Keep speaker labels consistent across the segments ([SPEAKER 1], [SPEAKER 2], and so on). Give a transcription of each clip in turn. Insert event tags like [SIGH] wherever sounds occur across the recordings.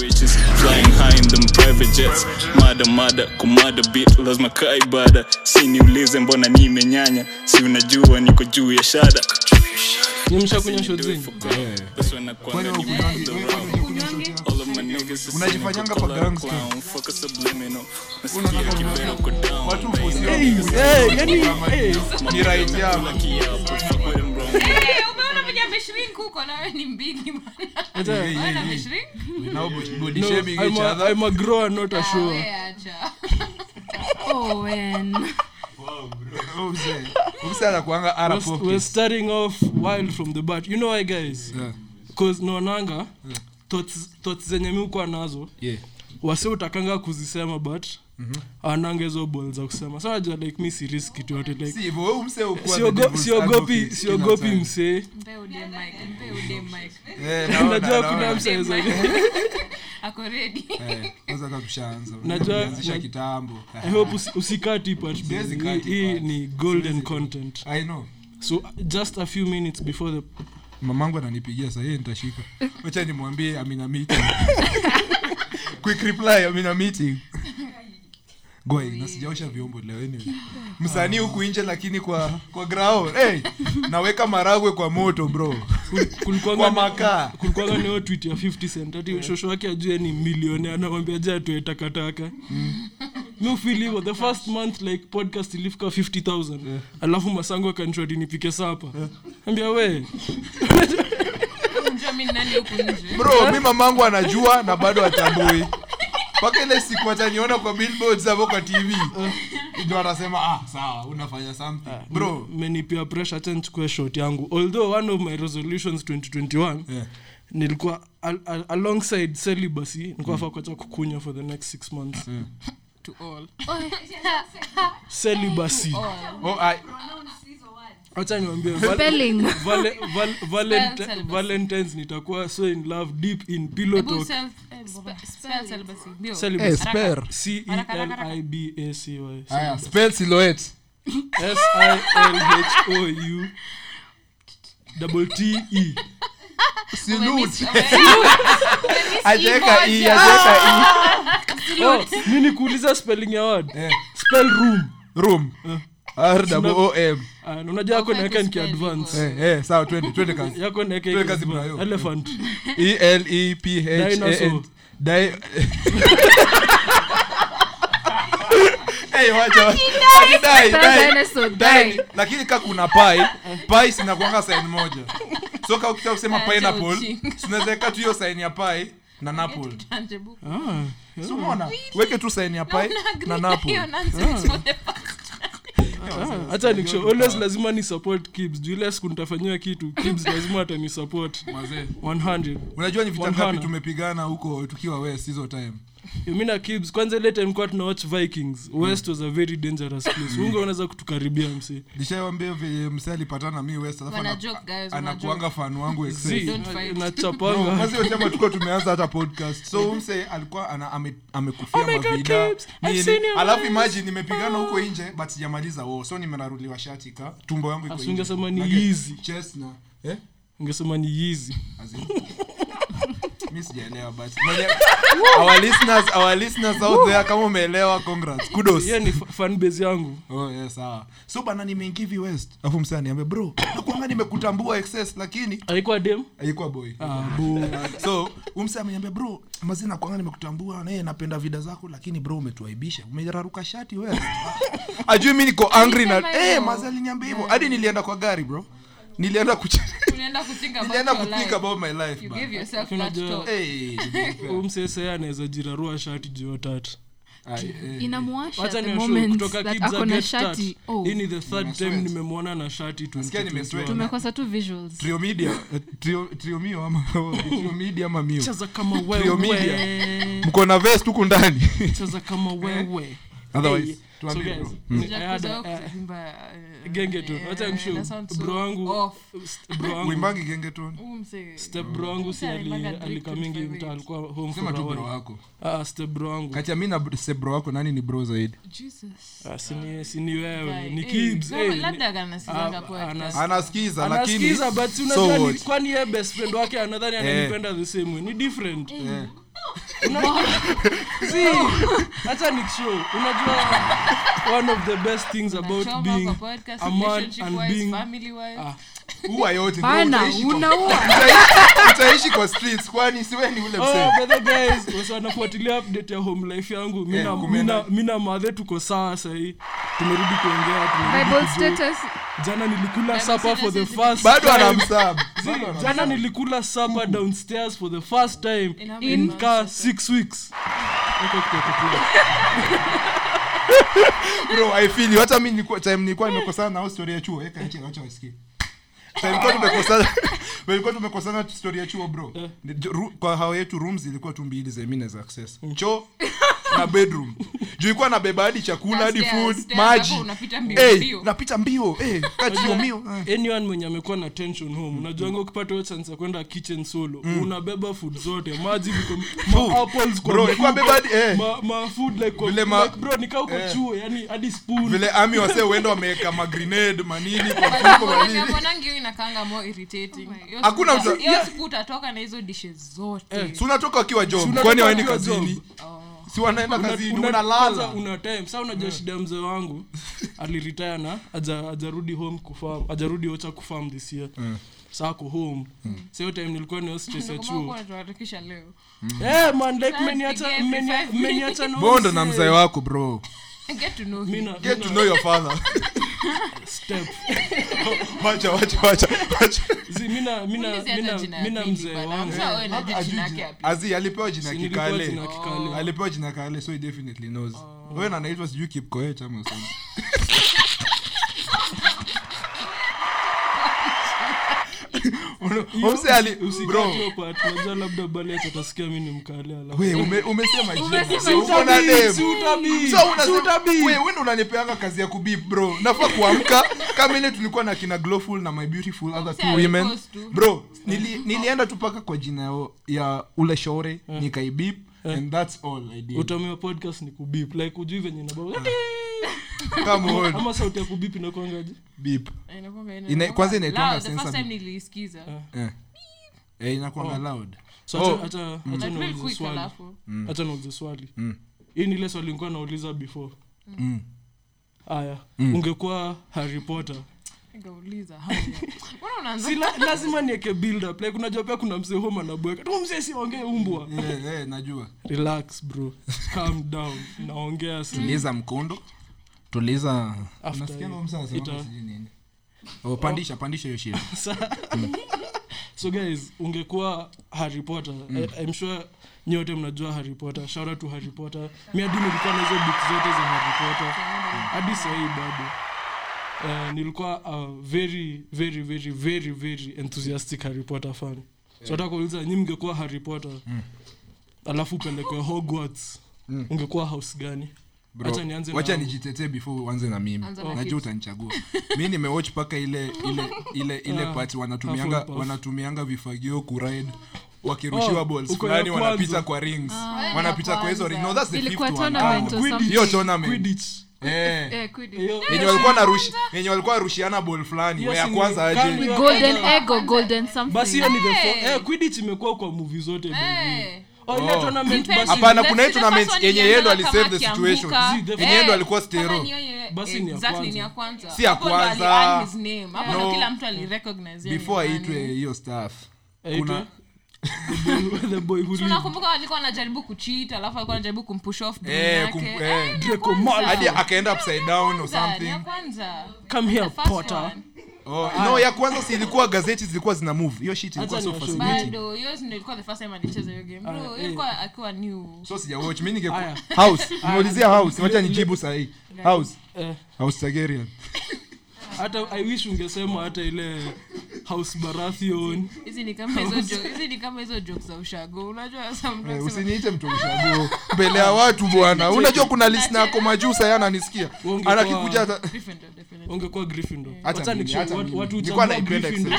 [SPEAKER 1] Witches flying high in them private jets mada mada kumada beat lazima kaa ibada si niulize mbona nimenyanya si unajua niko juu ya shada
[SPEAKER 2] nimshakunywa shodzini
[SPEAKER 1] That's when I kwanga
[SPEAKER 3] Kwani
[SPEAKER 1] ni
[SPEAKER 3] wewe ukunywaji-
[SPEAKER 1] the
[SPEAKER 3] wewe
[SPEAKER 1] rock.
[SPEAKER 3] kwani ukunywa shoji yako?
[SPEAKER 1] All of my niggas is
[SPEAKER 3] Unajifanyanga
[SPEAKER 1] cynical,
[SPEAKER 3] pa gangster.
[SPEAKER 1] clown, fuck a subliminal. Nasikia
[SPEAKER 3] Unataka
[SPEAKER 1] kibero ko down,
[SPEAKER 3] Watu
[SPEAKER 1] baby.
[SPEAKER 3] ufusi wao. Kama hiyo. Ni right yako.
[SPEAKER 1] Kiapo, fuck with them wrong.
[SPEAKER 4] Eh, umeona venye ameshrink huko nawe ni mbigi
[SPEAKER 3] Hey, hey,
[SPEAKER 4] mana
[SPEAKER 3] hey.
[SPEAKER 4] ameshrink
[SPEAKER 3] Now body- body
[SPEAKER 2] No,
[SPEAKER 3] shaming
[SPEAKER 2] I'm
[SPEAKER 3] each
[SPEAKER 2] a-
[SPEAKER 3] other. Ah,
[SPEAKER 2] I'm a grower, not a
[SPEAKER 4] Oh.
[SPEAKER 2] shower.
[SPEAKER 4] acha
[SPEAKER 5] Owen.
[SPEAKER 3] Oh, mzee. Huyu mzee anakuanga Ara
[SPEAKER 2] We're st-
[SPEAKER 3] Popkins.
[SPEAKER 2] we're starting off wild from the bat you know why guys
[SPEAKER 3] Yeah.
[SPEAKER 2] cause naonanga thoughts thoughts zenye miukwa nazo wase utakanga kuzisema but
[SPEAKER 3] Mm-hmm.
[SPEAKER 2] ananga hizo bol za kusema so najua like mi si risk kitu yote
[SPEAKER 3] Si
[SPEAKER 2] like
[SPEAKER 3] hivyo, wewe mzee hukuwa the
[SPEAKER 2] siogo-
[SPEAKER 3] devil's advocate
[SPEAKER 2] siogopi
[SPEAKER 3] kila
[SPEAKER 2] siogopi
[SPEAKER 3] time.
[SPEAKER 2] msee
[SPEAKER 4] mpe ude mike mpe ude mike
[SPEAKER 3] Eh, naona,
[SPEAKER 2] najua
[SPEAKER 3] naona.
[SPEAKER 2] kuna msee
[SPEAKER 4] [LAUGHS] ako redi [LAUGHS]
[SPEAKER 3] Eh, kwanza hata tushaanza.
[SPEAKER 2] Najua-
[SPEAKER 3] Tulianzisha
[SPEAKER 2] na-
[SPEAKER 3] kitambo.
[SPEAKER 2] i hope usi- usikati part bro.
[SPEAKER 3] Siwezi kati
[SPEAKER 2] hii hii
[SPEAKER 3] part.
[SPEAKER 2] ni golden content
[SPEAKER 3] I know.
[SPEAKER 2] so just a few minutes before the
[SPEAKER 3] mamangu ananipigia sahii nitashika wacha nimwambie amina meeting [LAUGHS] quick reply amina meeting goi nasijaosha vyombo leo anyway. msanii huku nje lakini kwa kwa ground hey, naweka maragwe kwa moto bro Kwa makaa.
[SPEAKER 2] kulikuanga kulikuanga neo tweet ya 50 cent ati shosho wake ajue ni milione anamwambia je atoe takataka
[SPEAKER 3] Hmm.
[SPEAKER 2] mi ufili hivo the first month like podcast ilifika 50000 alafu masango akanishwati nipike sapa ambia we
[SPEAKER 4] njua mi ni nani huku
[SPEAKER 5] [LAUGHS]
[SPEAKER 4] nje
[SPEAKER 3] bro mi mamangu anajua na bado atambui mpaka ile siku ataniona kwa billboards hapo kwa tv ndio anasema ah sawa unafanya something bro
[SPEAKER 2] menipia pressure hacha nichukue shot yangu although one of my resolutions 2021
[SPEAKER 3] yeah.
[SPEAKER 2] nilikuwa al- al- alongside celibacy nilikuwa
[SPEAKER 3] Mm.
[SPEAKER 2] faa kuacha kukunywa for the next six months
[SPEAKER 4] to all
[SPEAKER 5] Oh,
[SPEAKER 2] celibacy
[SPEAKER 3] oh, I,
[SPEAKER 2] hacha niwambie val-
[SPEAKER 5] Spelling.
[SPEAKER 2] Vale- val- valent-
[SPEAKER 4] Spell
[SPEAKER 2] valentines nitakuwa so in love deep in pillow
[SPEAKER 4] hebu
[SPEAKER 2] talk
[SPEAKER 4] self spe- spell celibacy bio
[SPEAKER 2] Celibacy.
[SPEAKER 3] spare.
[SPEAKER 2] E C-E-L-I-B-A-C-Y.
[SPEAKER 3] Aya, spell silhouette
[SPEAKER 2] S-I-L-H-O-U double E. T-E.
[SPEAKER 4] [LAUGHS]
[SPEAKER 3] Silhouette.
[SPEAKER 4] Ajeka
[SPEAKER 3] ajeka
[SPEAKER 4] i,
[SPEAKER 3] i ajeka
[SPEAKER 2] Oh, mi nikuuliza spelling ya word
[SPEAKER 3] i
[SPEAKER 2] spell room
[SPEAKER 3] [LAUGHS] room r o m
[SPEAKER 2] Ah, na unajua yako naeka nikiadvance
[SPEAKER 3] eh eh sawa twende twende kazi
[SPEAKER 2] yako naeka
[SPEAKER 3] Tuwe kazi bro, yo.
[SPEAKER 2] elephant
[SPEAKER 3] e l e p h a
[SPEAKER 2] Dinosaur.
[SPEAKER 3] n dai [LAUGHS] Hey, wacha wacha. Ati dai,
[SPEAKER 5] Spell
[SPEAKER 3] dai,
[SPEAKER 5] dinosaur,
[SPEAKER 3] dai.
[SPEAKER 5] dai.
[SPEAKER 3] lakini ka kuna pai pai sinakuanga sign moja so ka ukitaka kusema
[SPEAKER 4] Acha
[SPEAKER 3] pineapple
[SPEAKER 4] ujinga.
[SPEAKER 3] tunawezaweka tu hiyo sign ya pai na napoli
[SPEAKER 4] tangible
[SPEAKER 2] Ah,
[SPEAKER 3] sumona weke tu sign ya pai na napoli
[SPEAKER 2] ah, hata nikisho always lazima ni support kibs juu ile siku nitafanyiwa kitu kibs lazima atanisupport 100
[SPEAKER 3] unajua ni vita ngapi
[SPEAKER 2] Wanhana.
[SPEAKER 3] tumepigana huko tukiwa west hizo time
[SPEAKER 2] mina kibs kwanza ile time kwa tunawatch vikings west was a very dangerous
[SPEAKER 5] Hmm.
[SPEAKER 2] place unge unaweza kutukaribia msee
[SPEAKER 3] nishawambia vile mse alipatana mi west alafu
[SPEAKER 4] Wana
[SPEAKER 3] ana-
[SPEAKER 4] joke, guys, wana
[SPEAKER 3] anakuanga
[SPEAKER 2] [LAUGHS]
[SPEAKER 3] fan wangu
[SPEAKER 2] Zii,
[SPEAKER 4] Don't fight.
[SPEAKER 2] nachapanga
[SPEAKER 3] chama tuko tumeanza hata podcast so huyu mse alikuwa ana ame- amekufia
[SPEAKER 2] Oh my God,
[SPEAKER 3] mavida,
[SPEAKER 2] Kibs,
[SPEAKER 3] nini.
[SPEAKER 2] I've seen Oh. your
[SPEAKER 3] alafu
[SPEAKER 2] eyes.
[SPEAKER 3] imagine nimepigana huko nje but sijamaliza wo so nimeraruliwa shati ka tumbo yangu iko
[SPEAKER 2] Asi
[SPEAKER 3] nje.
[SPEAKER 2] ungesema Ah, ni
[SPEAKER 3] Like,
[SPEAKER 2] easy.
[SPEAKER 3] chest na eh?
[SPEAKER 2] ungesema ni yizi
[SPEAKER 3] As
[SPEAKER 2] [LAUGHS]
[SPEAKER 3] in. mi sijaelewa but mwenye- our listeners our listeners out there kama umeelewa congrats kudos
[SPEAKER 2] hiyo ni fanbase yangu
[SPEAKER 3] Oh, yeah, sawa so bana nimeingia hivi west afu msee aniambia bro nakwanga nimekutambua excess lakini
[SPEAKER 2] alikuwa dem
[SPEAKER 3] aikuwa boy
[SPEAKER 2] Ah,
[SPEAKER 3] so umse ameniambia bro mazi nakwanga nimekutambua naye napenda vida zako lakini bro umetuaibisha umeraruka shati west [LAUGHS] ajui mi niko angry na
[SPEAKER 4] Nilisema
[SPEAKER 3] eh
[SPEAKER 4] hivyo.
[SPEAKER 3] mazi aliniambia hivyo hadi nilienda kwa gari bro nilienda kuch
[SPEAKER 5] [LAUGHS]
[SPEAKER 4] unaenda kutinga
[SPEAKER 3] nilienda kuthink about my life
[SPEAKER 4] you
[SPEAKER 3] bana.
[SPEAKER 4] give yourself that
[SPEAKER 2] Tunajua.
[SPEAKER 4] talk
[SPEAKER 3] Eh,
[SPEAKER 2] [LAUGHS] huyu msee sasa anaweza jirarua shati juu ya tatu
[SPEAKER 3] ai, eh.
[SPEAKER 5] Inamuasha
[SPEAKER 2] wacha
[SPEAKER 5] the
[SPEAKER 2] niwashow
[SPEAKER 5] moment
[SPEAKER 2] kutoka
[SPEAKER 5] that
[SPEAKER 2] kibs
[SPEAKER 5] ako na
[SPEAKER 2] get tat
[SPEAKER 5] shati. Oh,
[SPEAKER 2] hii ni the third time
[SPEAKER 3] Nimesweat.
[SPEAKER 2] nimemwona na shati
[SPEAKER 3] Nasikia nimesweat.
[SPEAKER 2] 2021
[SPEAKER 5] tumekosa tu visuals.
[SPEAKER 3] triomedia eh, trio- triomio ama [LAUGHS] triomedia ama mio
[SPEAKER 2] cheza kama
[SPEAKER 3] Triomedia.
[SPEAKER 2] wewe
[SPEAKER 5] Eh.
[SPEAKER 3] mko na vest huku ndani
[SPEAKER 2] cheza kama
[SPEAKER 3] Eh?
[SPEAKER 2] wewe
[SPEAKER 3] Otherwise,
[SPEAKER 2] Hey, so
[SPEAKER 3] tuambie
[SPEAKER 2] guys,
[SPEAKER 3] bro.
[SPEAKER 2] ni- I had a-
[SPEAKER 4] Sijakuzoea
[SPEAKER 2] eh,
[SPEAKER 4] kuimba, eh,
[SPEAKER 2] genge tu
[SPEAKER 4] eh,
[SPEAKER 2] wacha
[SPEAKER 4] eh,
[SPEAKER 2] nishow
[SPEAKER 4] that sounds so
[SPEAKER 2] bro wangu
[SPEAKER 4] off.
[SPEAKER 2] bro wangu
[SPEAKER 3] uimbangi gengeton
[SPEAKER 4] Huu mse-
[SPEAKER 2] step bro wangu si
[SPEAKER 4] Msa
[SPEAKER 2] ali-
[SPEAKER 4] alimaga
[SPEAKER 2] alika
[SPEAKER 4] drip
[SPEAKER 2] mingi
[SPEAKER 4] twenty five
[SPEAKER 2] mta alikuwa home
[SPEAKER 3] sema
[SPEAKER 2] for a
[SPEAKER 3] tu bro
[SPEAKER 2] while
[SPEAKER 3] wako
[SPEAKER 2] ah step bro wangu
[SPEAKER 3] kati ya mi na se bro wako nani ni bro zaidi
[SPEAKER 4] Jesus.
[SPEAKER 2] Ah, sini sini wewe
[SPEAKER 4] Guy,
[SPEAKER 2] ni
[SPEAKER 4] eh,
[SPEAKER 2] kibs
[SPEAKER 4] labda-
[SPEAKER 2] eh, ni-
[SPEAKER 4] labda anasikizanga
[SPEAKER 2] Ah,
[SPEAKER 4] podcast.
[SPEAKER 2] anas-
[SPEAKER 3] anasikiza lakini
[SPEAKER 2] anasikiza but
[SPEAKER 3] so
[SPEAKER 2] unajua ni-
[SPEAKER 3] what?
[SPEAKER 2] kwani ye best friend wake anadhani ananipenda the same way ni different
[SPEAKER 3] Eh.
[SPEAKER 4] [LAUGHS]
[SPEAKER 2] See, hata Nick Show, unajua one of the best things about
[SPEAKER 4] Trauma
[SPEAKER 2] being
[SPEAKER 4] kwa podcast,
[SPEAKER 2] a man
[SPEAKER 4] relationship
[SPEAKER 2] and
[SPEAKER 4] wise,
[SPEAKER 2] being
[SPEAKER 4] family wise.
[SPEAKER 2] Ah.
[SPEAKER 3] Ua yote, ndio
[SPEAKER 6] Bana,
[SPEAKER 3] utaishi
[SPEAKER 2] [LAUGHS]
[SPEAKER 3] kwa-
[SPEAKER 6] unaua.
[SPEAKER 3] utaishi- utaishi kwa streets kwani siwe ni ule
[SPEAKER 2] Oh,
[SPEAKER 3] msee
[SPEAKER 2] by the guys wase wanafuatilia update ya home life yangu mi na-
[SPEAKER 3] Eh,
[SPEAKER 2] mi
[SPEAKER 3] kumena-
[SPEAKER 2] na- mi na madhe tuko sawa sahii tumerudi kuongea tumerudi
[SPEAKER 6] Bible
[SPEAKER 2] kujua.
[SPEAKER 6] status.
[SPEAKER 2] jana nilikula
[SPEAKER 4] Bible
[SPEAKER 2] supper for the
[SPEAKER 4] status is-
[SPEAKER 2] first
[SPEAKER 3] bado
[SPEAKER 2] time.
[SPEAKER 3] anamsabu
[SPEAKER 2] See, jana nilikula supper downstairs for the first time
[SPEAKER 4] In how many
[SPEAKER 2] in
[SPEAKER 4] months?
[SPEAKER 2] car six weeks Weka kutoka kwa.
[SPEAKER 3] bro i feel you hata mimi nilikuwa time nilikuwa nimekosana na hao story ya chuo eka nje acha wasikie time kwa tumekosana [LAUGHS] Tulikuwa tumekosana story ya chuo bro.
[SPEAKER 2] Eh.
[SPEAKER 3] Ni- jo- ru- Kwa hao yetu rooms ilikuwa tu mbili za mine za access.
[SPEAKER 2] Mm.
[SPEAKER 3] Choo na bedroom. Juu ilikuwa na beba hadi chakula hadi
[SPEAKER 4] Upstairs,
[SPEAKER 3] food,
[SPEAKER 4] upstairs,
[SPEAKER 3] maji.
[SPEAKER 4] hapo unapita mbio,
[SPEAKER 3] Eh,
[SPEAKER 4] mbio.
[SPEAKER 3] unapita mbio. Eh, kati ya mbio. Eh.
[SPEAKER 2] anyone mwenye amekuwa na tension home unajuanga ukipata hiyo chance ya kwenda kitchen solo unabeba food zote maji viko
[SPEAKER 3] Mm. Food.
[SPEAKER 2] ma apples kwa
[SPEAKER 3] Bro,
[SPEAKER 2] mfuko,
[SPEAKER 3] ilikuwa beba hadi- eh.
[SPEAKER 2] ma, ma food like kwa
[SPEAKER 3] Vile ma-
[SPEAKER 2] like, bro nikaa uko
[SPEAKER 3] eh.
[SPEAKER 2] chuo yani hadi spoon
[SPEAKER 3] Vile ami wase huenda wameweka ma grenade
[SPEAKER 2] [LAUGHS]
[SPEAKER 3] manini kwa
[SPEAKER 4] But
[SPEAKER 3] fuko
[SPEAKER 4] mbona-
[SPEAKER 3] manini.
[SPEAKER 4] mbonangi hiyo inakaanga more irritating.
[SPEAKER 2] Oh
[SPEAKER 4] Hiyo
[SPEAKER 3] Hakuna
[SPEAKER 4] siku-
[SPEAKER 3] mtu-
[SPEAKER 4] hiyo
[SPEAKER 3] Yeah.
[SPEAKER 4] siku utatoka na hizo dishes zote.
[SPEAKER 2] Eh,
[SPEAKER 3] Si unatoka wakiwa job.
[SPEAKER 2] unatoka
[SPEAKER 3] Kwani waendi
[SPEAKER 2] wakiwa job. Oh.
[SPEAKER 3] kazini? Si wanaenda
[SPEAKER 2] Una-
[SPEAKER 3] kazini,
[SPEAKER 2] una-
[SPEAKER 3] unalala.
[SPEAKER 2] kwanza una time saa
[SPEAKER 3] Mm.
[SPEAKER 2] unajua shida ya mzee
[SPEAKER 3] [LAUGHS]
[SPEAKER 2] wangu aliritaya na aja- ajarudi home kufarm ajarudi ocha kufarm this year
[SPEAKER 3] Mm.
[SPEAKER 2] saa ako home sa hiyo time nilikuwa nayo stress ya
[SPEAKER 4] Ndio kama
[SPEAKER 2] chuo
[SPEAKER 4] huko natuharakisha leo.
[SPEAKER 2] Eh, man like
[SPEAKER 4] Sasa
[SPEAKER 2] mmeniacha-
[SPEAKER 4] pigia
[SPEAKER 2] mmenia-
[SPEAKER 4] F5. [LAUGHS]
[SPEAKER 2] mmeniacha na
[SPEAKER 3] Bondo na
[SPEAKER 2] usi-
[SPEAKER 3] mzee wako bro.
[SPEAKER 4] Get to know
[SPEAKER 2] Mi
[SPEAKER 4] him.
[SPEAKER 2] na- mi
[SPEAKER 3] Get to
[SPEAKER 2] na-
[SPEAKER 3] know your father.
[SPEAKER 2] [LAUGHS] step
[SPEAKER 3] wacha wacha wacha wacha
[SPEAKER 2] Zi, mina- mina-
[SPEAKER 4] Muulize hata
[SPEAKER 2] mina-
[SPEAKER 4] jina ya
[SPEAKER 2] mina
[SPEAKER 4] pili
[SPEAKER 2] mzee
[SPEAKER 4] bwana.
[SPEAKER 2] wangu Ah.
[SPEAKER 4] Sasa wewe unajua
[SPEAKER 3] Ajui
[SPEAKER 4] jina
[SPEAKER 3] jina-
[SPEAKER 4] yake ya pili.
[SPEAKER 3] Azi, alipewa jina
[SPEAKER 2] Si nilikuwa
[SPEAKER 3] kikale
[SPEAKER 2] jina Kikale.
[SPEAKER 3] alipewa jina kale so he definitely knows wewe na anaitwa sijui kipkoech ama something. Uno-
[SPEAKER 2] Hiyo
[SPEAKER 3] Umse ali-
[SPEAKER 2] usi-
[SPEAKER 3] bro,
[SPEAKER 2] usikate hiyo part, unajua labda Balex atasikia mi ni mkale, alafu-
[SPEAKER 3] we, ume- umesema jina.
[SPEAKER 6] Umesema
[SPEAKER 3] So uko na
[SPEAKER 2] Utabii,
[SPEAKER 3] name.
[SPEAKER 2] si utabii,
[SPEAKER 3] So unasema-
[SPEAKER 2] si utabii.
[SPEAKER 3] we, wewe ndo unanipeanga kazi ya kubip bro nafaa kuamka [LAUGHS] kama ile tulikuwa na kina glowful na my beautiful other two
[SPEAKER 4] Umse
[SPEAKER 3] women
[SPEAKER 4] alipose tu.
[SPEAKER 3] bro nili, nilienda tu paka kwa jina ya- ya ule shore
[SPEAKER 2] Eh.
[SPEAKER 3] nikaibip and thats all I did.
[SPEAKER 2] Utaambiwa podcast ni kubip like hujui venye inabao-
[SPEAKER 3] Come Ah, on.
[SPEAKER 2] ama sauti ya kubip inakwangaje
[SPEAKER 3] Beep.
[SPEAKER 4] Inakuanga-
[SPEAKER 3] Ina- kwanza inaitwanga
[SPEAKER 4] Loud, the first
[SPEAKER 3] sensor
[SPEAKER 4] time
[SPEAKER 3] beep.
[SPEAKER 4] niliisikiza.
[SPEAKER 2] Ah.
[SPEAKER 3] Eh. Eh, inakuanga loud
[SPEAKER 2] so
[SPEAKER 3] Oh. Mm.
[SPEAKER 2] acha- acha- acha
[SPEAKER 4] Like real
[SPEAKER 2] niulize
[SPEAKER 4] quick
[SPEAKER 2] swali.
[SPEAKER 4] alafu.
[SPEAKER 2] Acha niulize swali hii ni ile swali nilikuwa nauliza before
[SPEAKER 3] Mm.
[SPEAKER 2] haya ungekuwa harry potter
[SPEAKER 4] Nikauliza, haya.
[SPEAKER 2] [LAUGHS]
[SPEAKER 4] Mbona unaanza-
[SPEAKER 2] si
[SPEAKER 4] [LAUGHS]
[SPEAKER 2] la, lazima nieke build up like unajua pia kuna mzee home anabweka tu mzee siongee umbwa
[SPEAKER 3] Eh, eh, najua
[SPEAKER 2] Mm. relax bro calm down naongea si
[SPEAKER 3] tuliza mkondo tuliza
[SPEAKER 2] After
[SPEAKER 3] Unasikia
[SPEAKER 2] you-
[SPEAKER 3] huyo msasa anasema
[SPEAKER 2] ita-
[SPEAKER 3] sijui nini? Oh, pandisha pandisha hiyo shida
[SPEAKER 2] Sa- [LAUGHS] so guys ungekuwa harry potter
[SPEAKER 3] Mm.
[SPEAKER 2] I, i'm sure nyote mnajua harry potter shout out to harry potter mi hadi nilikuwa na hizo book zote za harry potter hadi sahii bado Eh, nilikuwa a very very very very very enthusiastic harry potter fan so hata kuuliza nyi mngekuwa harry potter
[SPEAKER 3] Mm.
[SPEAKER 2] alafu upelekwe hogwarts ungekuwa house gani
[SPEAKER 3] Bro,
[SPEAKER 2] Acha nianze na
[SPEAKER 3] wacha
[SPEAKER 2] yangu.
[SPEAKER 3] nijitetee before uanze na mimi
[SPEAKER 4] Anza na
[SPEAKER 3] najua
[SPEAKER 4] kitu.
[SPEAKER 3] utanichagua mi nimewatch paka ile ile ile ile
[SPEAKER 2] Ah,
[SPEAKER 3] part wanatumianga
[SPEAKER 2] Hufflepuff.
[SPEAKER 3] wanatumianga vifagio kuride wakirushiwa
[SPEAKER 2] Oh,
[SPEAKER 3] balls
[SPEAKER 2] uko ya
[SPEAKER 3] fulani
[SPEAKER 2] kwanza.
[SPEAKER 3] wanapita kwa rings wanapita kwa hizo ring no that's the fifth
[SPEAKER 6] Ah, Ilikuwa
[SPEAKER 3] one
[SPEAKER 6] tournament or
[SPEAKER 3] Ah,
[SPEAKER 6] something.
[SPEAKER 3] hiyo tournament
[SPEAKER 2] Quidditch.
[SPEAKER 3] eh
[SPEAKER 6] Eh, kweli.
[SPEAKER 2] Hiyo-
[SPEAKER 3] yenye walikuwa narushi yenye walikuwa warushiana ball fulani
[SPEAKER 2] hiyo
[SPEAKER 3] wa ya
[SPEAKER 2] si-
[SPEAKER 3] kwanza
[SPEAKER 2] kando
[SPEAKER 3] aje
[SPEAKER 2] ya
[SPEAKER 6] golden
[SPEAKER 2] kwanza.
[SPEAKER 6] egg or golden
[SPEAKER 4] Eh,
[SPEAKER 6] something
[SPEAKER 2] basi hiyo ni the fo- eh, Quidditch imekuwa kwa movie zote baby.
[SPEAKER 4] Eh.
[SPEAKER 2] Oh, ile
[SPEAKER 3] Oh.
[SPEAKER 2] tournament
[SPEAKER 4] Depends.
[SPEAKER 2] basi-
[SPEAKER 3] Hapana, kuna hii
[SPEAKER 4] That's the
[SPEAKER 3] tournament
[SPEAKER 4] first one
[SPEAKER 3] yenye
[SPEAKER 4] niliambiwa
[SPEAKER 3] yeye ndo
[SPEAKER 4] kama
[SPEAKER 3] alisave the
[SPEAKER 4] akianguka.
[SPEAKER 3] situation.
[SPEAKER 2] Zi, the-
[SPEAKER 3] Yenye yeye ndo
[SPEAKER 4] Eh,
[SPEAKER 3] alikuwa
[SPEAKER 4] kama
[SPEAKER 3] stero.
[SPEAKER 4] ni yeye-
[SPEAKER 2] Basi ni ya
[SPEAKER 4] exactly, ni ya
[SPEAKER 2] kwanza.
[SPEAKER 4] kwanza.
[SPEAKER 3] Si ya
[SPEAKER 4] Hapo ndo
[SPEAKER 3] kwanza.
[SPEAKER 4] ali-earn his name. Hapo ndo
[SPEAKER 3] No.
[SPEAKER 4] kila mtu alirecognize yeye
[SPEAKER 3] before
[SPEAKER 4] ni
[SPEAKER 3] aitwe
[SPEAKER 4] nani.
[SPEAKER 3] hiyo staff
[SPEAKER 2] Aitwe?
[SPEAKER 3] kuna
[SPEAKER 2] The
[SPEAKER 3] [LAUGHS]
[SPEAKER 2] boy- the boy who
[SPEAKER 4] So
[SPEAKER 2] lived.
[SPEAKER 4] unakumbuka walikuwa wanajaribu kucheat alafu alikuwa anajaribu kumpush off brain
[SPEAKER 3] Eh,
[SPEAKER 4] yake.
[SPEAKER 3] kum-
[SPEAKER 4] Eh,
[SPEAKER 3] eh,
[SPEAKER 4] ni ya
[SPEAKER 2] Draco
[SPEAKER 4] kwanza.
[SPEAKER 2] Malfoy.
[SPEAKER 3] hadi akaenda upside down or
[SPEAKER 4] Kwanza, ni ya
[SPEAKER 3] something
[SPEAKER 4] kwanza.
[SPEAKER 2] Come here,
[SPEAKER 4] The first
[SPEAKER 2] Potter.
[SPEAKER 4] one.
[SPEAKER 3] oh, no ya kwanza si ilikuwa gazeti zilikuwa zina move hiyo shit ilikuwa
[SPEAKER 2] Ah. Acha ni-
[SPEAKER 3] so fascinating
[SPEAKER 4] bado hiyo ndio ilikuwa the first time alicheza hiyo game
[SPEAKER 2] Aya,
[SPEAKER 4] bro
[SPEAKER 2] eh.
[SPEAKER 4] hiyo ilikuwa akiwa new
[SPEAKER 3] so sija watch mimi ninge
[SPEAKER 2] Aya.
[SPEAKER 3] house nimeulizia house wacha
[SPEAKER 2] Le-
[SPEAKER 3] nijibu sahi house
[SPEAKER 2] Eh,
[SPEAKER 3] house Targaryen
[SPEAKER 2] hata i wish ungesema hata ile house baratheon
[SPEAKER 4] hizi ni
[SPEAKER 3] [LAUGHS]
[SPEAKER 4] kama hizo jo- hizi ni kama hizo jokes za ushago unajua sometimes
[SPEAKER 3] Eh,
[SPEAKER 4] una-
[SPEAKER 3] usiniite mtu mshago mbele ya watu bwana unajua kuna listener yako majuu sahi ananisikia
[SPEAKER 2] Ungekuwa-
[SPEAKER 3] anakikuja hata
[SPEAKER 4] Gryffindor,
[SPEAKER 3] Oh.
[SPEAKER 4] definitely.
[SPEAKER 2] ungekuwa grifindo
[SPEAKER 3] Hata mimi, hata mimi.
[SPEAKER 2] watu huchagua
[SPEAKER 3] Nilikuwa naipenda
[SPEAKER 2] Gryffindor-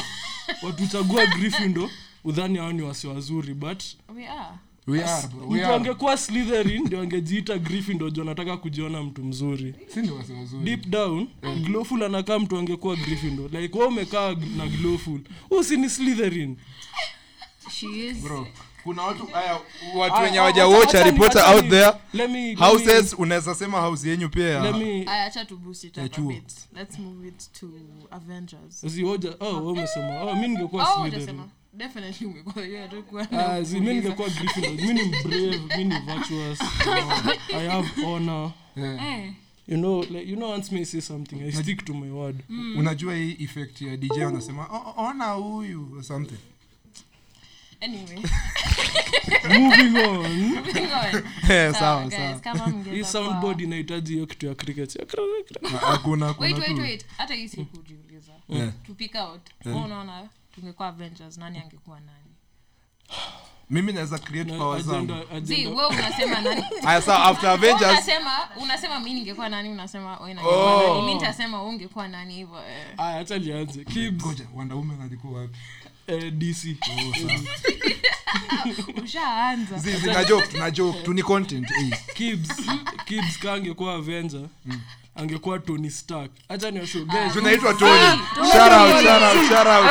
[SPEAKER 3] Excel.
[SPEAKER 2] watu huchagua grifindo udhani hao ni wasi wazuri but
[SPEAKER 4] We are.
[SPEAKER 3] we are Ah, bro we
[SPEAKER 2] mtu
[SPEAKER 3] are
[SPEAKER 2] angekuwa slitherin ndio angejiita grifindo juu anataka kujiona mtu mzuri
[SPEAKER 3] si ndio wasema wazuri
[SPEAKER 2] deep down
[SPEAKER 3] Eh.
[SPEAKER 2] glowful anakaa mtu angekuwa grifindo like wa umekaa na glowful usini slitherin
[SPEAKER 6] she is
[SPEAKER 3] bro kuna watu aya, watu wenye
[SPEAKER 2] Ah, ah,
[SPEAKER 3] hawajawatch
[SPEAKER 2] acha-
[SPEAKER 3] a reporter
[SPEAKER 2] acha ni-
[SPEAKER 3] out there
[SPEAKER 2] let me- let me-
[SPEAKER 3] houses unaweza sema house yenyu pia
[SPEAKER 2] let
[SPEAKER 3] ya-
[SPEAKER 2] me-
[SPEAKER 4] Aya, acha tu boost it
[SPEAKER 3] Ya
[SPEAKER 4] up a
[SPEAKER 3] chuo.
[SPEAKER 4] bit. Let's move it to Avengers.
[SPEAKER 2] Zi, hoja- oh, wewe umesema. Oh, mi ningekuwa
[SPEAKER 4] Oh,
[SPEAKER 2] Slytherin.
[SPEAKER 3] eh.
[SPEAKER 4] hujasema. Definitely ungekuwa- yeah, hatukuwa na
[SPEAKER 2] Ah, zi, mi
[SPEAKER 4] kuuliza.
[SPEAKER 2] ningekuwa Gryffindor. mi ni brave mi ni virtuous Oh, i have honor
[SPEAKER 3] Yeah.
[SPEAKER 5] Eh,
[SPEAKER 2] you know like, you know once me say something i stick to my word
[SPEAKER 3] Hmm. unajua hii effect ya dj anasema "Oh, oh, ona huyu or something
[SPEAKER 4] Anyway, [LAUGHS]
[SPEAKER 2] moving on
[SPEAKER 4] moving on.
[SPEAKER 3] Eh,
[SPEAKER 4] Sawa,
[SPEAKER 3] sawa
[SPEAKER 4] guys,
[SPEAKER 3] sawa
[SPEAKER 4] kama mngeza
[SPEAKER 2] hii
[SPEAKER 4] kuwa-
[SPEAKER 2] soundboard inahitaji hiyo kitu ya cricket Ya kra- kra-
[SPEAKER 3] Ah, hakuna
[SPEAKER 4] Wait,
[SPEAKER 3] kuna
[SPEAKER 4] wait,
[SPEAKER 3] tu Eh.
[SPEAKER 4] wait. hata hii si kujiuliza
[SPEAKER 3] Yeah.
[SPEAKER 4] to pick out Wewe unaona tungekuwa avengers nani angekuwa nani
[SPEAKER 3] mimi naweza create
[SPEAKER 2] na
[SPEAKER 3] power zangu
[SPEAKER 2] agenda-
[SPEAKER 4] zi
[SPEAKER 2] agenda-
[SPEAKER 4] we
[SPEAKER 3] [LAUGHS]
[SPEAKER 4] unasema nani
[SPEAKER 3] aya sawa after
[SPEAKER 4] Wewe
[SPEAKER 3] avengers
[SPEAKER 4] unasema unasema mi ningekuwa nani unasema wewe nangekuwa
[SPEAKER 3] Oh.
[SPEAKER 4] nani mi nitasema wewe ungekuwa nani hivyo eh.
[SPEAKER 2] Aya, acha lianze Kibs,
[SPEAKER 3] ngoja wonder woman alikuwa wapi
[SPEAKER 2] eh, dc
[SPEAKER 4] ushaanza
[SPEAKER 3] zizi na joke tuna joke tu ni content eh.
[SPEAKER 2] Kibs- Kibs ka angekuwa avenger
[SPEAKER 3] Hmm.
[SPEAKER 2] angekuwa tony stark acha
[SPEAKER 4] Ah.
[SPEAKER 2] niwashogesha
[SPEAKER 3] tunaitwa tony shout out shout out shout out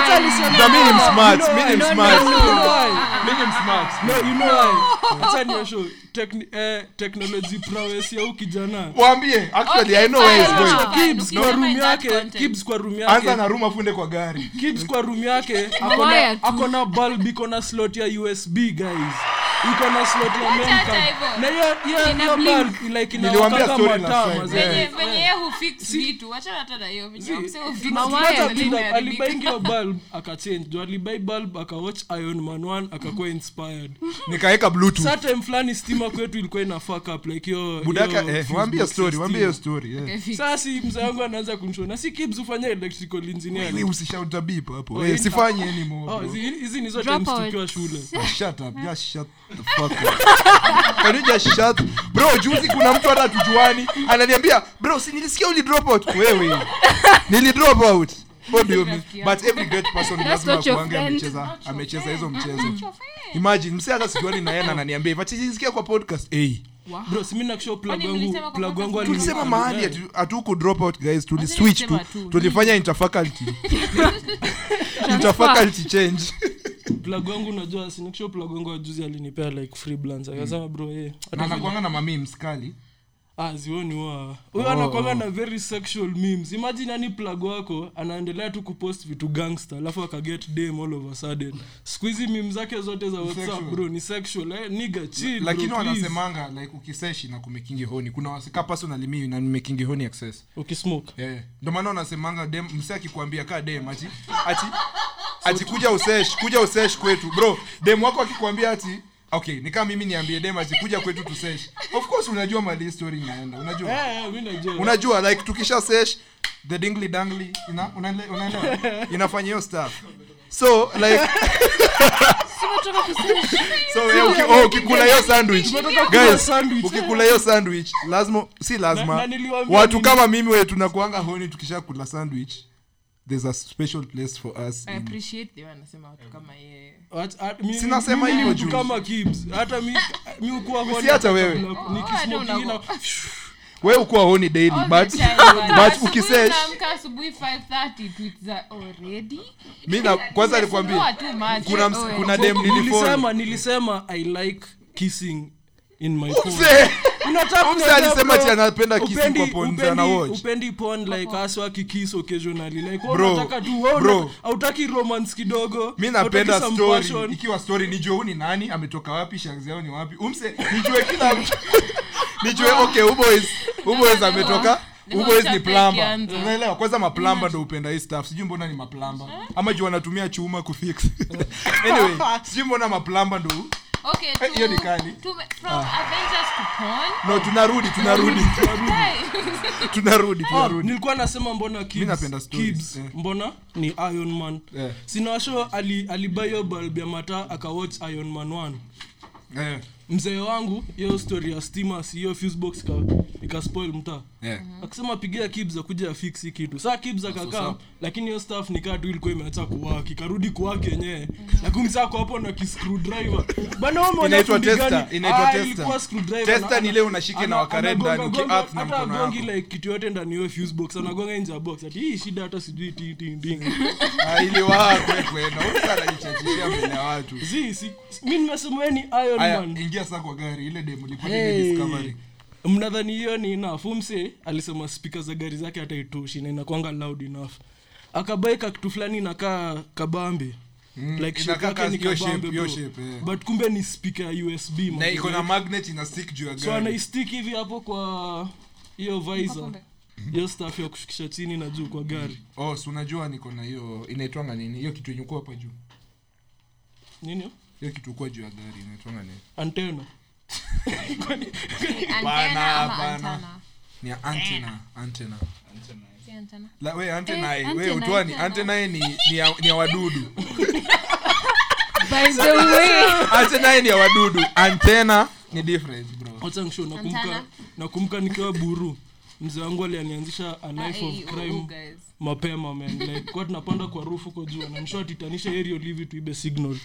[SPEAKER 3] na mimi ni smart mimi ni smart mimi ni smart
[SPEAKER 2] No, you know why? Acha niosho techni- eh, technology prowess ya huyu kijana
[SPEAKER 3] waambie actually
[SPEAKER 4] Okay,
[SPEAKER 3] i know where
[SPEAKER 4] fine,
[SPEAKER 3] he's going
[SPEAKER 4] sawa.
[SPEAKER 2] Kibs
[SPEAKER 4] No,
[SPEAKER 2] kwa
[SPEAKER 4] no,
[SPEAKER 2] room
[SPEAKER 4] in that
[SPEAKER 2] yake
[SPEAKER 4] context.
[SPEAKER 2] Kibs kwa room
[SPEAKER 3] anza na
[SPEAKER 2] yake
[SPEAKER 3] room afunde kwa gari
[SPEAKER 2] Kibs kwa room yake ako
[SPEAKER 5] Waya
[SPEAKER 2] na
[SPEAKER 5] tu.
[SPEAKER 2] ako na bulb iko na slot ya USB guys iko na slot ya
[SPEAKER 4] Wacha
[SPEAKER 2] main
[SPEAKER 4] hata
[SPEAKER 2] cam.
[SPEAKER 4] hivyo.
[SPEAKER 2] na hiyo hiyo
[SPEAKER 5] Ina
[SPEAKER 2] hiyo
[SPEAKER 5] blink.
[SPEAKER 2] bulb like
[SPEAKER 3] Niliwaambia
[SPEAKER 2] inawaka
[SPEAKER 3] story last
[SPEAKER 2] mataa
[SPEAKER 3] time.
[SPEAKER 2] mazee.
[SPEAKER 4] venye venye yeye hufix vitu wachana hata na hiyo venye mse hufix
[SPEAKER 2] Tuna-
[SPEAKER 5] waya
[SPEAKER 2] tunaacha
[SPEAKER 5] tu
[SPEAKER 2] build up.
[SPEAKER 4] imeharibika.
[SPEAKER 2] alibaingi hiyo bulb akachange jo alibai bulb akawatch iron man 1 akakuwa inspired
[SPEAKER 3] nikaweka
[SPEAKER 2] saa
[SPEAKER 3] bluetooth
[SPEAKER 2] time fulani stima kwetu ilikuwa ina fuck up like hiyo
[SPEAKER 3] budaka
[SPEAKER 2] hiyo
[SPEAKER 3] eh
[SPEAKER 2] fuse
[SPEAKER 3] waambie
[SPEAKER 2] box ya
[SPEAKER 3] story
[SPEAKER 2] stima.
[SPEAKER 3] waambie hiyo story eh
[SPEAKER 2] sasi mzee wangu anaanza kunishona si kibs ufanya electrical
[SPEAKER 3] Wewe
[SPEAKER 2] engineering
[SPEAKER 3] usishauta beep hapo.
[SPEAKER 2] Oh,
[SPEAKER 3] Wewe
[SPEAKER 2] enter.
[SPEAKER 3] sifanye anymore.
[SPEAKER 2] Oh,
[SPEAKER 3] bro.
[SPEAKER 2] hizi hizi ni zote
[SPEAKER 5] Drop out.
[SPEAKER 2] mstukiwa shule
[SPEAKER 3] Oh, shut up. Just shut the fuck up. Can you just shut- Bro, juzi kuna mtu hata tujuani ananiambia bro si nilisikia uli drop out wewe nili drop out What do you mean? but every great person lazima
[SPEAKER 5] not your
[SPEAKER 3] kuanga
[SPEAKER 5] friend.
[SPEAKER 3] amecheza amecheza hizo mchezo imagine mse hata sijuani na yeye na ananiambia but nilisikia kwa podcast hey.
[SPEAKER 2] bro si mimi nakushow plug
[SPEAKER 4] Kwani
[SPEAKER 2] wangu
[SPEAKER 4] mlisema kwa
[SPEAKER 2] plug wangu
[SPEAKER 4] podcast?
[SPEAKER 2] alini-
[SPEAKER 3] tulisema
[SPEAKER 4] Alidai.
[SPEAKER 3] mahali hatu- hatuku drop out guys tuliswitch tu
[SPEAKER 4] nilisema tu.
[SPEAKER 3] tulifanya interfaculty interfaculty change
[SPEAKER 2] plug wangu unajua si nakushow plug wangu wa juzi alinipea like free blans akasema bro eh
[SPEAKER 3] na nakuanga na mami mskali
[SPEAKER 2] ah zioni wa huyo
[SPEAKER 3] Oh.
[SPEAKER 2] anakwanga na very sexual memes imagine yani plug wako anaendelea tu kupost vitu gangster alafu akaget dem all of a sudden siku hizi meme zake zote za whatsapp
[SPEAKER 3] Sexual.
[SPEAKER 2] bro ni sexual eh nigga chill bro,
[SPEAKER 3] lakini
[SPEAKER 2] please.
[SPEAKER 3] wanasemanga like ukiseshi na kumekingi honi kuna wasika personally mimi na nimekingi honi access
[SPEAKER 2] ukismoke
[SPEAKER 3] Eh, ndio maana wanasemanga dem msi akikwambia kaa dem ati ati ati kuja usesh kuja usesh kwetu bro dem wako akikwambia ati okay ni kama mimi niambie dem ati kuja kwetu tusesh of course unajua mali story inaenda unajua
[SPEAKER 2] eh eh, mimi najua
[SPEAKER 3] unajua like tukisha sesh the dingly dangly ina unaele- unaelewa inafanya hiyo stuff so like
[SPEAKER 5] tumetoka kusema-
[SPEAKER 3] so eh, uki- oh, ukikula hiyo sandwich
[SPEAKER 2] kula
[SPEAKER 3] guys
[SPEAKER 2] sandwich.
[SPEAKER 3] ukikula hiyo sandwich lazima si
[SPEAKER 2] Na- na
[SPEAKER 3] lazima
[SPEAKER 2] niliwaambia
[SPEAKER 3] watu
[SPEAKER 2] nini?
[SPEAKER 3] kama mimi wetu tunakuanga honi tukishakula sandwich there's a special place for us
[SPEAKER 4] I
[SPEAKER 5] Eh.
[SPEAKER 3] in-
[SPEAKER 4] appreciate the wanasema watu kama yeye
[SPEAKER 2] Wat- at- mi-
[SPEAKER 3] Sinasema
[SPEAKER 2] mi- mi
[SPEAKER 3] hivyo
[SPEAKER 2] mtu
[SPEAKER 3] juzi.
[SPEAKER 2] kama Gibbs. hata mi- mi hukuwa honi
[SPEAKER 3] Usiacha
[SPEAKER 2] hata
[SPEAKER 3] wewe. Ah,
[SPEAKER 2] kabla- nikismoke
[SPEAKER 4] hata
[SPEAKER 2] ina-
[SPEAKER 3] we ukuwa honi daily
[SPEAKER 4] All the
[SPEAKER 3] but
[SPEAKER 4] time, bana.
[SPEAKER 3] but
[SPEAKER 4] Asubuhi
[SPEAKER 3] ukisearch
[SPEAKER 4] unaamka asubuhi 5:30 tweets are already.
[SPEAKER 3] mi na kwanza alikwambia
[SPEAKER 4] Umefunua too much.
[SPEAKER 3] kuna ms-
[SPEAKER 4] Oh,
[SPEAKER 3] kuna dem nilifollow
[SPEAKER 2] nilisema nilisema i like kissing in my
[SPEAKER 3] [LAUGHS]
[SPEAKER 2] phone.
[SPEAKER 3] Mzee,
[SPEAKER 2] Unataka
[SPEAKER 3] Huyu mzee
[SPEAKER 2] kuniambia
[SPEAKER 3] alisema
[SPEAKER 2] bro,
[SPEAKER 3] ati anapenda kissing
[SPEAKER 2] upendi-
[SPEAKER 3] kwa porn za
[SPEAKER 2] upendi-
[SPEAKER 3] anawatch.
[SPEAKER 2] upendi porn like aswa kikiss occasionally like wewe
[SPEAKER 3] Bro,
[SPEAKER 2] unataka tu wewe
[SPEAKER 3] bro.
[SPEAKER 2] unataka- hautaki romance kidogo
[SPEAKER 3] mi
[SPEAKER 2] hautaki
[SPEAKER 3] napenda
[SPEAKER 2] some
[SPEAKER 3] story
[SPEAKER 2] passion.
[SPEAKER 3] ikiwa story nijue huu ni nani ametoka wapi shanzi yao ni wapi umse nijue kila mtu nijue okay uboys uboys
[SPEAKER 4] Ndio,
[SPEAKER 3] ametoka
[SPEAKER 4] ndio.
[SPEAKER 3] uboys ni
[SPEAKER 4] Ndio,
[SPEAKER 3] plamba
[SPEAKER 4] ndio.
[SPEAKER 3] unaelewa kwanza maplamba ndo upenda hii stuff sijui mbona ni maplamba ama juu wanatumia chuma kufix anyway sijui mbona maplamba ndo
[SPEAKER 4] Okay,
[SPEAKER 3] Eh, hiyo ni
[SPEAKER 4] tu-
[SPEAKER 3] kali. Ah.
[SPEAKER 4] tume- from Avengers to porn.
[SPEAKER 3] no tunarudi tunarudi [LAUGHS] tunarudi
[SPEAKER 2] Ah,
[SPEAKER 3] tunarudi
[SPEAKER 2] nilikuwa nasema mbona Gibbs-
[SPEAKER 3] Mi napenda stories,
[SPEAKER 2] Gibbs,
[SPEAKER 3] eh.
[SPEAKER 2] mbona ni iron man
[SPEAKER 3] Eh.
[SPEAKER 2] sinawasho ali- alibuy hiyo bulb ya mataa akawatch iron man 1
[SPEAKER 3] Eh,
[SPEAKER 2] mzee wangu hiyo story ya stima si hiyo fuse box ka ikaspoil mtaa
[SPEAKER 3] yeah.
[SPEAKER 2] akisema pigia kibs akuja afiksi kitu saa kibs akakaa
[SPEAKER 3] sawa.
[SPEAKER 2] lakini hiyo staff nikaa tu ilikuwa imeacha kuwaki karudi kuwaki yenyewe lakini msako hapo na kiscrewdriver bana wewe umeona
[SPEAKER 3] Inaitwa
[SPEAKER 2] fundi
[SPEAKER 3] tester,
[SPEAKER 2] gani?
[SPEAKER 3] inaitwa
[SPEAKER 2] Ah,
[SPEAKER 3] tester.
[SPEAKER 2] ilikuwa screwdriver.
[SPEAKER 3] Tester
[SPEAKER 2] Ana-
[SPEAKER 3] ni ile unashika
[SPEAKER 2] ana-
[SPEAKER 3] na wakare
[SPEAKER 2] anagonga-
[SPEAKER 3] ndani, uki-
[SPEAKER 2] gonga-
[SPEAKER 3] earth na
[SPEAKER 2] hata
[SPEAKER 3] mkono
[SPEAKER 2] agongi
[SPEAKER 3] yako.
[SPEAKER 2] like kitu yote ndani ya hiyo fuse box anagonga nje ya box ati hii shida hata sijui ti ti ndingi
[SPEAKER 3] [LAUGHS] Ah, ili waa kwekwe na huyu sana anajichachishia mbele ya watu
[SPEAKER 2] zi si mimi nimesemeni iron
[SPEAKER 3] Aya,
[SPEAKER 2] man
[SPEAKER 3] ingia saa kwa gari ile demo ilikuwa
[SPEAKER 2] Hey.
[SPEAKER 3] ni discovery
[SPEAKER 2] mnadhani hiyo ni enough umse alisema spika za gari zake hata itoshi na inakwanga loud enough akabai kakitu fulani inakaa kabambe like shape
[SPEAKER 3] Mm, inakaa
[SPEAKER 2] yake
[SPEAKER 3] ka-
[SPEAKER 2] ni
[SPEAKER 3] hiyo shape,
[SPEAKER 2] kabambe
[SPEAKER 3] hiyo
[SPEAKER 2] bro.
[SPEAKER 3] shape, eh.
[SPEAKER 2] but kumbe ni spika ya usb
[SPEAKER 3] na
[SPEAKER 2] man.
[SPEAKER 3] iko na magnet ina stick juu ya
[SPEAKER 2] so
[SPEAKER 3] gari
[SPEAKER 2] anaistick hivi hapo kwa hiyo visor hiyo staff ya kushukisha chini na juu kwa gari
[SPEAKER 3] oh si unajua niko na hiyo inaitwanga nini hiyo kitu yenye kuwa hapa juu
[SPEAKER 2] nini hiyo?
[SPEAKER 3] hiyo kitu kuwa juu ya gari inaitwanga nini
[SPEAKER 2] antena
[SPEAKER 3] Bana,
[SPEAKER 5] antena ama
[SPEAKER 3] bana.
[SPEAKER 5] antana
[SPEAKER 3] ni ya antenna antenna
[SPEAKER 5] Si antana
[SPEAKER 3] la we antenna
[SPEAKER 5] Eh,
[SPEAKER 3] eh, we
[SPEAKER 5] antenna,
[SPEAKER 3] utwani
[SPEAKER 5] antenna.
[SPEAKER 3] antenna ni ni ya, ni ya wadudu [LAUGHS]
[SPEAKER 4] By the way.
[SPEAKER 3] antenna ni ya wadudu antenna ni different bro
[SPEAKER 2] wachangsho nakumka
[SPEAKER 5] Antana.
[SPEAKER 2] nakumka nikiwa buru mzee wangu alianianzisha a
[SPEAKER 5] Ah,
[SPEAKER 2] life
[SPEAKER 5] eh,
[SPEAKER 4] Hey,
[SPEAKER 2] of
[SPEAKER 4] oh,
[SPEAKER 2] crime
[SPEAKER 4] oh, guys.
[SPEAKER 2] mapema man like kwa tunapanda kwa roof huko juu anamshoa titanisha area livi tuibe signal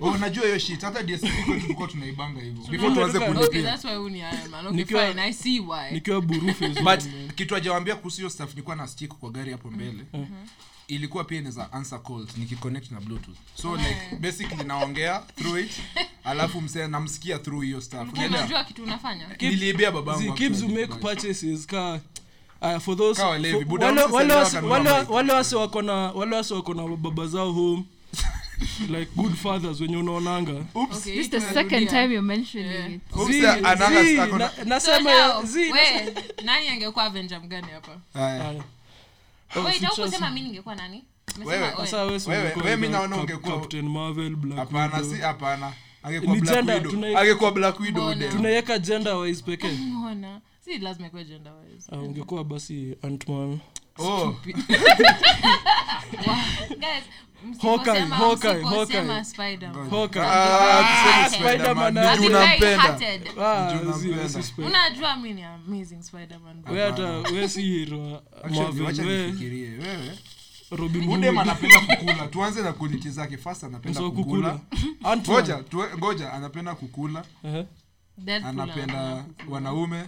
[SPEAKER 3] Oh, unajua hiyo shit hata DSP kwetu tulikuwa tunaibanga hivyo before
[SPEAKER 2] Tunaibanga.
[SPEAKER 3] tuanze
[SPEAKER 2] Okay,
[SPEAKER 4] Okay,
[SPEAKER 3] kulipia
[SPEAKER 4] that's why huu ni Iron Man. Okay,
[SPEAKER 2] Nikiwa-
[SPEAKER 4] fine, I see why.
[SPEAKER 2] nikiwa buru phase
[SPEAKER 3] but
[SPEAKER 2] one, man.
[SPEAKER 3] kitu ajawambia kuhusu hiyo staff nilikuwa na stick kwa gari hapo mbele ilikuwa pia inaweza answer calls nikiconnect na bluetooth so like basically naongea through it alafu msee namsikia through hiyo staff
[SPEAKER 5] Ulikuwa
[SPEAKER 3] unaelewa
[SPEAKER 5] unajua kitu unafanya
[SPEAKER 2] Kibs-
[SPEAKER 3] niliibia
[SPEAKER 2] Zee,
[SPEAKER 3] babangu
[SPEAKER 2] Kibs
[SPEAKER 3] actually,
[SPEAKER 2] make
[SPEAKER 3] but-
[SPEAKER 2] purchases ka aya for those
[SPEAKER 3] Ka walevi,
[SPEAKER 2] for-
[SPEAKER 3] buda
[SPEAKER 2] wale-
[SPEAKER 3] wasi
[SPEAKER 2] wale
[SPEAKER 3] sasa
[SPEAKER 2] wasi-
[SPEAKER 3] wakanunua
[SPEAKER 2] wale-
[SPEAKER 3] bike.
[SPEAKER 2] wale wasi wako na wale wasi wako na baba zao home like good fathers wenye unaonanga
[SPEAKER 3] Oops.
[SPEAKER 4] Okay,
[SPEAKER 5] this the
[SPEAKER 4] tunarudia.
[SPEAKER 5] second time you're mentioning it
[SPEAKER 3] Oops,
[SPEAKER 2] Zee,
[SPEAKER 3] anaga-
[SPEAKER 2] Zee,
[SPEAKER 3] ako na-
[SPEAKER 2] na-
[SPEAKER 4] So
[SPEAKER 2] nasema
[SPEAKER 4] now,
[SPEAKER 2] Zee,
[SPEAKER 4] we, nani angekuwa Avenger mgani hapa?
[SPEAKER 3] Aya.
[SPEAKER 2] Aya. Oh,
[SPEAKER 5] wait au
[SPEAKER 2] features.
[SPEAKER 5] kusema mi ningekuwa nani Umesema
[SPEAKER 3] Wewe.
[SPEAKER 5] oe.
[SPEAKER 2] Sasa wewe si
[SPEAKER 3] Wewe-
[SPEAKER 2] ungekuwa
[SPEAKER 3] wewe mi
[SPEAKER 2] either
[SPEAKER 3] naona
[SPEAKER 2] Cap-
[SPEAKER 3] ungekuwa-
[SPEAKER 2] Captain Marvel, Black
[SPEAKER 3] hapana
[SPEAKER 2] Widow.
[SPEAKER 3] si hapana angekuwa
[SPEAKER 2] Ni
[SPEAKER 3] Black
[SPEAKER 2] gender,
[SPEAKER 3] Widow.
[SPEAKER 2] tunai-
[SPEAKER 3] Angekuwa black widow
[SPEAKER 5] Mbona?
[SPEAKER 3] dem.
[SPEAKER 2] tunaiweka gender wise pekee
[SPEAKER 4] Mbona? Si lazima ikuwe gender wise.
[SPEAKER 2] Ah, ungekuwa basi antman
[SPEAKER 3] Oh,
[SPEAKER 5] Guys,
[SPEAKER 2] Hawkeye,
[SPEAKER 5] msiposema-
[SPEAKER 2] Hawkeye,
[SPEAKER 5] msiposema
[SPEAKER 2] Hawkeye.
[SPEAKER 5] Spider-Man.
[SPEAKER 3] ah, tuseme
[SPEAKER 2] Spider-Man,
[SPEAKER 3] Spider-Man,
[SPEAKER 2] ah,
[SPEAKER 3] juu
[SPEAKER 5] I'm
[SPEAKER 3] unampenda
[SPEAKER 5] light-hearted.
[SPEAKER 2] Ah,
[SPEAKER 3] Juu
[SPEAKER 2] zi-
[SPEAKER 3] nampenda.
[SPEAKER 2] zi- spe-
[SPEAKER 5] unajua mi ni amazing Spider-Man.
[SPEAKER 2] we hata we si hero wa
[SPEAKER 3] Actually,
[SPEAKER 2] Marvel,
[SPEAKER 3] wacha
[SPEAKER 2] we
[SPEAKER 3] nifikirie, wewe.
[SPEAKER 2] Robin Hood.
[SPEAKER 3] udem anapenda kukula tuanze na quality zake fast anapenda
[SPEAKER 2] Uso wa
[SPEAKER 3] kukula
[SPEAKER 2] kukula. Eh, Ant-Man.
[SPEAKER 3] ngoja tuwe- ngoja anapenda kukula
[SPEAKER 2] Ehe.
[SPEAKER 4] Deadpool
[SPEAKER 3] anapenda
[SPEAKER 4] anaona.
[SPEAKER 3] wanaume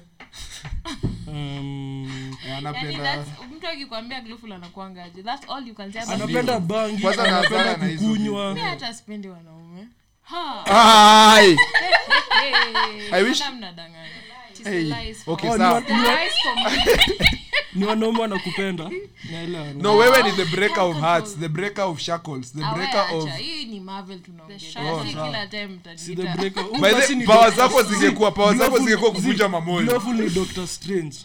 [SPEAKER 2] Um,
[SPEAKER 3] eh,
[SPEAKER 5] Yaani
[SPEAKER 3] anapenda
[SPEAKER 5] that's- mtu akikwambia Glowful anakuangaje that's all you can say about
[SPEAKER 2] anapenda bangi
[SPEAKER 3] Kwanza na
[SPEAKER 2] anapenda
[SPEAKER 3] hasara na hizo
[SPEAKER 5] Mi
[SPEAKER 2] kukunywa
[SPEAKER 5] hata sipendi wanaume Ha,
[SPEAKER 3] Ai!
[SPEAKER 5] hey, hey,
[SPEAKER 3] I wish-
[SPEAKER 5] mbona mnadanganya? It is a
[SPEAKER 3] Hey,
[SPEAKER 5] lie for
[SPEAKER 3] okay,
[SPEAKER 2] Oh,
[SPEAKER 3] sawa.
[SPEAKER 5] me. Lies for me.
[SPEAKER 2] ni wanaume wanakupenda naelewa na-
[SPEAKER 3] no wewe ni the breaker of hearts the breaker of shackles the
[SPEAKER 5] Awe,
[SPEAKER 3] breaker
[SPEAKER 5] acha.
[SPEAKER 3] of Oh,
[SPEAKER 5] Hii ni Marvel tunaongelea.
[SPEAKER 4] The
[SPEAKER 5] Si
[SPEAKER 3] shadow.
[SPEAKER 5] kila time
[SPEAKER 2] Si the
[SPEAKER 5] mtajiita.
[SPEAKER 2] breaker. Huyu
[SPEAKER 3] By the-
[SPEAKER 2] basi ni
[SPEAKER 3] power
[SPEAKER 2] Dr.
[SPEAKER 3] zako zingekuwa power zako
[SPEAKER 2] Glowful-
[SPEAKER 3] zingekuwa
[SPEAKER 2] zi-
[SPEAKER 3] kuvunja mamoyo
[SPEAKER 2] Glowful ni Dr. Strange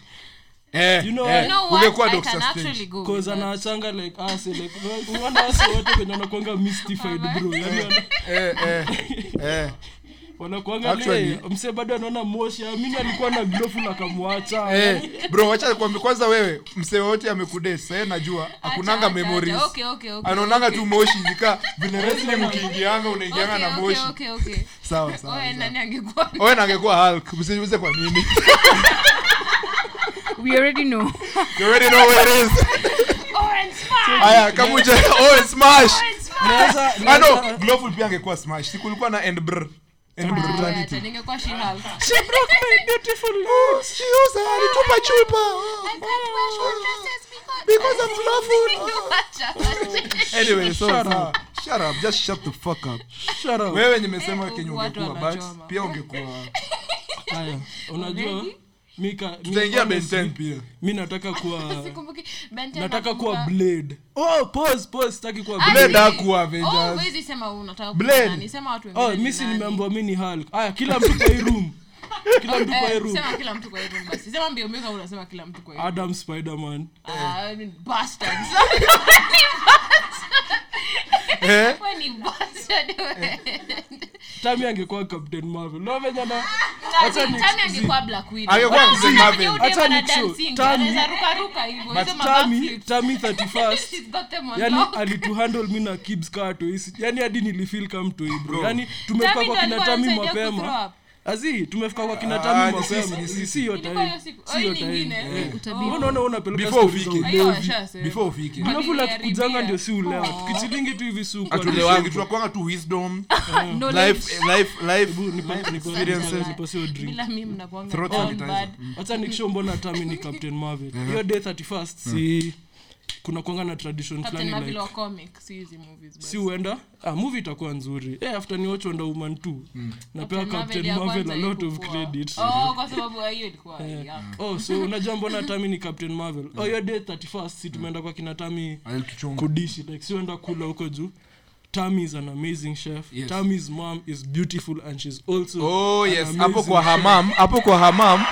[SPEAKER 3] Eh,
[SPEAKER 2] You know
[SPEAKER 3] eh,
[SPEAKER 5] You know what?
[SPEAKER 3] ungekuwa
[SPEAKER 5] I
[SPEAKER 3] Dr.
[SPEAKER 5] can
[SPEAKER 3] Strange.
[SPEAKER 5] actually go with
[SPEAKER 2] cause
[SPEAKER 5] that.
[SPEAKER 2] anachanga like ase like wana ase wote kwenye wanakuanga mystified bro yani wana-
[SPEAKER 3] Eh,
[SPEAKER 2] [LAUGHS]
[SPEAKER 3] eh, eh.
[SPEAKER 2] wanakuanga
[SPEAKER 3] Actually-
[SPEAKER 2] le mse bado anaona moshi amini alikuwa na glofu na kamwacha
[SPEAKER 3] Eh, bro wacha kwambi kwanza wewe msee wote amekudate saye najua
[SPEAKER 5] Acha,
[SPEAKER 3] akunanga
[SPEAKER 5] acha,
[SPEAKER 3] memories
[SPEAKER 5] acha. Okay, okay, okay.
[SPEAKER 3] anaonanga tu moshi nika
[SPEAKER 5] [LAUGHS]
[SPEAKER 3] vile wrestling ukiingianga
[SPEAKER 5] Okay,
[SPEAKER 3] unaingianga na
[SPEAKER 5] okay,
[SPEAKER 3] moshi Oh,
[SPEAKER 5] okay, okay.
[SPEAKER 3] sawa sawa,
[SPEAKER 5] Oe,
[SPEAKER 3] sawa
[SPEAKER 5] nani angekuwa-
[SPEAKER 3] owen angekuwa hulk msiuze kwa mimi
[SPEAKER 4] We already know.
[SPEAKER 3] you already know what it is
[SPEAKER 5] Oe, smile.
[SPEAKER 3] haya kama uja owen Oh, smash
[SPEAKER 5] Oe, smile.
[SPEAKER 2] Naweza-
[SPEAKER 3] ah no
[SPEAKER 2] naweza-
[SPEAKER 3] glowful pia angekuwa smash sikulikuwa na and brr and brr
[SPEAKER 5] Awe,
[SPEAKER 3] tani tu
[SPEAKER 5] acha, ningekuwa She-Hulk.
[SPEAKER 3] she broke my beautiful nose she used her alitupa
[SPEAKER 5] I
[SPEAKER 3] chupa
[SPEAKER 5] can't wear short dresses because-
[SPEAKER 3] Oh. Because I'm
[SPEAKER 5] [LAUGHS]
[SPEAKER 3] Oh. glowful.
[SPEAKER 5] Acha, acha.
[SPEAKER 3] anyway so
[SPEAKER 2] Shut
[SPEAKER 3] sawa shut up just shut the fuck up
[SPEAKER 2] Shut up.
[SPEAKER 3] wewe nimesema
[SPEAKER 5] Eh,
[SPEAKER 3] kenye
[SPEAKER 5] watu
[SPEAKER 3] ungekuwa but
[SPEAKER 5] wanachoma.
[SPEAKER 3] pia
[SPEAKER 5] [LAUGHS]
[SPEAKER 3] ungekuwa
[SPEAKER 2] Haya, unajua mi ka- mi
[SPEAKER 3] tutaingia
[SPEAKER 2] honestly,
[SPEAKER 3] ben 10 pia
[SPEAKER 2] mi nataka
[SPEAKER 5] [LAUGHS]
[SPEAKER 2] kuwa
[SPEAKER 5] Sikumbuki. Ben Ten
[SPEAKER 2] Oh. nataka kuwa
[SPEAKER 5] nakumbuka-
[SPEAKER 2] blade oh pause pause sitaki kuwa blade
[SPEAKER 3] blade hakuwa
[SPEAKER 5] Oh,
[SPEAKER 3] avengers
[SPEAKER 5] huwezi sema unataka
[SPEAKER 3] Blade.
[SPEAKER 5] kuwa nani, sema watu wengine
[SPEAKER 2] oh
[SPEAKER 5] ni
[SPEAKER 2] mi si
[SPEAKER 5] nani.
[SPEAKER 2] nimeambiwa mi ni hulk haya kila mtu kwa hii room kila mtu kwa hii
[SPEAKER 5] Eh,
[SPEAKER 2] room
[SPEAKER 5] sema kila mtu kwa hii room basi. Sema mbio mbio kama unasema kila mtu kwa hii room.
[SPEAKER 2] adam spiderman eh.
[SPEAKER 5] Ah, wewe ni bastards. [LAUGHS]
[SPEAKER 3] eh
[SPEAKER 5] Wewe ni bastard,
[SPEAKER 2] Eh.
[SPEAKER 5] wewe.
[SPEAKER 2] tami angekuwa captain marvel no venye na Acha ni-
[SPEAKER 5] Tami- Tami angekuwa Black Widow.
[SPEAKER 3] angekuwa
[SPEAKER 5] Wewe
[SPEAKER 3] mzee
[SPEAKER 5] unafanya
[SPEAKER 3] Marvel.
[SPEAKER 5] udemu
[SPEAKER 2] Acha
[SPEAKER 5] na
[SPEAKER 2] ni show.
[SPEAKER 5] dancing.
[SPEAKER 2] Tami-
[SPEAKER 5] Anaweza ruka ruka hivyo.
[SPEAKER 2] but
[SPEAKER 5] Sema
[SPEAKER 2] tami
[SPEAKER 5] backflip.
[SPEAKER 2] tami
[SPEAKER 5] [LAUGHS]
[SPEAKER 2] 31st
[SPEAKER 5] She's got them on
[SPEAKER 2] yani
[SPEAKER 5] lock.
[SPEAKER 2] Yaani alituhandle mi na kibs kaa toisi yani yaani hadi nilifil kam toi bro yani
[SPEAKER 5] Tami
[SPEAKER 2] tumekuwa
[SPEAKER 5] ndo
[SPEAKER 2] Yaani kwa kina
[SPEAKER 5] alikuwa
[SPEAKER 2] tami
[SPEAKER 5] anasaidia
[SPEAKER 2] mapema
[SPEAKER 5] kuthrow up.
[SPEAKER 2] azi tumefika kwa kina
[SPEAKER 3] Ah,
[SPEAKER 2] Tami
[SPEAKER 3] ni
[SPEAKER 2] mapema,
[SPEAKER 3] sisi, ni
[SPEAKER 2] si-
[SPEAKER 3] sisi.
[SPEAKER 2] si your
[SPEAKER 5] Ilikuwa
[SPEAKER 2] time.
[SPEAKER 5] hiyo siku-
[SPEAKER 2] Si
[SPEAKER 5] oh,
[SPEAKER 2] your
[SPEAKER 5] hii
[SPEAKER 2] time.
[SPEAKER 5] nyingine.
[SPEAKER 2] Eh.
[SPEAKER 4] Utabibu.
[SPEAKER 2] Wewe unaona unapeleka
[SPEAKER 3] Before
[SPEAKER 2] stories za
[SPEAKER 3] ufike.
[SPEAKER 2] ulevi.
[SPEAKER 5] Hiyo washasema.
[SPEAKER 3] before ufike
[SPEAKER 5] Kwa-
[SPEAKER 2] Alafu la
[SPEAKER 5] Waliharibia.
[SPEAKER 2] kujanga ndio si ulewa
[SPEAKER 5] Oh.
[SPEAKER 2] tukichilingi tu hivi suku
[SPEAKER 3] Hatulewangi, tunakuanga tu wisdom
[SPEAKER 4] Knowledge.
[SPEAKER 3] life life life experiences.
[SPEAKER 5] Bila mimi mnakuanga
[SPEAKER 3] Throat
[SPEAKER 5] down
[SPEAKER 3] sanitizer.
[SPEAKER 5] bad.
[SPEAKER 2] hata nikisho mbona tami ni captain marvel
[SPEAKER 3] [LAUGHS]
[SPEAKER 2] hiyo day 31st si kuna kwanga na tradition
[SPEAKER 5] Captain
[SPEAKER 2] fulani
[SPEAKER 5] Marvel
[SPEAKER 2] like
[SPEAKER 5] wa comic, si hizi movies basi.
[SPEAKER 2] si uenda ah, movie itakuwa nzuri eh after ni watch Wonder Woman 2
[SPEAKER 3] Mm.
[SPEAKER 2] napea
[SPEAKER 5] Captain Marvel
[SPEAKER 2] captain
[SPEAKER 5] ya
[SPEAKER 2] marvel
[SPEAKER 5] kwanza
[SPEAKER 2] a lot of
[SPEAKER 5] haikukuwa.
[SPEAKER 2] credit
[SPEAKER 5] Oh, kwa sababu ya
[SPEAKER 3] [LAUGHS]
[SPEAKER 5] hiyo ilikuwa
[SPEAKER 3] Eh.
[SPEAKER 5] ya.
[SPEAKER 2] oh
[SPEAKER 5] [LAUGHS]
[SPEAKER 2] so unajua mbona tami ni captain marvel
[SPEAKER 3] Mm.
[SPEAKER 2] oh hiyo day 31st si tumeenda kwa kina tami
[SPEAKER 3] alituchonga
[SPEAKER 2] kudishi like siuenda kula huko juu tami is an amazing chef
[SPEAKER 3] Yes.
[SPEAKER 2] tamis mom is beautiful and she's also
[SPEAKER 3] oh
[SPEAKER 2] an
[SPEAKER 3] yes hapo
[SPEAKER 2] amazing
[SPEAKER 3] kwa
[SPEAKER 2] chef.
[SPEAKER 3] hamam hapo kwa hamam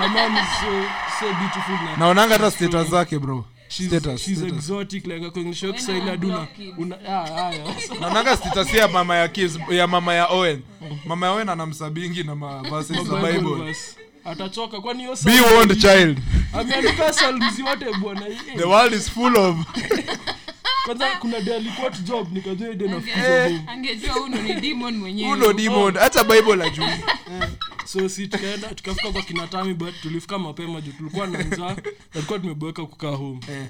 [SPEAKER 2] Her mom is so so beautiful na
[SPEAKER 3] naonanga hata status zake bro
[SPEAKER 2] she's,
[SPEAKER 3] Status,
[SPEAKER 2] she's
[SPEAKER 3] status.
[SPEAKER 2] exotic like akongisha yo kiswahili
[SPEAKER 5] When I
[SPEAKER 2] aduna
[SPEAKER 5] block it.
[SPEAKER 2] una ah, haya
[SPEAKER 5] [LAUGHS]
[SPEAKER 3] naonanga status ya mama ya kids, ya mama ya owen mama ya owen ana msabingi na mavases za bible
[SPEAKER 2] Bas, atachoka kwani yo
[SPEAKER 3] be
[SPEAKER 2] psalm-
[SPEAKER 3] warned child
[SPEAKER 2] ameandika salmu zote bwana
[SPEAKER 3] the
[SPEAKER 2] Eh,
[SPEAKER 3] world is full of Ah.
[SPEAKER 2] kwanza kuna day alikuwa tu job nikajua hiyo day nafukuza
[SPEAKER 3] Eh.
[SPEAKER 2] home.
[SPEAKER 5] Angejua huyu ni demon mwenyewe.
[SPEAKER 3] uno demon hata bible ajuu
[SPEAKER 2] so si tukaenda tukafika kwa kinatami but tulifika mapema juu tulikuwa na njaa tulikuwa tumeboeka kukaa home
[SPEAKER 3] Eh.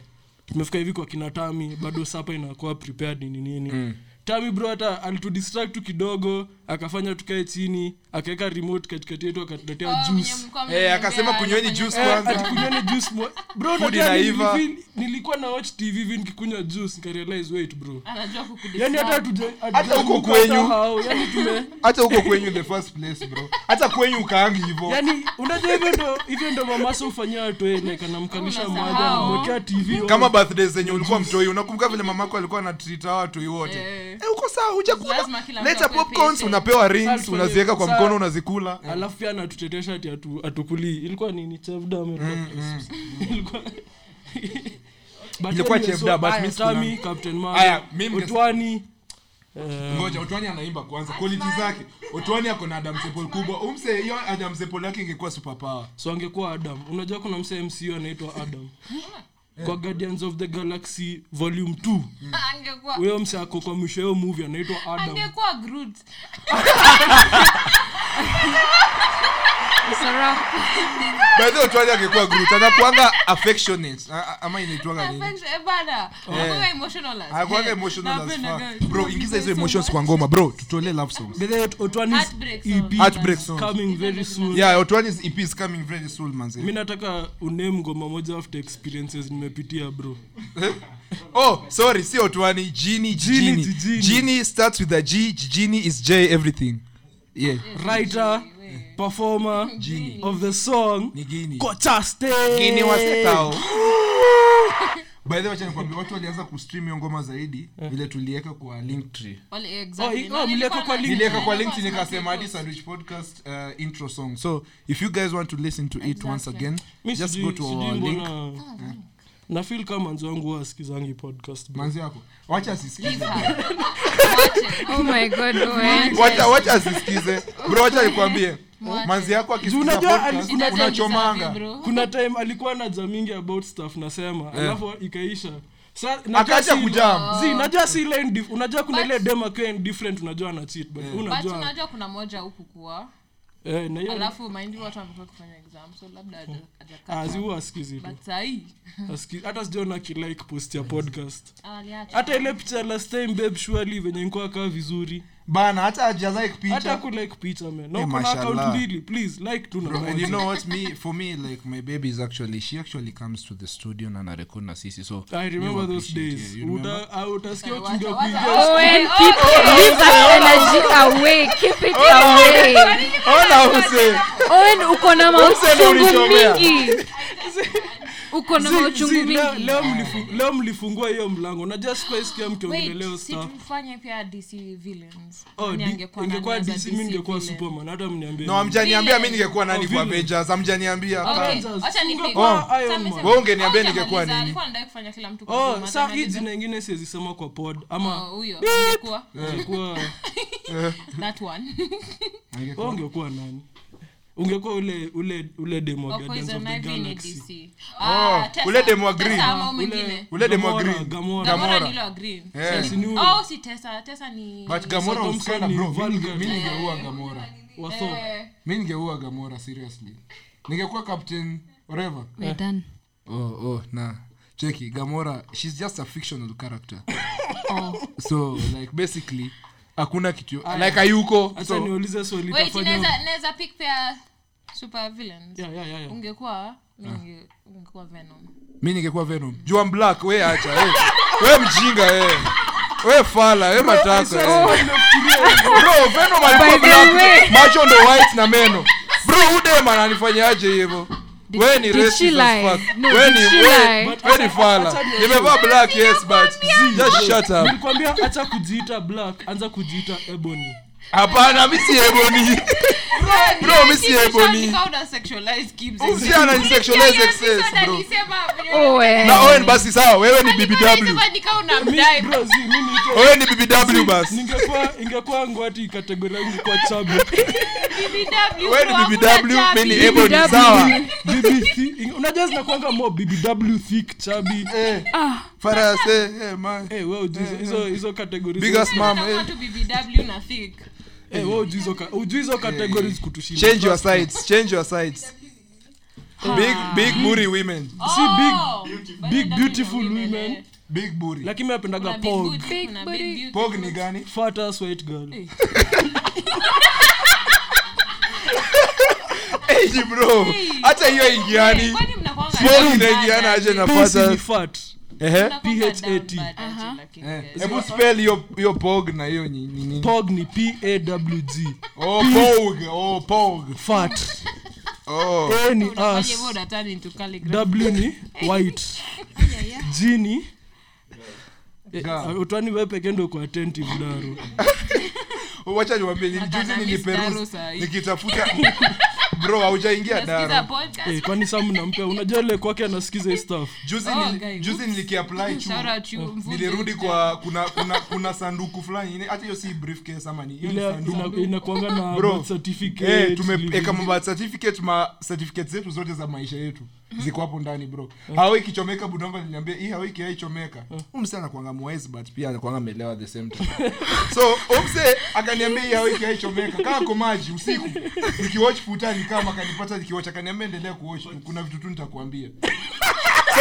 [SPEAKER 2] tumefika hivi kwa kina tami bado sapa inakuwa prepared ni nini
[SPEAKER 3] Hmm.
[SPEAKER 2] mm. tami bro hata alitudistract tu kidogo akafanya tukae chini akaweka remote katikati yetu akatuletea
[SPEAKER 5] Oh,
[SPEAKER 2] juice
[SPEAKER 5] mwenye mko
[SPEAKER 3] Eh, akasema
[SPEAKER 5] mnatembea,
[SPEAKER 3] kunyweni
[SPEAKER 5] anafanya-
[SPEAKER 3] juice
[SPEAKER 2] Eh,
[SPEAKER 3] kwanza
[SPEAKER 2] ati kunyweni juice mo- bro
[SPEAKER 3] Food
[SPEAKER 2] unajua
[SPEAKER 3] inaiva.
[SPEAKER 2] nilivin- nilikuwa na watch tv hivi nikikunywa juice nikarealize wait bro
[SPEAKER 5] Anajua kukudisturb.
[SPEAKER 2] yani hata hatuja-
[SPEAKER 3] Ah, Yaani Hata huko
[SPEAKER 2] hatujazunguka hata
[SPEAKER 3] kwenyu.
[SPEAKER 2] hao, yani tume
[SPEAKER 3] hata huko kwenyu the first place bro hata kwenyu ukaangi hivo
[SPEAKER 2] yani Yaani, unajua hivyo ndo hivyo ndo mamaso hufanyia watu eh, like anamkalisha
[SPEAKER 5] Unasahau.
[SPEAKER 2] mmoja anamwekea tv
[SPEAKER 3] kama birthday zenye ulikuwa mtoi unakumbuka vile mamako alikuwa anatrita watoi wote
[SPEAKER 5] Eh.
[SPEAKER 3] Eh, uko sawa hujakula
[SPEAKER 5] Lazima kila mtu
[SPEAKER 3] leta
[SPEAKER 5] apewe
[SPEAKER 3] popcorns
[SPEAKER 5] pesa.
[SPEAKER 3] unapewa rings
[SPEAKER 2] Alfred,
[SPEAKER 3] unaziweka kwa
[SPEAKER 2] saa-
[SPEAKER 3] mkono unazikula
[SPEAKER 2] alafu pia anatutetesha ati atu- atukuli ilikuwa nini chevdam
[SPEAKER 3] Mm. Ilikuwa Chef Dam, but mimi sikuna-
[SPEAKER 2] captain
[SPEAKER 3] Aya,
[SPEAKER 2] Marvel,
[SPEAKER 3] mimi nge-
[SPEAKER 2] otwani eh,
[SPEAKER 3] ngoja otwani anaimba kwanza quality zake otwani ako na adam sepol kubwa umse hiyo adam sepol yake ingekuwa superpower
[SPEAKER 2] so angekuwa adam unajua kuna msee mcu anaitwa
[SPEAKER 3] [LAUGHS]
[SPEAKER 2] adam kwa guardians of the galaxy volume 2
[SPEAKER 5] Ah, Angekuwa
[SPEAKER 2] huyo msee ako kwa mwisho hiyo movie anaitwa adam
[SPEAKER 5] angekuwa
[SPEAKER 3] [LAUGHS]
[SPEAKER 5] Groot.
[SPEAKER 3] Eh.
[SPEAKER 4] Sarah,
[SPEAKER 3] baadhi otwani angekuwa grut anakuanga affectionate A- a- ama inaitwaga nini
[SPEAKER 5] Avenge- eh, bana. Hakuwa emotional as-
[SPEAKER 3] anakuanga
[SPEAKER 5] Eh,
[SPEAKER 3] emotional as
[SPEAKER 5] napenda
[SPEAKER 3] fuck
[SPEAKER 5] guys.
[SPEAKER 3] bro ingiza hizo
[SPEAKER 5] So
[SPEAKER 3] emotions
[SPEAKER 5] much.
[SPEAKER 3] kwa ngoma bro tutolee love songs
[SPEAKER 2] otwani's
[SPEAKER 5] Heartbreak song.
[SPEAKER 2] ep
[SPEAKER 3] heartbreak
[SPEAKER 2] is
[SPEAKER 3] song
[SPEAKER 2] E coming very soon
[SPEAKER 3] yeah otwani's ep is coming very soon manzi
[SPEAKER 2] mi nataka uname ngoma moja after experiences nimepitia bro
[SPEAKER 3] oh sorry si otwani jini jini
[SPEAKER 2] Jini.
[SPEAKER 3] jini starts with a g jini is j everything yeah
[SPEAKER 2] writer performer of the song
[SPEAKER 3] ni gini
[SPEAKER 2] kochaste
[SPEAKER 3] Gini
[SPEAKER 2] [LAUGHS]
[SPEAKER 3] wasetao. by the way acha nikwambie, watu walianza kustream hiyo ngoma zaidi
[SPEAKER 2] Eh.
[SPEAKER 3] vile tuliweka kwa linktree
[SPEAKER 5] Wale- exactly.
[SPEAKER 2] Oh,
[SPEAKER 5] Na
[SPEAKER 2] oh, mliweka kwa
[SPEAKER 5] nilikuwa na-
[SPEAKER 2] link.
[SPEAKER 3] niliweka kwa linktree
[SPEAKER 5] nilikuwa
[SPEAKER 3] nikasema hadi sandwich podcast uh, intro song so if you guys want to listen to it once again
[SPEAKER 2] Mi
[SPEAKER 3] just
[SPEAKER 2] sijui-
[SPEAKER 3] go to our
[SPEAKER 2] sijui
[SPEAKER 3] link
[SPEAKER 2] mbona- na feel kama manzi wangu huwa asikizangi podcast bro.
[SPEAKER 3] manzi yako wacha asisikize
[SPEAKER 4] oh my [LAUGHS] god, Owen.
[SPEAKER 3] [LAUGHS] wacha wacha asisikize bro wacha nikwambie manzi yako akisikiza
[SPEAKER 2] unajua
[SPEAKER 3] podcast
[SPEAKER 2] alikuwa-
[SPEAKER 3] unachomanga
[SPEAKER 5] Bro.
[SPEAKER 2] kuna time alikuwa na jamingi about stuff nasema alafu ikaisha Sa- najua
[SPEAKER 3] Akaacha
[SPEAKER 2] si-
[SPEAKER 3] Eh. kujam.
[SPEAKER 2] Zii, najua si lane dif- unajua kuna
[SPEAKER 5] But-
[SPEAKER 2] ile dem akiwa in different unajua ana cheat
[SPEAKER 3] Eh.
[SPEAKER 2] but
[SPEAKER 5] But
[SPEAKER 2] unajua
[SPEAKER 5] unajua kuna moja huku kuwa
[SPEAKER 2] eh, na hiyo
[SPEAKER 5] alafu mind you watu wamekuwa kufanya exam so labda
[SPEAKER 2] Oh.
[SPEAKER 5] haja- hajakata.
[SPEAKER 2] azi Ah, huwa asikizi tu
[SPEAKER 5] but sahii
[SPEAKER 2] Asiki- hata sijaona akilike post ya podcast
[SPEAKER 5] aliacha
[SPEAKER 2] hata ile picha last time babe surely venye nikuwa kaa vizuri
[SPEAKER 3] bana hata hajalike
[SPEAKER 2] hata
[SPEAKER 3] picha
[SPEAKER 2] kulike picha man
[SPEAKER 3] Eh,
[SPEAKER 2] na uko na account
[SPEAKER 3] mashallah.
[SPEAKER 2] mbili please like tu na
[SPEAKER 3] Bro, and
[SPEAKER 2] moja.
[SPEAKER 3] you know what me for me like my baby is actually she actually comes to the studio na narekod na sisi so
[SPEAKER 2] i remember
[SPEAKER 3] you
[SPEAKER 2] those
[SPEAKER 3] appreciate,
[SPEAKER 2] days
[SPEAKER 3] yeah, you remember?
[SPEAKER 2] Uta- ah, utasikia
[SPEAKER 5] Wacha,
[SPEAKER 2] uchunga
[SPEAKER 5] wacha.
[SPEAKER 2] kuingia
[SPEAKER 4] Owen,
[SPEAKER 5] Oh,
[SPEAKER 4] keep that energy away. Keep it away.
[SPEAKER 3] Ona Oh, Hussein.
[SPEAKER 4] Owen, uko na
[SPEAKER 3] Hussein ndo
[SPEAKER 4] mauchungu
[SPEAKER 3] ulishomea.
[SPEAKER 4] mingi. Uko na
[SPEAKER 2] Zii,
[SPEAKER 4] mauchungu
[SPEAKER 2] zii, leo-
[SPEAKER 4] mingi.
[SPEAKER 2] leo mlifu- leo mlifungua hiyo mlango najua spacekia
[SPEAKER 5] Wait,
[SPEAKER 2] mkiongeleleo
[SPEAKER 5] si tufanye pia DC villains.
[SPEAKER 2] Oh,
[SPEAKER 5] Nani
[SPEAKER 2] di-
[SPEAKER 5] angekuwa
[SPEAKER 2] ingekuwa
[SPEAKER 5] nani as
[SPEAKER 2] DC,
[SPEAKER 5] a
[SPEAKER 2] mi
[SPEAKER 5] DC
[SPEAKER 2] ningekuwa
[SPEAKER 5] villain?
[SPEAKER 2] superman hata mniambie
[SPEAKER 3] no amjaniambia mi
[SPEAKER 5] Villain.
[SPEAKER 3] ningekuwa nani
[SPEAKER 2] Oh,
[SPEAKER 3] kwa
[SPEAKER 2] villain.
[SPEAKER 3] Avengers amjaniambia
[SPEAKER 5] Okay,
[SPEAKER 2] Avengers.
[SPEAKER 5] wacha ni pick.
[SPEAKER 2] Ungekuwa
[SPEAKER 5] Sasa
[SPEAKER 2] Iron
[SPEAKER 5] amesema-
[SPEAKER 2] Man.
[SPEAKER 3] Wewe ungeniambia
[SPEAKER 5] Kwanza
[SPEAKER 3] ningekuwa
[SPEAKER 5] amaliza,
[SPEAKER 3] nini?
[SPEAKER 5] alikuwa anadai kufanya kila mtu kwa
[SPEAKER 2] oh
[SPEAKER 5] Superman,
[SPEAKER 2] saa hii
[SPEAKER 5] amaliza.
[SPEAKER 2] jina ingine siwezisema kwa pod ama eh,
[SPEAKER 5] Oh, huyo angekuwa
[SPEAKER 2] ungekuwa
[SPEAKER 5] that one [LAUGHS]
[SPEAKER 2] Oh,
[SPEAKER 3] Angekuwa-
[SPEAKER 2] ungekuwa nani ungekuwa ule ule ule demo wa
[SPEAKER 5] Or
[SPEAKER 2] Guardians
[SPEAKER 5] Oh, Poison
[SPEAKER 2] of the
[SPEAKER 5] Ivy ni
[SPEAKER 2] Galaxy
[SPEAKER 5] DC. Ah, Tessa-
[SPEAKER 3] ule demu wa green.
[SPEAKER 5] Tessa ama
[SPEAKER 2] Ule-
[SPEAKER 5] mwingine?
[SPEAKER 3] Ule demo wa
[SPEAKER 2] Gamora,
[SPEAKER 3] green.
[SPEAKER 2] Gamora.
[SPEAKER 5] Gamora
[SPEAKER 3] Gamora.
[SPEAKER 5] ni ule wa green.
[SPEAKER 3] Yeah.
[SPEAKER 5] Si
[SPEAKER 2] Eh, Si ni ule.
[SPEAKER 5] Oh, si Tessa. Tessa ni-
[SPEAKER 3] but gamora
[SPEAKER 2] Thompson
[SPEAKER 3] usichana,
[SPEAKER 2] ni
[SPEAKER 3] bro. Mi ninge-
[SPEAKER 2] vulgar.
[SPEAKER 3] mi ningeua gamora
[SPEAKER 2] wa Thor.
[SPEAKER 5] Eh,
[SPEAKER 3] mi ningeua gamora seriously ningekuwa captain whatever
[SPEAKER 4] We're done.
[SPEAKER 3] oh oh nah cheki gamora she's just a fictional
[SPEAKER 2] [LAUGHS]
[SPEAKER 3] character so like basically hakuna kitu like hayuko
[SPEAKER 2] Acha
[SPEAKER 3] so
[SPEAKER 2] niulize swali
[SPEAKER 5] wait,
[SPEAKER 2] itafanya-
[SPEAKER 5] naweza- naweza pick pair super villains.
[SPEAKER 2] Yeah, Ah. yeah, yeah, yeah.
[SPEAKER 5] ungekuwa mi ninge- ungekuwa venom
[SPEAKER 3] mi ningekuwa venom jua black we acha we, we mjinga we we fala we matako we. bro venom alikuwa
[SPEAKER 4] Oh, By the way.
[SPEAKER 3] black macho ndo white na meno bro udema ananifanyaje hivyo we ni
[SPEAKER 4] did
[SPEAKER 3] racist
[SPEAKER 4] she
[SPEAKER 3] as
[SPEAKER 4] lie?
[SPEAKER 3] fuck.
[SPEAKER 4] No,
[SPEAKER 3] We
[SPEAKER 4] did
[SPEAKER 3] ni-
[SPEAKER 4] she
[SPEAKER 3] we-
[SPEAKER 4] lie?
[SPEAKER 2] But
[SPEAKER 3] we
[SPEAKER 2] acha-
[SPEAKER 3] ni
[SPEAKER 2] acha
[SPEAKER 3] fala
[SPEAKER 2] niambie.
[SPEAKER 3] nimevaa black yes but just shut up
[SPEAKER 2] Um, Nilikwambia acha kujiita black anza kujiita ebony
[SPEAKER 3] hapana mi si ebony [LAUGHS] bro mi si ebony Usia ananisexualize excess, bro.
[SPEAKER 4] Oh, eh.
[SPEAKER 3] na owen basi sawa wewe ni bbw
[SPEAKER 2] Mi- bro, zi, mi niite-
[SPEAKER 3] wewe ni bbw basi
[SPEAKER 2] ningekuwa ingekuwa ngwati kategoria ingekuwa chabu
[SPEAKER 3] wewe ni bbw mi ni ebony
[SPEAKER 5] Eh,
[SPEAKER 3] sawa
[SPEAKER 2] BBC, ing- unajua zinakuanga mo bbw thick chabi
[SPEAKER 3] Eh,
[SPEAKER 5] ah.
[SPEAKER 3] Farah say, eh, man.
[SPEAKER 2] Eh, wewe hujui hizo- hizo- hizo categories.
[SPEAKER 3] Biggest man.
[SPEAKER 2] Eh, wewe hujui hizo ka- hujui hizo categories kutushinda.
[SPEAKER 3] change your sides change your sides
[SPEAKER 5] Ah.
[SPEAKER 3] big big booty women
[SPEAKER 2] Si Oh!
[SPEAKER 5] Oh,
[SPEAKER 2] big beautiful women.
[SPEAKER 3] big booty
[SPEAKER 2] lakini mi napendaga pog
[SPEAKER 3] pog ni gani
[SPEAKER 2] fat ass white girl
[SPEAKER 3] hey bro hata hiyo
[SPEAKER 5] Yaani,
[SPEAKER 3] ingiani pog inaingiana aje [LAUGHS] na
[SPEAKER 2] Pussy ni
[SPEAKER 3] fata
[SPEAKER 2] fat
[SPEAKER 3] ehe Eh, hebu Eh, spell hiyo hiyo pog na hiyo ni- ni- ni-
[SPEAKER 2] pog ni pawg
[SPEAKER 3] oh pog oh pog
[SPEAKER 2] [LAUGHS] fat
[SPEAKER 3] oh
[SPEAKER 2] a ni ass w ni white g ni Eh,
[SPEAKER 3] Girl.
[SPEAKER 2] utwani we peke ndo kwa attentive daro
[SPEAKER 3] wacha niwaambie ni- juzi
[SPEAKER 5] Nataka
[SPEAKER 3] niliperu
[SPEAKER 5] mistaru saa hii.
[SPEAKER 3] nikitafuta [LAUGHS] bro haujaingia dara
[SPEAKER 2] Eh, kwani sam nampea unajua ile kwake anasikiza hii stuff
[SPEAKER 3] juzi
[SPEAKER 5] Oh,
[SPEAKER 3] nili-
[SPEAKER 5] guy,
[SPEAKER 3] juzi nilikiapply chuo Oh,
[SPEAKER 5] Mhm.
[SPEAKER 3] nilirudi kwa kuna kuna kuna sanduku fulani ine- hata hiyo si briefcase ama ni hiyo ni
[SPEAKER 2] ile
[SPEAKER 3] sanduku.
[SPEAKER 2] ina- inakuanga na
[SPEAKER 3] Bro,
[SPEAKER 2] birth certificate,
[SPEAKER 3] Eh,
[SPEAKER 2] living-
[SPEAKER 3] tumeweka mabirth certificate ma certificate zetu zote za maisha yetu ziko hapo ndani bro
[SPEAKER 2] Eh.
[SPEAKER 3] hawa ikichomeka budamba niliambia hii hawa ikiaichomeka huyu msee anakuanga mwise but pia anakuanga amelewa at the same time [LAUGHS] so huyu msee akaniambia hii hawa ikiaichomeka kaa kwa maji usiku nikiwatch futani kama akanipata nikiwatch akaniambia endelea kuwatch kuna vitu tu nitakuambia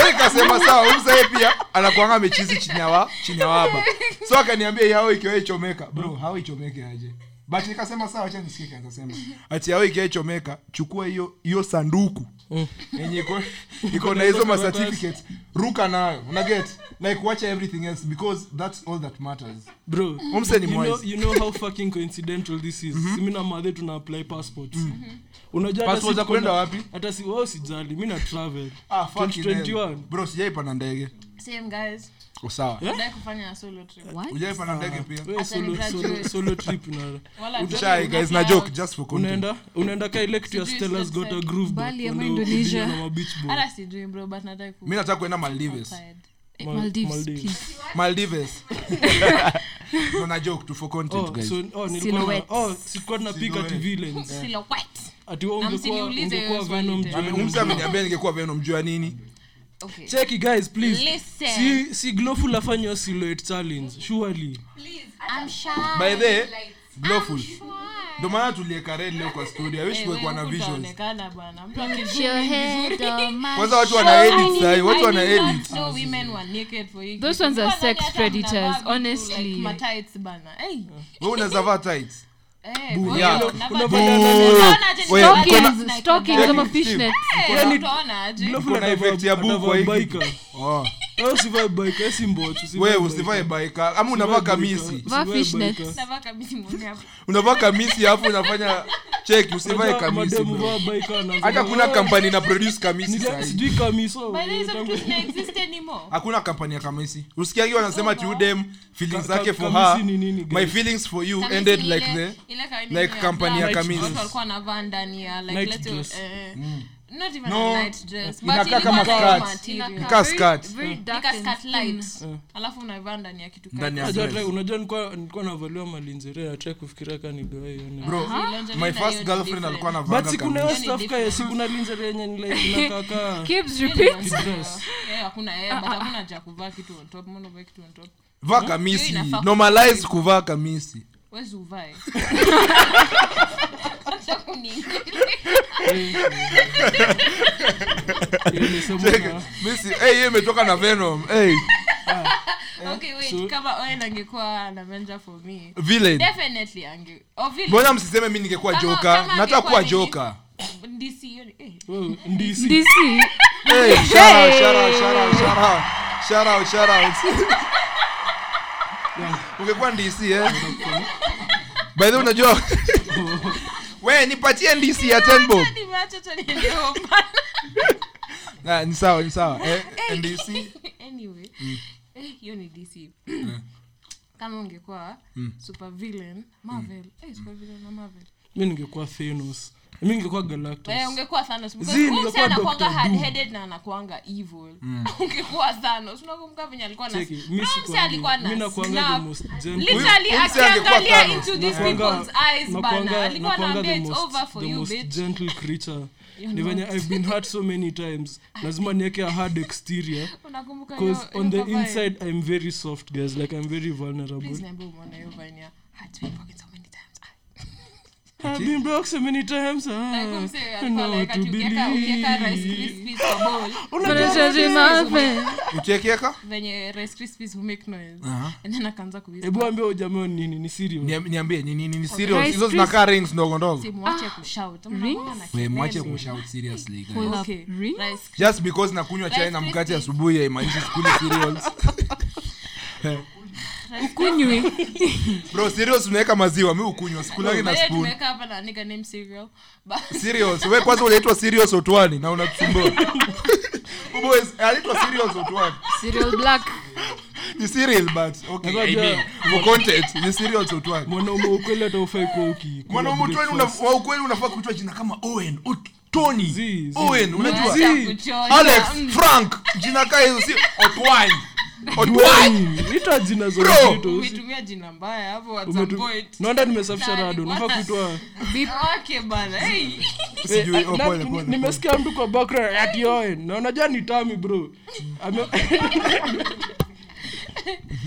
[SPEAKER 3] so ikasema sawa huyu msee pia anakuanga amechizi chini ya wa- chini ya waba so akaniambia hii hawa ikiwaichomeka bro
[SPEAKER 2] Mm.
[SPEAKER 3] hawa ichomeke aje but nikasema sawa acha nisikie kile anasema ati yao ikiaichomeka chukua hiyo hiyo sanduku
[SPEAKER 2] Mm.
[SPEAKER 3] yenye iko iko na hizo ma certificates ruka nayo una get like watch everything else because that's all that matters
[SPEAKER 2] bro
[SPEAKER 3] Umse ni Mhm.
[SPEAKER 2] you
[SPEAKER 3] mwise.
[SPEAKER 2] know, you know how fucking coincidental this is simi na madhe tuna apply passports Mm-hmm. unajua hata
[SPEAKER 3] Passport
[SPEAKER 2] si
[SPEAKER 3] Mm. za kuenda
[SPEAKER 2] kuna-
[SPEAKER 3] wapi?
[SPEAKER 2] hata si wao sijali mi na travel
[SPEAKER 3] ah fuck
[SPEAKER 2] 2021.
[SPEAKER 3] bro sijaipanda ndege Oh, sawa
[SPEAKER 2] Yeah?
[SPEAKER 3] hujaipanda ndege pia
[SPEAKER 2] Wewe
[SPEAKER 5] Acha
[SPEAKER 2] solo-
[SPEAKER 5] ni
[SPEAKER 2] solo-
[SPEAKER 5] graduate.
[SPEAKER 2] solo trip na
[SPEAKER 3] shy guys na joke just for content
[SPEAKER 2] unaenda unaenda ka ile kitu ya
[SPEAKER 5] Sijui
[SPEAKER 2] Stella's got a
[SPEAKER 5] sunset.
[SPEAKER 2] groove back,
[SPEAKER 4] Bali ama
[SPEAKER 2] unaenda
[SPEAKER 4] Indonesia.
[SPEAKER 2] kupiga na beach ball.
[SPEAKER 5] hata sijui bro but nataka
[SPEAKER 3] mimi nataka kuenda Maldives
[SPEAKER 2] Ma-
[SPEAKER 4] Maldives,
[SPEAKER 2] Maldives.
[SPEAKER 4] please.
[SPEAKER 2] [LAUGHS]
[SPEAKER 3] Maldives no na joke tu for content
[SPEAKER 2] Oh,
[SPEAKER 3] guys
[SPEAKER 2] so- oh, nilikuwa na-
[SPEAKER 4] Silhouettes.
[SPEAKER 2] oh, sikuwa tunapika
[SPEAKER 3] Silhouettes.
[SPEAKER 2] villains. Ati wewe
[SPEAKER 5] Na
[SPEAKER 2] ungekuwa-
[SPEAKER 5] msiniulize
[SPEAKER 2] ungekuwa
[SPEAKER 5] hiyo swali
[SPEAKER 2] Venom
[SPEAKER 5] tena.
[SPEAKER 2] Jones.
[SPEAKER 3] umse ameniambia ningekuwa Venom juu ya nini
[SPEAKER 2] Cheki, guys, please.
[SPEAKER 5] Listen.
[SPEAKER 2] Si- si Glowful afanye hiyo silhouette challenge, surely.
[SPEAKER 3] by the blowful ndo maana tulieka red leo kwa studio i
[SPEAKER 5] Eh,
[SPEAKER 3] wish tungekuwa na visions kwanza watu wana edit sahi watu wana edit
[SPEAKER 4] Those ones are sex predators, honestly.
[SPEAKER 3] wewe unaweza vaa tights
[SPEAKER 2] Unavalia
[SPEAKER 3] Boo.
[SPEAKER 2] nani?
[SPEAKER 3] Wait,
[SPEAKER 4] Stockings,
[SPEAKER 5] Kuna-
[SPEAKER 4] stockings ama
[SPEAKER 3] Steve,
[SPEAKER 4] fishnets.
[SPEAKER 2] Glowful
[SPEAKER 3] Kuna
[SPEAKER 2] anavaa-
[SPEAKER 3] effect ya eh. buku
[SPEAKER 2] anavaa
[SPEAKER 3] kwa hiki.
[SPEAKER 2] biker.
[SPEAKER 3] oh
[SPEAKER 2] Wewe usivae biker, wewe si mbocho, usivae
[SPEAKER 3] wewe
[SPEAKER 2] biker.
[SPEAKER 3] usivae baika ama unavaa
[SPEAKER 2] Usivae
[SPEAKER 3] kamisi
[SPEAKER 2] biker,
[SPEAKER 4] Vaa
[SPEAKER 2] usivae
[SPEAKER 4] fishnets.
[SPEAKER 2] biker.
[SPEAKER 3] unavaa kamisi alafu unafanya cheki usivae
[SPEAKER 2] Unajua
[SPEAKER 3] kamisi
[SPEAKER 2] mademu
[SPEAKER 3] bro.
[SPEAKER 2] vaa biker wanaanza-
[SPEAKER 3] hata kuna
[SPEAKER 2] Oh,
[SPEAKER 3] kampani na produce kamisi
[SPEAKER 2] nile-
[SPEAKER 3] sahi
[SPEAKER 2] sijui kamiso
[SPEAKER 3] hakuna kampani ya kamisi usikiagi wanasema ti dem feelings
[SPEAKER 2] Ka-
[SPEAKER 3] zake
[SPEAKER 2] ka-
[SPEAKER 3] for
[SPEAKER 2] kamisi
[SPEAKER 3] her
[SPEAKER 2] ni nini, guys?
[SPEAKER 3] my feelings for you ended like the like kampani ya
[SPEAKER 2] Night
[SPEAKER 3] kamisi
[SPEAKER 2] Night dress.
[SPEAKER 5] eh, not even
[SPEAKER 3] No,
[SPEAKER 5] a light dress but
[SPEAKER 3] inakaa
[SPEAKER 5] ilikuwa
[SPEAKER 3] kama
[SPEAKER 5] light
[SPEAKER 3] skirt.
[SPEAKER 5] material.
[SPEAKER 3] Nika
[SPEAKER 4] Inakaa very-
[SPEAKER 3] skirt.
[SPEAKER 4] very dark
[SPEAKER 5] Nika
[SPEAKER 4] and
[SPEAKER 5] skirt light
[SPEAKER 2] Eh.
[SPEAKER 3] Mm.
[SPEAKER 5] alafu unaivaa ndani ya kitu
[SPEAKER 3] Ndani ya
[SPEAKER 5] kama-
[SPEAKER 2] Unajua
[SPEAKER 3] Yes.
[SPEAKER 2] try- unajua nilikuwa- nilikuwa navaliwa malinzere natrai kufikiria ka niliwaiona
[SPEAKER 3] bro
[SPEAKER 5] Aha. Lingerie
[SPEAKER 3] my
[SPEAKER 5] na hiyo
[SPEAKER 3] first
[SPEAKER 5] ni
[SPEAKER 3] girlfriend
[SPEAKER 5] different.
[SPEAKER 3] alikuwa
[SPEAKER 2] but
[SPEAKER 3] anavanga
[SPEAKER 2] sikuna
[SPEAKER 3] kama-
[SPEAKER 2] hiyo
[SPEAKER 5] Hiyo ni
[SPEAKER 2] stuff ka
[SPEAKER 5] different.
[SPEAKER 2] sikuna linzere yenye
[SPEAKER 5] [LAUGHS]
[SPEAKER 2] nilakaka
[SPEAKER 4] Keeps
[SPEAKER 5] Hiyo
[SPEAKER 4] repeat.
[SPEAKER 5] ni [LAUGHS] dress. Yeah, Eh, hakuna air, but hakuna ja kuvaa kitu on top, mbona uvae kitu on top?
[SPEAKER 3] vaa
[SPEAKER 5] Hiyo
[SPEAKER 3] kamisi
[SPEAKER 5] inafaa
[SPEAKER 3] normalize kuvaa kamisi
[SPEAKER 5] Huwezi uvae. [LAUGHS] Acha kuniingilia.
[SPEAKER 3] Misi- eh, hiyo imetoka na venom Eh,
[SPEAKER 5] Okay, wait,
[SPEAKER 2] so-
[SPEAKER 5] kama Owen angekuwa na manja for me,
[SPEAKER 3] villain
[SPEAKER 5] definitely ange- or villain.
[SPEAKER 3] mbona msiseme mi ningekuwa
[SPEAKER 5] Kama-
[SPEAKER 3] joka
[SPEAKER 5] kama
[SPEAKER 3] nataka kuwa
[SPEAKER 5] angekuwa
[SPEAKER 3] joka
[SPEAKER 5] DC, hiyo ni- eh,
[SPEAKER 2] ndisi
[SPEAKER 4] [LAUGHS] DC.
[SPEAKER 3] Hey, shout out, shout out, shout out, shout out. Shout out, shout out. [LAUGHS] ungekuwa ndc eh? by the way, unajua [LAUGHS] we nipatie ndc ya tenbob
[SPEAKER 5] eh, hadi macho tu niende home.
[SPEAKER 3] Ah, ni sawa ni sawa eh, ndc
[SPEAKER 5] [LAUGHS] Anyway, eh, hiyo ni DC. Kama ungekuwa super villain, Marvel. Eh, super villain na Marvel.
[SPEAKER 2] mi ningekuwa thenos mi ningekuwa galactus
[SPEAKER 5] Eh, ungekuwa Thanos, because
[SPEAKER 2] Zee,
[SPEAKER 5] huyu
[SPEAKER 2] ningekuwa
[SPEAKER 5] msee anakuanga
[SPEAKER 2] Dr. Doom. Mm.
[SPEAKER 5] hard-headed na anakuanga evil. [LAUGHS] Ungekuwa Thanos. Unakumbuka venye alikuwa na-
[SPEAKER 2] Cheki, mi
[SPEAKER 5] Huyu msee
[SPEAKER 2] sikuwangi-
[SPEAKER 5] alikuwa na
[SPEAKER 2] mi nakuanga the
[SPEAKER 5] snap.
[SPEAKER 2] most gentle-
[SPEAKER 5] Literally,
[SPEAKER 3] Huyu msee angekuwa
[SPEAKER 5] akiangalia
[SPEAKER 3] Thanos.
[SPEAKER 5] into these
[SPEAKER 2] Nakuanga-
[SPEAKER 5] people's eyes, bana.
[SPEAKER 2] nakuanga-
[SPEAKER 5] Alikuwa
[SPEAKER 2] nakuanga
[SPEAKER 5] anaambia,
[SPEAKER 2] the
[SPEAKER 5] "It's
[SPEAKER 2] most-
[SPEAKER 5] over for
[SPEAKER 2] the
[SPEAKER 5] you,
[SPEAKER 2] most
[SPEAKER 5] bitch."
[SPEAKER 2] gentle creature
[SPEAKER 5] You're
[SPEAKER 2] ni venye i've been hurt so many times lazima niweke a hard exterior
[SPEAKER 5] Unakumbuka
[SPEAKER 2] because
[SPEAKER 5] hiyo-
[SPEAKER 2] on the
[SPEAKER 5] hiyo cover ya-
[SPEAKER 2] inside i'm very soft guys like i'm very
[SPEAKER 5] Please
[SPEAKER 2] vulnerable
[SPEAKER 5] niambie umeona hiyo vine ya, "Had been broken so many times."
[SPEAKER 2] Mm.
[SPEAKER 5] Ah,
[SPEAKER 2] i've been broke so many times ah,
[SPEAKER 5] like
[SPEAKER 2] [LAUGHS]
[SPEAKER 5] huyu msee
[SPEAKER 2] I
[SPEAKER 5] alikuwa
[SPEAKER 2] know
[SPEAKER 5] like,
[SPEAKER 2] what to
[SPEAKER 5] ati ukieka- ukieka Rice
[SPEAKER 2] believe
[SPEAKER 5] Krispies kwa bowl,
[SPEAKER 3] ukiekeka
[SPEAKER 5] venye Rice Krispies humake noise.
[SPEAKER 2] Uh-huh.
[SPEAKER 3] Aha.
[SPEAKER 5] And then akaanza kuwhisper.
[SPEAKER 2] hebu ambia ujameo nini ni serious
[SPEAKER 3] Niam- niambie ni- ni ni- ni serious
[SPEAKER 4] Rice
[SPEAKER 3] hizo
[SPEAKER 4] crisp.
[SPEAKER 3] zinakaa rings ndogo ndogo
[SPEAKER 2] ah,
[SPEAKER 5] Simwache kushout. Mnakuanga na
[SPEAKER 3] we mwache
[SPEAKER 5] kelele.
[SPEAKER 3] kushout seriously guys.
[SPEAKER 4] Pull up
[SPEAKER 5] Okay,
[SPEAKER 4] ring.
[SPEAKER 5] Rice
[SPEAKER 3] just because nakunywa chai na
[SPEAKER 5] Rice
[SPEAKER 3] mkate
[SPEAKER 5] Krispies.
[SPEAKER 3] asubuhi haimaanishi sikuli [LAUGHS] cereals
[SPEAKER 4] Kunywe.
[SPEAKER 3] bro cereals unaweka maziwa mi ukunywa sikulagi na
[SPEAKER 5] Wewe
[SPEAKER 3] spoon
[SPEAKER 5] tumeweka hapa na nika name cereal. [LAUGHS] But-
[SPEAKER 3] serious we kwanza unaitwa serious otwani na unatusumbua Boys, anaitwa serious otwani
[SPEAKER 4] Cereal black.
[SPEAKER 3] ni serial but okay
[SPEAKER 2] Unajua-
[SPEAKER 3] I mean, for content ni serious otwani
[SPEAKER 2] mwanaume ukweli hata ufai kuwa uki- kula
[SPEAKER 3] mwanaume otwani una-
[SPEAKER 2] breakfast.
[SPEAKER 3] wa ukweli unafaa kuitwa jina kama owen Ot- tony
[SPEAKER 2] Zii, zii.
[SPEAKER 3] owen unajua
[SPEAKER 5] Acha
[SPEAKER 2] Zii.
[SPEAKER 5] kuchora.
[SPEAKER 3] alex frank jina kaa hizo si otwani otwani
[SPEAKER 2] Mm, ita jina za
[SPEAKER 3] Bro.
[SPEAKER 2] uzito, usi-
[SPEAKER 5] Umetumia jina mbaya hapo at some point.
[SPEAKER 2] umetu- naona nimesafisha
[SPEAKER 5] Nani,
[SPEAKER 2] rado nafaa
[SPEAKER 5] what?
[SPEAKER 2] kuitwa Eh,
[SPEAKER 4] Beep.
[SPEAKER 5] Okay,
[SPEAKER 3] [LAUGHS]
[SPEAKER 5] bana. Hey.
[SPEAKER 3] sijui oh,
[SPEAKER 2] Na-
[SPEAKER 3] pole
[SPEAKER 2] ni-
[SPEAKER 3] pole
[SPEAKER 2] nimesikia mtu kwa background ati Owen, na unajua ni tami bro Ame- [LAUGHS]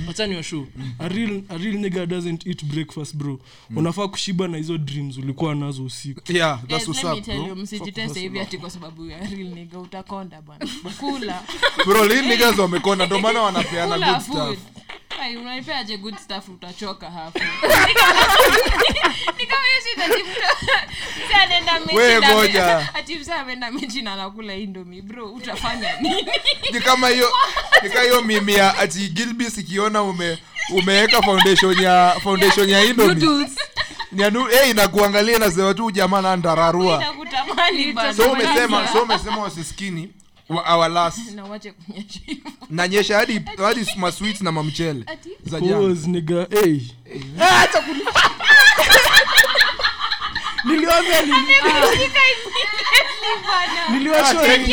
[SPEAKER 2] wacha niwashow. a real a real nigga doesn't eat breakfast bro unafaa kushiba na hizo dreams ulikuwa nazo usiku
[SPEAKER 3] yeah that's what's
[SPEAKER 5] Guys, let me
[SPEAKER 3] up
[SPEAKER 5] tell you,
[SPEAKER 3] bro
[SPEAKER 5] msijitese hivi ati kwa sababu ya real nigga
[SPEAKER 3] [LAUGHS]
[SPEAKER 5] utakonda bana. Kula.
[SPEAKER 3] bro lean niggas wamekonda ndio maana wanapeana
[SPEAKER 5] Kula
[SPEAKER 3] good stuff
[SPEAKER 5] food. Hey, unanipeaje good stuff utachoka hapo. [LAUGHS] Ni kama hiyo shida ati mtu- mzee anaenda mechi
[SPEAKER 3] Wewe
[SPEAKER 5] na-
[SPEAKER 3] ngoja.
[SPEAKER 5] [LAUGHS] ati mzee ameenda mechi na anakula indomie bro utafanya nini? [LAUGHS]
[SPEAKER 3] ni kama hiyo ni kama hiyo mimi ya ati gilbis ikiona ume umeweka foundation ya foundation ya indomi
[SPEAKER 4] Noodles.
[SPEAKER 3] hey, eh, inakuangalia nasema tu jamaa na ndararua
[SPEAKER 5] Nitakutamani bana.
[SPEAKER 3] so umesema so umesema wasiskini wa our last
[SPEAKER 5] Na wache kunyesha hivyo.
[SPEAKER 3] nanyesha hadi hadi masweet na mamchele
[SPEAKER 5] Ati?
[SPEAKER 3] za jana
[SPEAKER 2] Pause, nigga. Hey. [LAUGHS] Niliwaambia ni- niliwashow-
[SPEAKER 3] Ah,
[SPEAKER 2] [LAUGHS]
[SPEAKER 3] check,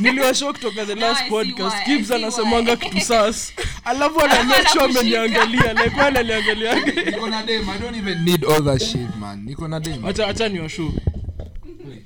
[SPEAKER 2] niliwashow kutoka the
[SPEAKER 5] I
[SPEAKER 2] last
[SPEAKER 5] see
[SPEAKER 2] podcast
[SPEAKER 5] why,
[SPEAKER 2] Gibbs
[SPEAKER 5] I see
[SPEAKER 2] anasemanga
[SPEAKER 5] why.
[SPEAKER 2] kitu
[SPEAKER 5] [LAUGHS]
[SPEAKER 2] sas alafu anamesho ameniangalia like wale aliangaliaga
[SPEAKER 3] niko na dem i don't even need all that shit man niko na dem
[SPEAKER 2] [LAUGHS] Acha- acha ni washu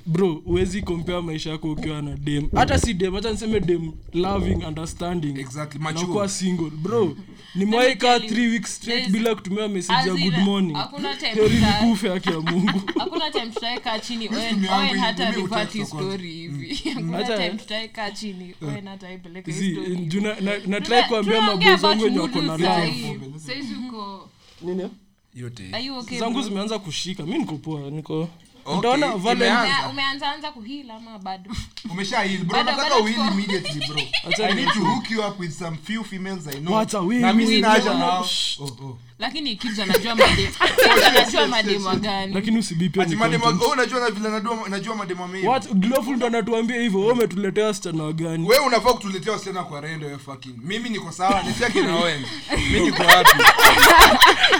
[SPEAKER 2] bro huwezi kompea maisha yako ukiwa na dem hata si dem hata niseme dem loving understanding
[SPEAKER 3] exactly
[SPEAKER 2] na
[SPEAKER 3] mature
[SPEAKER 2] kuwa single bro nimewahi kaa
[SPEAKER 5] tell you,
[SPEAKER 2] three weeks straight
[SPEAKER 5] there's-
[SPEAKER 2] bila kutumia message ya
[SPEAKER 5] As in,
[SPEAKER 2] good morning
[SPEAKER 5] hakuna time
[SPEAKER 2] heri
[SPEAKER 5] tuta-
[SPEAKER 2] nikufe haki ya mungu
[SPEAKER 5] hakuna time tutaweka chini
[SPEAKER 3] Mimi
[SPEAKER 5] Owen-
[SPEAKER 3] simu yangu
[SPEAKER 5] Owen hata
[SPEAKER 3] itumie
[SPEAKER 5] revert
[SPEAKER 3] utafute
[SPEAKER 5] his
[SPEAKER 3] kwanza.
[SPEAKER 5] story
[SPEAKER 2] Mm.
[SPEAKER 5] hivi [LAUGHS] hakuna
[SPEAKER 2] Hata-
[SPEAKER 5] time tutaweka chini
[SPEAKER 2] Eh.
[SPEAKER 5] Owen hata ipeleke his
[SPEAKER 2] Zii,
[SPEAKER 5] story hivi.
[SPEAKER 2] juu na- na- natry
[SPEAKER 5] Tuna-
[SPEAKER 2] kuambia
[SPEAKER 5] tunaongea
[SPEAKER 2] mabozi wangu
[SPEAKER 5] about
[SPEAKER 2] wenye wako na
[SPEAKER 5] noodles
[SPEAKER 2] love
[SPEAKER 5] sahi. Sahizi uko-
[SPEAKER 2] Nini?
[SPEAKER 3] yote
[SPEAKER 5] are you okay
[SPEAKER 2] zangu
[SPEAKER 5] bro?
[SPEAKER 2] zimeanza kushika mi niko poa niko
[SPEAKER 3] Okay,
[SPEAKER 2] utaona Valentine-
[SPEAKER 5] Umea- umeanzaanza kuhila ama bado [LAUGHS]
[SPEAKER 3] umesha heal bro
[SPEAKER 5] Bado-
[SPEAKER 3] nataka
[SPEAKER 5] bado
[SPEAKER 3] uhil
[SPEAKER 5] tuko-
[SPEAKER 3] immediately bro
[SPEAKER 2] Acha
[SPEAKER 3] i need
[SPEAKER 2] ni-
[SPEAKER 3] to hook you up with some few females i know
[SPEAKER 2] Wacha, we-
[SPEAKER 3] na mimi
[SPEAKER 2] we-
[SPEAKER 3] sina haja
[SPEAKER 2] we-
[SPEAKER 3] nao
[SPEAKER 2] Shh.
[SPEAKER 3] oh oh
[SPEAKER 5] lakini Gibbs anajua mademu
[SPEAKER 2] [LAUGHS]
[SPEAKER 5] Gibbs anajua mademu gani
[SPEAKER 2] lakini usibipia
[SPEAKER 3] ati mademo oh unajua na vile najua najua mademo mimi
[SPEAKER 2] what glowful ndo anatuambia hivyo wewe umetuletea wasichana gani
[SPEAKER 3] wewe unafaa kutuletea wasichana kwa rendo wewe fucking mimi niko sawa nitia kina Owen mimi [LAUGHS] niko wapi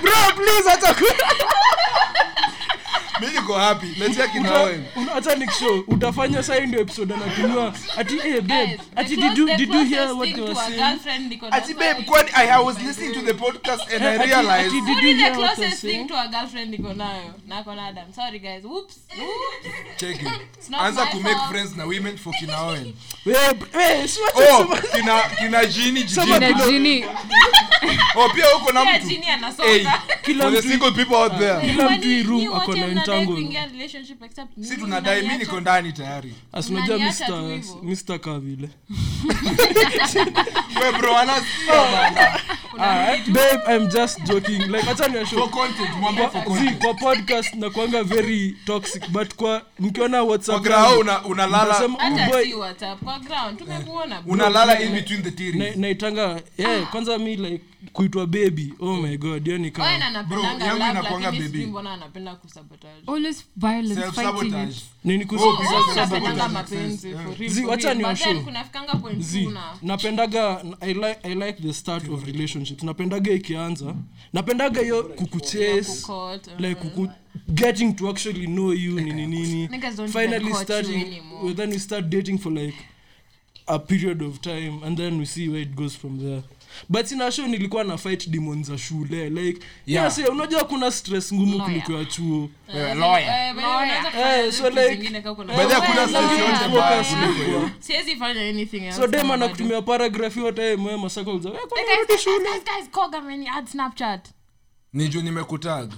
[SPEAKER 3] bro please hata ku mimi niko ako happy letea kina Owen.
[SPEAKER 2] hata nikishow utafanya sai ndio episode anatumiwa ati eh, babe
[SPEAKER 5] Guys, the
[SPEAKER 2] ati
[SPEAKER 5] close-
[SPEAKER 2] did you,
[SPEAKER 5] the
[SPEAKER 2] did you hear
[SPEAKER 5] closest
[SPEAKER 2] what
[SPEAKER 5] thing
[SPEAKER 2] they
[SPEAKER 5] to
[SPEAKER 2] were
[SPEAKER 5] a
[SPEAKER 2] saying
[SPEAKER 5] girlfriend Niko
[SPEAKER 3] ati
[SPEAKER 5] Nasa
[SPEAKER 3] babe
[SPEAKER 5] is-
[SPEAKER 3] kwani i I was listening to the podcast and i
[SPEAKER 2] Ati-
[SPEAKER 3] realized
[SPEAKER 2] ati did
[SPEAKER 5] Only
[SPEAKER 2] you
[SPEAKER 5] the
[SPEAKER 2] hear what they were
[SPEAKER 5] closest thing
[SPEAKER 2] saying
[SPEAKER 5] to a girlfriend niko nayo nako na Adam. Sorry guys. Whoops. Whoops.
[SPEAKER 3] Check it.
[SPEAKER 5] It's not
[SPEAKER 3] anza
[SPEAKER 5] my
[SPEAKER 3] kumake
[SPEAKER 5] fault.
[SPEAKER 3] friends na women for
[SPEAKER 5] [LAUGHS]
[SPEAKER 3] kina Owen.
[SPEAKER 2] Babe, eh, si wacha
[SPEAKER 3] oh
[SPEAKER 2] kusema-
[SPEAKER 3] kina kina jini jijini
[SPEAKER 4] Kina jini
[SPEAKER 3] oh pia huko na
[SPEAKER 5] Pia
[SPEAKER 3] mtu
[SPEAKER 5] jini
[SPEAKER 3] hey
[SPEAKER 5] anasonga.
[SPEAKER 2] Kila
[SPEAKER 3] for the
[SPEAKER 2] mtu-
[SPEAKER 3] single people out there
[SPEAKER 2] kila
[SPEAKER 5] Kwani
[SPEAKER 2] mtu hii room
[SPEAKER 5] nyi wote
[SPEAKER 2] ako na
[SPEAKER 5] mnadai
[SPEAKER 2] entangle
[SPEAKER 5] kuingia relationship except mimi,
[SPEAKER 3] si tunadai mi
[SPEAKER 5] mnaniacha.
[SPEAKER 3] niko ndani tayari
[SPEAKER 2] As Ah, unajua
[SPEAKER 5] Mnaniacha
[SPEAKER 2] Mr.
[SPEAKER 5] tu hivyo.
[SPEAKER 2] Mr. kaa vile
[SPEAKER 3] we bro anasikia
[SPEAKER 2] Ah, babe i'm just joking like hata niwashow
[SPEAKER 3] for content mwambie for
[SPEAKER 2] zi
[SPEAKER 3] content
[SPEAKER 2] kwa podcast nakuanga very toxic but kwa mkiona
[SPEAKER 3] Kwa
[SPEAKER 2] whatsapp
[SPEAKER 3] grao
[SPEAKER 2] yangu,
[SPEAKER 3] una unalala
[SPEAKER 2] mtasema, "Oh,
[SPEAKER 5] Hata
[SPEAKER 2] boy,
[SPEAKER 5] si WhatsApp kwa ground tumekuona. bro."
[SPEAKER 3] Eh. unalala in between the
[SPEAKER 2] na-
[SPEAKER 3] theories
[SPEAKER 2] naitanga yeah, kwanza mi like kuitwa baby oh my god hiyo ni
[SPEAKER 5] Owen
[SPEAKER 2] kama
[SPEAKER 5] anapendanga
[SPEAKER 3] Bro, yangu
[SPEAKER 5] love,
[SPEAKER 3] inakuanga
[SPEAKER 5] lakini sijui
[SPEAKER 3] baby.
[SPEAKER 5] mbona anapenda
[SPEAKER 2] Oh,
[SPEAKER 5] kusabotage.
[SPEAKER 4] always violence
[SPEAKER 3] self
[SPEAKER 4] fighting
[SPEAKER 3] sabotage
[SPEAKER 4] it.
[SPEAKER 2] nini
[SPEAKER 3] Oh,
[SPEAKER 2] kuhusu
[SPEAKER 3] pizza
[SPEAKER 5] Wewe
[SPEAKER 3] sabotage
[SPEAKER 5] unapendanga
[SPEAKER 3] success,
[SPEAKER 5] mapenzi
[SPEAKER 3] yeah.
[SPEAKER 5] for real,
[SPEAKER 2] Zi,
[SPEAKER 5] for
[SPEAKER 2] wacha
[SPEAKER 5] real.
[SPEAKER 2] ni
[SPEAKER 5] But
[SPEAKER 2] washow.
[SPEAKER 5] then kunafikanga point
[SPEAKER 2] zi
[SPEAKER 5] tu na-
[SPEAKER 2] napendaga I, li i like the start of relationships napendaga ikianza napendaga hiyo kukuchase
[SPEAKER 5] Kucaught, uh,
[SPEAKER 2] like kuku, getting to actually know you nini nini
[SPEAKER 5] Niggas don't even
[SPEAKER 2] finally
[SPEAKER 5] court you
[SPEAKER 2] starting
[SPEAKER 5] anymore.
[SPEAKER 2] well, then we start dating for like a period of time and then we see where it goes from there but in show nilikuwa na fight demon za shule like
[SPEAKER 3] Yeah.
[SPEAKER 2] yeah. say unajua kuna stress ngumu kuliko ya chuo
[SPEAKER 3] wewe
[SPEAKER 5] Eh,
[SPEAKER 3] lawyer
[SPEAKER 5] by the way, unaweza kufanya
[SPEAKER 2] Eh,
[SPEAKER 5] vitu
[SPEAKER 2] so like- Eh,
[SPEAKER 5] zingine kama kuna-
[SPEAKER 3] but there
[SPEAKER 5] Wewe
[SPEAKER 3] kuna
[SPEAKER 5] lawyer.
[SPEAKER 3] stage yote mbaya kuliko hiyo
[SPEAKER 5] Siwezi fanya anything else
[SPEAKER 2] so dem
[SPEAKER 5] kama
[SPEAKER 2] anakutumia paragraph yote mwe masako za "Eh,
[SPEAKER 5] bado. Guys, guys, guys, guys, call Gameni, add Snapchat.
[SPEAKER 3] ni juu nimekutag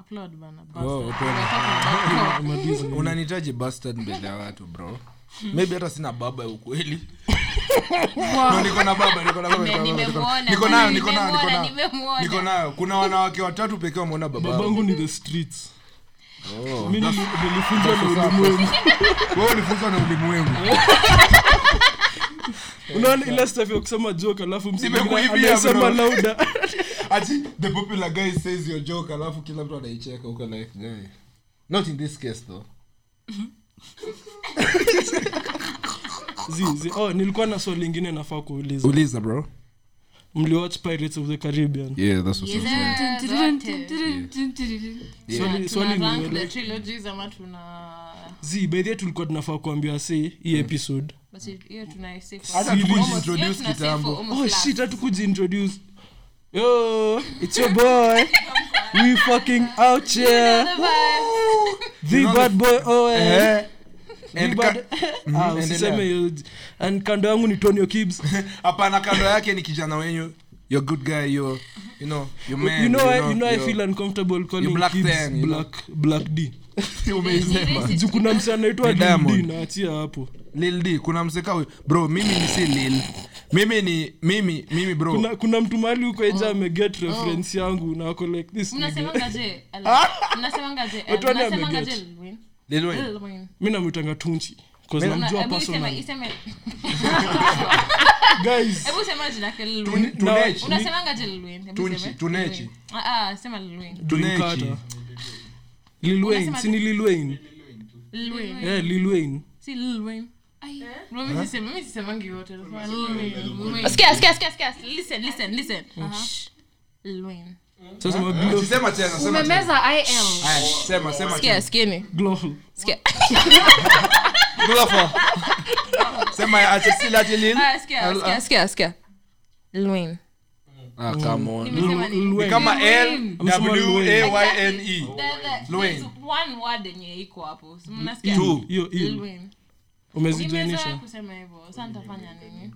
[SPEAKER 5] Upload bana,
[SPEAKER 3] Oh,
[SPEAKER 5] bastard.
[SPEAKER 3] upload.
[SPEAKER 5] We're talking about call. [LAUGHS]
[SPEAKER 3] unanitaji bastard mbele ya watu bro maybe hata sina baba ya ukweli No, niko na baba niko na baba, niko na baba, niko na-
[SPEAKER 5] Nimemuona,
[SPEAKER 3] niko nayo niko nayo niko
[SPEAKER 5] nimemuona,
[SPEAKER 3] nayo
[SPEAKER 5] nimemuona.
[SPEAKER 3] niko nayo kuna wanawake watatu pekee wameona baba yao.
[SPEAKER 2] babangu ni the streets
[SPEAKER 3] Oh.
[SPEAKER 2] mi nili- nilifunzwa na
[SPEAKER 3] Sasa-
[SPEAKER 2] ulimwengu
[SPEAKER 3] [LAUGHS] wewe ulifunzwa na ulimwengu
[SPEAKER 2] unaona ile stuff ya kusema joke alafu mtu mwingine
[SPEAKER 3] Nimekuibia,
[SPEAKER 2] anasema
[SPEAKER 3] bro.
[SPEAKER 2] [LAUGHS] lauda
[SPEAKER 3] ati the popular guy says your joke alafu kila mtu anaicheka huko like guy not in this case though
[SPEAKER 2] Zi, zi. Oh, nilikuwa na swali lingine nafaa kuuliza
[SPEAKER 3] uliza bro
[SPEAKER 2] mliwatch pirates of the caribbean
[SPEAKER 3] yeah that's what yeah.
[SPEAKER 2] swali, swali
[SPEAKER 5] Tuna
[SPEAKER 2] ni
[SPEAKER 5] rank the
[SPEAKER 2] wewe.
[SPEAKER 5] trilogies ama tuna-
[SPEAKER 2] zi by the way tulikuwa tunafaa kuambia si hii
[SPEAKER 3] Mm.
[SPEAKER 2] episode
[SPEAKER 5] basi hiyo tuna save for-
[SPEAKER 3] hata
[SPEAKER 2] Series.
[SPEAKER 5] almost- hiyo
[SPEAKER 3] tukujiintroduce
[SPEAKER 5] tuna save for
[SPEAKER 3] kitambo
[SPEAKER 5] almost
[SPEAKER 2] oh
[SPEAKER 5] last.
[SPEAKER 2] shit hatukujiintroduce yo it's your [LAUGHS] boy we fucking out
[SPEAKER 5] You
[SPEAKER 2] here
[SPEAKER 5] know the vibe.
[SPEAKER 2] the bad boy oh
[SPEAKER 5] [LAUGHS]
[SPEAKER 3] eh and ka-
[SPEAKER 2] ah
[SPEAKER 3] Mhm,
[SPEAKER 2] usiseme
[SPEAKER 3] [LAUGHS] endelea.
[SPEAKER 2] hiyo and kando yangu ni Tonyo Gibbs
[SPEAKER 3] hapana kando yake ni kijana wenyu you're good guy you're you know you [LAUGHS] man
[SPEAKER 2] you know I,
[SPEAKER 3] you
[SPEAKER 2] you know I
[SPEAKER 3] you're-
[SPEAKER 2] feel uncomfortable calling
[SPEAKER 3] black
[SPEAKER 2] Gibbs
[SPEAKER 3] thing, you know.
[SPEAKER 2] black black D
[SPEAKER 3] umeisema
[SPEAKER 2] juu kuna msana anaitwa
[SPEAKER 3] Ni
[SPEAKER 2] Lil D
[SPEAKER 3] Diamond.
[SPEAKER 2] naachia hapo
[SPEAKER 3] lil d kuna mseka huyu bro mimi ni si lil mimi ni mimi mimi bro
[SPEAKER 5] Oh.
[SPEAKER 2] kuna, kuna mtu mahali huko eja ameget reference yangu na ako like this nigga.
[SPEAKER 5] Mnasemanga je? Al- mnasemanga je? Al-
[SPEAKER 2] Watu wana
[SPEAKER 5] mnasemanga
[SPEAKER 2] ameget.
[SPEAKER 5] je, Lil Wayne?
[SPEAKER 3] Lil Wayne.
[SPEAKER 5] Lil Wayne.
[SPEAKER 2] mi namwitanga tunchi 'Cause
[SPEAKER 3] Mimi-
[SPEAKER 5] Una-
[SPEAKER 2] namjua
[SPEAKER 5] hebu
[SPEAKER 2] personally.
[SPEAKER 5] sema- iseme-
[SPEAKER 2] Guys,
[SPEAKER 5] hebu sema jina yake Lil
[SPEAKER 3] Tuni-
[SPEAKER 5] Wayne.
[SPEAKER 3] tunechi
[SPEAKER 5] unasemanga je Lil Wayne? Hebu
[SPEAKER 3] Tunchi,
[SPEAKER 5] sema.
[SPEAKER 3] tunechi.
[SPEAKER 5] Lil Wayne. Ah, ah, sema Lil Wayne.
[SPEAKER 2] Dream
[SPEAKER 3] Tunechi.
[SPEAKER 2] Carter. Lil Wayne,
[SPEAKER 5] Unasema
[SPEAKER 2] si ni Lil Wayne?
[SPEAKER 5] Lil Wayne.
[SPEAKER 2] Eh, Lil Wayne.
[SPEAKER 5] Si Lil Wayne. Ai, bro, mimi sisemi- mimi sisemangi yote, nasema Lil Wayne, Eh? Lil Wayne. Sikia, sikia, sikia, sikia. Listen, listen, listen. Shh. Lil Wayne.
[SPEAKER 2] Sasa ma Glo-
[SPEAKER 3] sema tena sema tena
[SPEAKER 4] umemeza il
[SPEAKER 3] Aya, sema sema
[SPEAKER 5] Sikia, sikieni.
[SPEAKER 2] Glo-
[SPEAKER 5] Sikia.
[SPEAKER 3] tena.
[SPEAKER 5] [LAUGHS]
[SPEAKER 3] Glover. sema ya, ati si lati lil
[SPEAKER 5] Ah, sikia, sikia, sikia, sikia. Lil Wayne.
[SPEAKER 3] ah come on
[SPEAKER 5] Nimesema
[SPEAKER 2] Lil- Lil
[SPEAKER 5] nini?
[SPEAKER 2] Wayne.
[SPEAKER 3] kama l
[SPEAKER 5] Wayne.
[SPEAKER 3] w a y n e
[SPEAKER 5] Exactly. The- the-
[SPEAKER 3] Lil
[SPEAKER 5] there's one word yenye iko hapo. Si mnasikia?
[SPEAKER 2] Hiyo- hiyo- hiyo.
[SPEAKER 5] Lil Wayne. Nimezoea
[SPEAKER 2] umezijoinisha
[SPEAKER 5] kusema hivyo. Sasa nitafanya nini?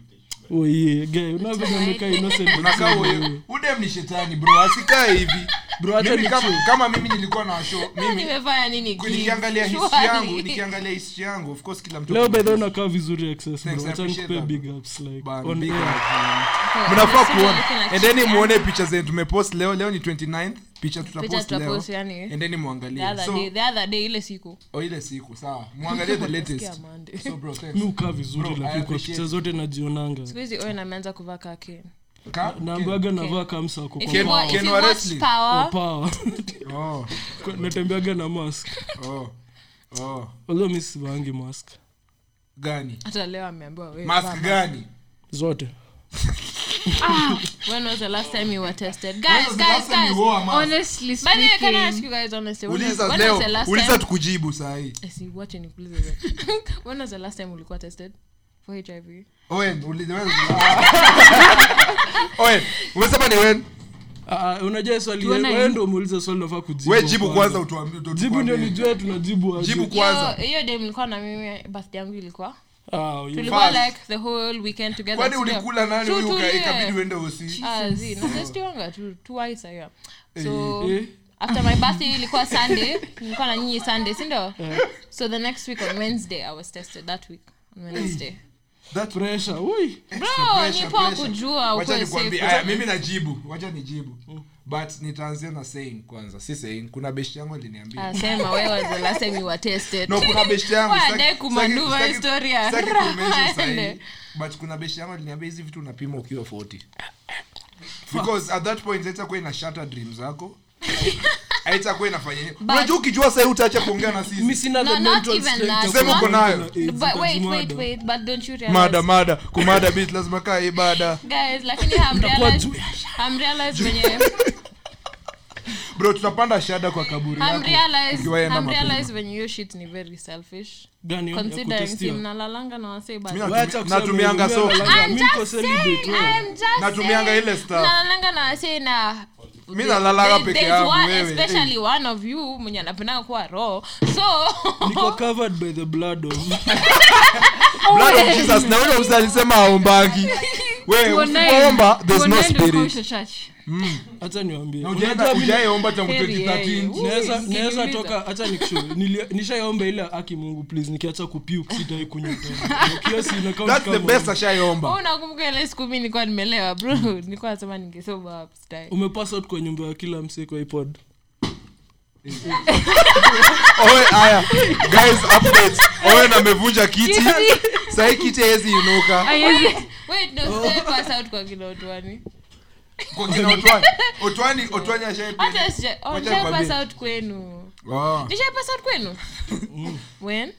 [SPEAKER 2] Oh, yeah, guy, unavyoona nikaa innocent. [LAUGHS]
[SPEAKER 3] unakaa huyo udem ni shetani bro asikae hivi
[SPEAKER 2] Bro, hata
[SPEAKER 3] Mimi
[SPEAKER 2] ni
[SPEAKER 3] kama,
[SPEAKER 2] chill.
[SPEAKER 3] kama mimi nilikuwa na show
[SPEAKER 5] Sasa
[SPEAKER 3] mimi
[SPEAKER 5] nimefanya nini? Gibbs?
[SPEAKER 3] nikiangalia history
[SPEAKER 5] Surely.
[SPEAKER 3] yangu
[SPEAKER 5] [LAUGHS]
[SPEAKER 3] nikiangalia history yangu of course kila mtu
[SPEAKER 2] leo by the way unakaa vizuri access bro
[SPEAKER 3] Thanks, I
[SPEAKER 2] acha
[SPEAKER 3] appreciate
[SPEAKER 2] nikupe
[SPEAKER 3] that.
[SPEAKER 2] big ups like
[SPEAKER 3] Ban-
[SPEAKER 2] on
[SPEAKER 3] big
[SPEAKER 2] air.
[SPEAKER 3] up.
[SPEAKER 5] Kwa-
[SPEAKER 3] mnafaa
[SPEAKER 5] nasema niko na
[SPEAKER 3] kuona endeni
[SPEAKER 5] shida.
[SPEAKER 3] muone picha zenye tumepost leo leo ni 29 picha
[SPEAKER 5] Picha
[SPEAKER 3] tutapost leo
[SPEAKER 5] tutapost, yani,
[SPEAKER 3] endeni
[SPEAKER 5] the
[SPEAKER 3] mwangalie
[SPEAKER 5] other
[SPEAKER 3] so
[SPEAKER 5] day- the other day ile siku
[SPEAKER 3] oh, ile siku sawa mwangalie
[SPEAKER 5] [LAUGHS]
[SPEAKER 3] the
[SPEAKER 5] Sikia
[SPEAKER 3] latest
[SPEAKER 5] Monday.
[SPEAKER 3] so bro thanks
[SPEAKER 2] mi ukaa vizuri
[SPEAKER 3] Bro, I
[SPEAKER 2] lakini kwa
[SPEAKER 3] appreciate
[SPEAKER 2] picha
[SPEAKER 3] it.
[SPEAKER 2] zote najionanga
[SPEAKER 5] Siku hizi Owen ameanza kuvaa kaki.
[SPEAKER 3] Ka-
[SPEAKER 2] naambiaga navaa kamsako
[SPEAKER 5] If
[SPEAKER 2] kwa
[SPEAKER 5] you
[SPEAKER 3] Ken-
[SPEAKER 5] wa- if
[SPEAKER 3] Ken
[SPEAKER 5] you
[SPEAKER 3] wa
[SPEAKER 5] watch
[SPEAKER 3] wrestling.
[SPEAKER 5] Power,
[SPEAKER 2] kwa power
[SPEAKER 3] oh
[SPEAKER 2] Kwa- [LAUGHS] natembeaga na mask
[SPEAKER 3] oh oh
[SPEAKER 2] although mi sivaangi mask
[SPEAKER 3] gani
[SPEAKER 5] hata leo ameambiwa wewe,
[SPEAKER 3] mask
[SPEAKER 5] vaa
[SPEAKER 3] gani
[SPEAKER 2] zote
[SPEAKER 5] When was the last time you were tested?
[SPEAKER 3] When
[SPEAKER 5] Guys,
[SPEAKER 3] was the
[SPEAKER 5] guys,
[SPEAKER 3] last time
[SPEAKER 5] guys.
[SPEAKER 3] you wore a mask?
[SPEAKER 4] honestly
[SPEAKER 5] By the way, can I ask
[SPEAKER 4] speaking
[SPEAKER 5] you guys honestly? When was,
[SPEAKER 3] uliza
[SPEAKER 5] when was the
[SPEAKER 3] leo
[SPEAKER 5] last
[SPEAKER 3] uliza
[SPEAKER 5] time?
[SPEAKER 3] tukujibu sahii
[SPEAKER 5] [LAUGHS] Eh, si, wacha nikuulize wewe. [LAUGHS] when was the last time ulikuwa tested for HIV?
[SPEAKER 3] Owen, uli- wewe- [LAUGHS] Owen, umesema ni wen
[SPEAKER 2] Ah, ah, unajua swali
[SPEAKER 4] Tuona
[SPEAKER 2] wewe
[SPEAKER 4] hii.
[SPEAKER 2] ndio muulize swali unafaa kujibu
[SPEAKER 3] we jibu
[SPEAKER 2] kwanza.
[SPEAKER 3] kwanza utuambie- utu-
[SPEAKER 2] jibu ndio
[SPEAKER 3] tukwambie.
[SPEAKER 2] nijue tunajibu aje.
[SPEAKER 3] jibu
[SPEAKER 5] Hiyo-
[SPEAKER 3] kwanza
[SPEAKER 5] hiyo day mlikuwa na mimi birthday yangu ilikuwa
[SPEAKER 2] Ah, you-
[SPEAKER 5] tulikuwa
[SPEAKER 3] Fast.
[SPEAKER 5] like the whole weekend together
[SPEAKER 3] kwani
[SPEAKER 5] si ndio?
[SPEAKER 3] ulikula nani huyu uka-
[SPEAKER 5] Tutulie.
[SPEAKER 3] ikabidi uende osi
[SPEAKER 5] Ah, zi, nasestiwanga tu twice aya so
[SPEAKER 2] Eh.
[SPEAKER 5] after my birthday ilikuwa sunday nilikuwa na nyinyi sunday sindo
[SPEAKER 3] Eh.
[SPEAKER 5] so the next week on wednesday i was tested that week on
[SPEAKER 3] Eh.
[SPEAKER 5] wednesday
[SPEAKER 3] That-
[SPEAKER 2] pressure ui
[SPEAKER 5] bro
[SPEAKER 3] pressure,
[SPEAKER 5] ni poa
[SPEAKER 3] pressure.
[SPEAKER 5] kujua
[SPEAKER 3] Wacha
[SPEAKER 5] ukuwe
[SPEAKER 3] nikwambie,
[SPEAKER 5] safe.
[SPEAKER 3] aya, mimi najibu wacha nijibu but nitaanzia na saying kwanza si saying kuna beshi yangu aliniambia
[SPEAKER 5] Ah, sema wewe was the last time you were tested
[SPEAKER 3] no kuna beshi yangu
[SPEAKER 5] Wewe
[SPEAKER 3] sitaki-
[SPEAKER 5] adai kumanuva
[SPEAKER 3] sitaki-
[SPEAKER 5] historia. [LAUGHS]
[SPEAKER 3] sitaki kumention sahi,
[SPEAKER 5] Aende.
[SPEAKER 3] but kuna beshi yangu aliniambia hizi vitu unapima ukiwa 40 because at that point haitakuwa ina shatter dream
[SPEAKER 5] [LAUGHS]
[SPEAKER 3] zako haitakuwa inafanya nini. unajua ukijua sahi utaacha kuongea na
[SPEAKER 2] mi
[SPEAKER 3] sisi
[SPEAKER 2] sina
[SPEAKER 5] No,
[SPEAKER 2] the
[SPEAKER 5] not
[SPEAKER 2] mental
[SPEAKER 5] even
[SPEAKER 2] strength
[SPEAKER 5] that.
[SPEAKER 2] ya
[SPEAKER 3] Sema uko
[SPEAKER 2] kuongea
[SPEAKER 3] nayo.
[SPEAKER 2] na AIDS,
[SPEAKER 5] but wait wait
[SPEAKER 2] utajimwaga.
[SPEAKER 5] wait but don't you realize
[SPEAKER 3] mada mada kumada bit lazima kaa ibada
[SPEAKER 5] guys lakini
[SPEAKER 2] [LAUGHS]
[SPEAKER 5] I'm
[SPEAKER 2] Utakuwa
[SPEAKER 5] realized-
[SPEAKER 2] juu
[SPEAKER 5] I'm realized mwenye
[SPEAKER 3] bro tutapanda shada kwa kaburi
[SPEAKER 5] I'm
[SPEAKER 3] yako
[SPEAKER 5] realized
[SPEAKER 3] ukiwa enda
[SPEAKER 5] I'm
[SPEAKER 3] mapema.
[SPEAKER 5] realized when you shit ni very selfish
[SPEAKER 2] Gani ya
[SPEAKER 5] considering si
[SPEAKER 2] kutestiwa?
[SPEAKER 5] mnalalanga na wasee but
[SPEAKER 3] Mi
[SPEAKER 2] Wacha
[SPEAKER 3] natumia-
[SPEAKER 2] kusema
[SPEAKER 3] natumianga
[SPEAKER 2] ulimwengu
[SPEAKER 3] sofa
[SPEAKER 2] analala.
[SPEAKER 5] I'm
[SPEAKER 2] Mi niko
[SPEAKER 5] just
[SPEAKER 2] celibate,
[SPEAKER 5] saying,
[SPEAKER 2] wewe.
[SPEAKER 5] I'm just
[SPEAKER 3] Natumianga
[SPEAKER 5] saying.
[SPEAKER 3] ile stuff.
[SPEAKER 5] Nalalanga na wasee na
[SPEAKER 3] mi nalalala
[SPEAKER 5] There-
[SPEAKER 3] peke
[SPEAKER 5] there's
[SPEAKER 3] yangu
[SPEAKER 5] one-
[SPEAKER 3] wewe.
[SPEAKER 5] especially one of you mwenye anapendanga kuwa raw so
[SPEAKER 2] niko covered by the blood of [LAUGHS]
[SPEAKER 3] Blood of Jesus, na ule mzee alisema
[SPEAKER 5] [LAUGHS]
[SPEAKER 3] aombangi wewe usipoomba there's no spirit
[SPEAKER 2] hacha niwambie
[SPEAKER 3] Na hujaenda- hujaiomba tangu
[SPEAKER 5] Heri
[SPEAKER 3] 2013.
[SPEAKER 5] yeye.
[SPEAKER 2] naweza
[SPEAKER 5] Ui,
[SPEAKER 2] naweza
[SPEAKER 5] sikiliza.
[SPEAKER 2] toka hacha nikushu
[SPEAKER 5] [LAUGHS]
[SPEAKER 2] nishaiomba ile aki mungu please nikiacha kupiu sitai kunywa tena
[SPEAKER 5] [LAUGHS]
[SPEAKER 2] Hiyo si ina count
[SPEAKER 3] That's the
[SPEAKER 2] kama-
[SPEAKER 3] best ashaiomba
[SPEAKER 5] [LAUGHS] Wewe unakumbuka ile siku mimi nilikuwa nimelewa bro [LAUGHS] nilikuwa nasema ningesoma upstairs.
[SPEAKER 2] umepass out kwa nyumba ya kila msee kwa ipod
[SPEAKER 3] Owe, haya guys
[SPEAKER 5] [LAUGHS]
[SPEAKER 3] update owen amevunja kiti sahii kiti hezi inuka
[SPEAKER 5] [LAUGHS] Wait, no, stay pass out kwa kila utwani.
[SPEAKER 3] Kwa kina otwani otwani otwani ashaipe
[SPEAKER 5] Hata sija- oh,
[SPEAKER 3] Wacha
[SPEAKER 5] nishai
[SPEAKER 3] nikwambie.
[SPEAKER 5] pass out kwenu.
[SPEAKER 3] oh.
[SPEAKER 5] Nishai pass out kwenu?
[SPEAKER 3] Mm.
[SPEAKER 5] When?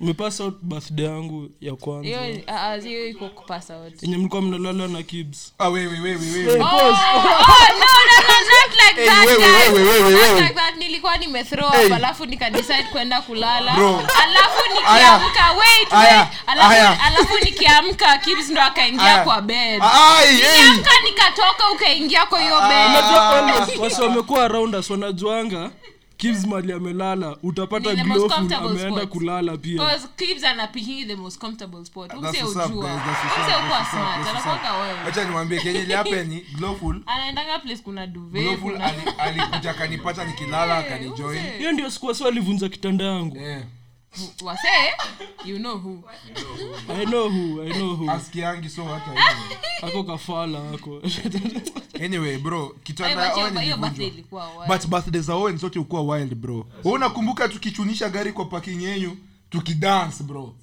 [SPEAKER 2] umepass out birthday yangu ya
[SPEAKER 5] Hiyo,
[SPEAKER 2] kwanza
[SPEAKER 5] ah, ah, hiyo iko ku pass out.
[SPEAKER 2] yenye mlikuwa mnalala na kids
[SPEAKER 3] ah, wewe wewe wewe
[SPEAKER 5] Oh, oh, no, no, no, not like
[SPEAKER 3] Hey,
[SPEAKER 5] that,
[SPEAKER 3] wewe,
[SPEAKER 5] guys.
[SPEAKER 3] wewe, wewe,
[SPEAKER 5] Not
[SPEAKER 3] wewe.
[SPEAKER 5] like that. nilikuwa nimethrow
[SPEAKER 3] Hey.
[SPEAKER 5] up alafu nikadecide kwenda kulala
[SPEAKER 3] Bro.
[SPEAKER 5] alafu
[SPEAKER 3] Aya.
[SPEAKER 5] nikiamka wait,
[SPEAKER 3] Aya.
[SPEAKER 5] wait. Alafu-
[SPEAKER 3] Aya.
[SPEAKER 5] alafu nikiamka Kibz ndo akaingia
[SPEAKER 3] Aya.
[SPEAKER 5] kwa bed
[SPEAKER 3] ai hey. Ah,
[SPEAKER 5] nikiamka nikatoka ukaingia kwa hiyo bed
[SPEAKER 2] wasi wamekuwa around us wanajuanga kids mali amelala utapata
[SPEAKER 5] Ni the most
[SPEAKER 2] glofu
[SPEAKER 5] comfortable
[SPEAKER 2] ameenda
[SPEAKER 5] spot.
[SPEAKER 2] kulala pia
[SPEAKER 5] Because Clips anapigia E the most comfortable spot.
[SPEAKER 3] That's
[SPEAKER 5] Umse
[SPEAKER 3] what's up, guys.
[SPEAKER 5] ujua.
[SPEAKER 3] That's what's up, that's
[SPEAKER 5] Umse ukuwa
[SPEAKER 3] what's up,
[SPEAKER 5] smart.
[SPEAKER 3] that's what's
[SPEAKER 5] Anakuwanga
[SPEAKER 3] up.
[SPEAKER 5] wewe.
[SPEAKER 3] Wacha niwaambie kenye ilihappeni
[SPEAKER 5] [LAUGHS]
[SPEAKER 3] glowful
[SPEAKER 5] Anaendanga place kuna duvet,
[SPEAKER 3] glowful
[SPEAKER 5] kuna [LAUGHS]
[SPEAKER 3] ali- alikuja akanipata nikilala akanijoin
[SPEAKER 2] hiyo ndio sikuwa si alivunja kitanda yangu
[SPEAKER 3] yeah.
[SPEAKER 5] wasee. You know who.
[SPEAKER 2] i know who i know
[SPEAKER 5] [LAUGHS]
[SPEAKER 2] who
[SPEAKER 3] askiangi so hata hivyo.
[SPEAKER 2] ako kafala ako [LAUGHS]
[SPEAKER 3] anyway bro
[SPEAKER 5] Hey,
[SPEAKER 3] kitanda ya
[SPEAKER 5] wacha
[SPEAKER 3] Owen
[SPEAKER 5] hiyo- hiyo
[SPEAKER 3] ilivunjwa
[SPEAKER 5] birthday ilikuwa wapi?
[SPEAKER 3] but birthday za owen zote ukuwa wild bro Wewe unakumbuka tukichunisha gari kwa parking yenyu tukidance bro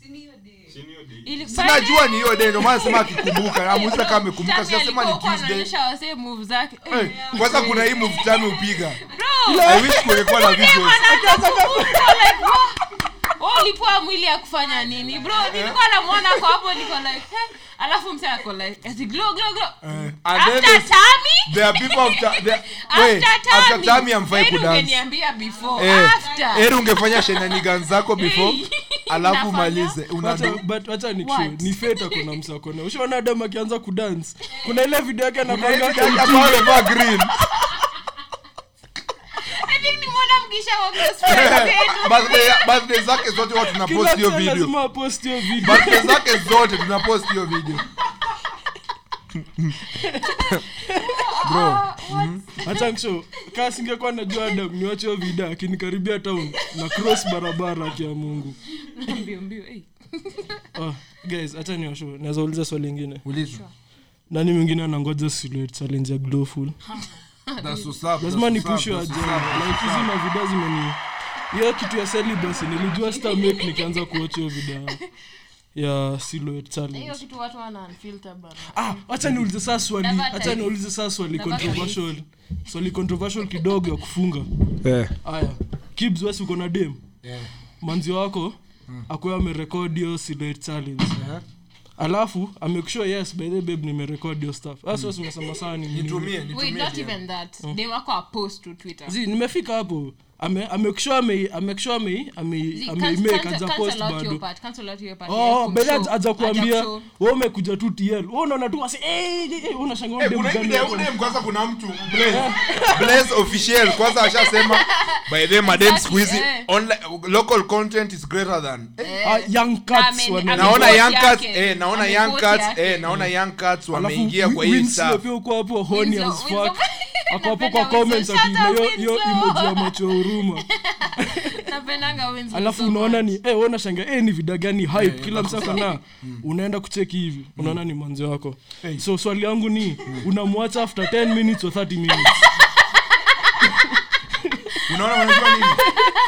[SPEAKER 5] Ili-
[SPEAKER 3] sinajua ni hiyo day ndio maana sema akikumbuka amuuliza kama amekumbuka
[SPEAKER 5] Tami
[SPEAKER 3] sijasema
[SPEAKER 5] alikuwa
[SPEAKER 3] ni
[SPEAKER 5] huko
[SPEAKER 3] tuesday
[SPEAKER 5] anaonyesha wasee move zake.
[SPEAKER 3] Eh, kwanza kuna hii move tano upiga
[SPEAKER 5] Bro,
[SPEAKER 3] i wish kungekuwa na visuals
[SPEAKER 5] wewe ulipua mwili ya kufanya nini? Bro, nilikuwa namuona kwa hapo niko like, eh, alafu mse ako like, eti glow glow glow.
[SPEAKER 3] Eh, and then
[SPEAKER 5] After
[SPEAKER 3] there's-
[SPEAKER 5] Tami?
[SPEAKER 3] there are people after there wait after
[SPEAKER 5] after
[SPEAKER 3] time
[SPEAKER 5] tami
[SPEAKER 3] amfai kudance
[SPEAKER 5] ungeniambia before
[SPEAKER 3] eh
[SPEAKER 5] after
[SPEAKER 3] eri ungefanya shenanigans zako before
[SPEAKER 5] Eh.
[SPEAKER 3] alafu
[SPEAKER 5] Nafanya.
[SPEAKER 3] umalize unadu
[SPEAKER 2] wacha
[SPEAKER 5] What?
[SPEAKER 2] nikshu ni feta kuna msakona ushaona adam akianza kudance kuna ile video yake anakwanga
[SPEAKER 3] amevaa green
[SPEAKER 5] I think nimeona mkisha wa close
[SPEAKER 2] [LAUGHS]
[SPEAKER 5] friend wenu.
[SPEAKER 3] Birthday- birthday zake zote huwa tunapost
[SPEAKER 2] kila
[SPEAKER 3] hiyo
[SPEAKER 2] mtu
[SPEAKER 3] video
[SPEAKER 2] lazima apost hiyo video
[SPEAKER 3] birthday zake zote tunapost hiyo video bro
[SPEAKER 2] hata nsho kaa singekuwa najua adam niwache hiyo video akinikaribia town na cross barabara kia mungu
[SPEAKER 5] Mbio, mbio, eh.
[SPEAKER 2] oh, guys hata niwasho naweza uliza swali ingine
[SPEAKER 3] ulizo
[SPEAKER 2] nani mwingine anangoja silhouette challenge ya glowful
[SPEAKER 3] that's what's up
[SPEAKER 2] lazima
[SPEAKER 3] that's what's
[SPEAKER 2] nipushe
[SPEAKER 3] up, that's what's
[SPEAKER 2] ajana
[SPEAKER 3] up.
[SPEAKER 2] like hizi mavida zimeni hiyo kitu ya celibacy nilijua stamake nikaanza kuocha hiyo video ya silhouette
[SPEAKER 5] Hiyo
[SPEAKER 2] challenge
[SPEAKER 5] kitu watu wana unfilter bana.
[SPEAKER 2] ah acha niulize saa swali
[SPEAKER 5] Never
[SPEAKER 2] acha
[SPEAKER 5] tell.
[SPEAKER 2] niulize saa swali
[SPEAKER 5] Never
[SPEAKER 2] controversial swali controversial kidogo ya kufunga
[SPEAKER 3] Eh,
[SPEAKER 2] haya kibs wesi uko na dem
[SPEAKER 3] eh, Hmm.
[SPEAKER 2] manzi wako akuwa amerekodi hiyo silhouette challenge
[SPEAKER 3] eh.
[SPEAKER 2] alafu amekshua yes by the bab nimerekod yo stuff Ah, asos umesema sawa ni nini.
[SPEAKER 3] Hmm. nitumie
[SPEAKER 5] Wait,
[SPEAKER 3] nitumie
[SPEAKER 5] not even that.
[SPEAKER 2] Mm.
[SPEAKER 5] They wako a post to Twitter.
[SPEAKER 2] Zii, nimefika hapo Ame- amekshua amei- amekshua amei- amei-
[SPEAKER 5] Zee,
[SPEAKER 2] ameimake
[SPEAKER 5] cancel-
[SPEAKER 2] ajapost
[SPEAKER 5] cancel out your
[SPEAKER 2] bado
[SPEAKER 5] part, cancel out your part.
[SPEAKER 2] Oh,
[SPEAKER 5] Yeah,
[SPEAKER 2] by that
[SPEAKER 5] kumshow,
[SPEAKER 2] aja kuambia
[SPEAKER 5] hajakushow.
[SPEAKER 2] wewe umekuja tu tl wewe unaona tu wasi eh eh, eh, unashangaa
[SPEAKER 3] Eh,
[SPEAKER 2] mdemu
[SPEAKER 3] kuna
[SPEAKER 2] gani
[SPEAKER 3] hii dem-
[SPEAKER 2] hapo?
[SPEAKER 3] dem kwanza kuna mtu Blaze. Blaze official kwanza ashasema by the way, madem siku hizi
[SPEAKER 5] eh.
[SPEAKER 3] online- local content is greater than Eh,
[SPEAKER 2] Ah, young
[SPEAKER 5] Na
[SPEAKER 2] cats
[SPEAKER 5] ame-
[SPEAKER 2] wana-
[SPEAKER 5] ame-
[SPEAKER 3] naona
[SPEAKER 5] Amepoti
[SPEAKER 3] young cats
[SPEAKER 5] yake.
[SPEAKER 3] eh, naona
[SPEAKER 5] Amepoti
[SPEAKER 3] young cats
[SPEAKER 5] yake.
[SPEAKER 3] eh, naona young cats
[SPEAKER 2] Alafu
[SPEAKER 3] wameingia kwa
[SPEAKER 2] Wi-
[SPEAKER 3] hii
[SPEAKER 2] Winslow
[SPEAKER 3] stuff
[SPEAKER 2] pia uko hapo horny
[SPEAKER 5] Winslow,
[SPEAKER 2] as
[SPEAKER 5] [LAUGHS]
[SPEAKER 2] fuck
[SPEAKER 5] Winslow.
[SPEAKER 2] ako hapo kwa
[SPEAKER 5] Napenda
[SPEAKER 2] comments
[SPEAKER 5] Winslow.
[SPEAKER 2] ati
[SPEAKER 5] Shut
[SPEAKER 2] na
[SPEAKER 5] up,
[SPEAKER 2] hiyo hiyo
[SPEAKER 5] Winslow.
[SPEAKER 2] emoji ya macho ya
[SPEAKER 5] [LAUGHS]
[SPEAKER 2] huruma
[SPEAKER 5] Napendanga Winslow
[SPEAKER 2] alafu
[SPEAKER 5] so
[SPEAKER 2] unaona
[SPEAKER 5] much.
[SPEAKER 2] ni eh wewe unashangaa eh ni vida gani hype kila msa
[SPEAKER 3] inakusa.
[SPEAKER 2] kana unaenda kucheki hivi unaona ni mwanzo wako
[SPEAKER 3] Hmm. Hey. Hmm.
[SPEAKER 2] so swali yangu ni unamwacha after 10 minutes or 30
[SPEAKER 5] [LAUGHS]
[SPEAKER 2] minutes
[SPEAKER 3] unaona wanajua [LAUGHS] nini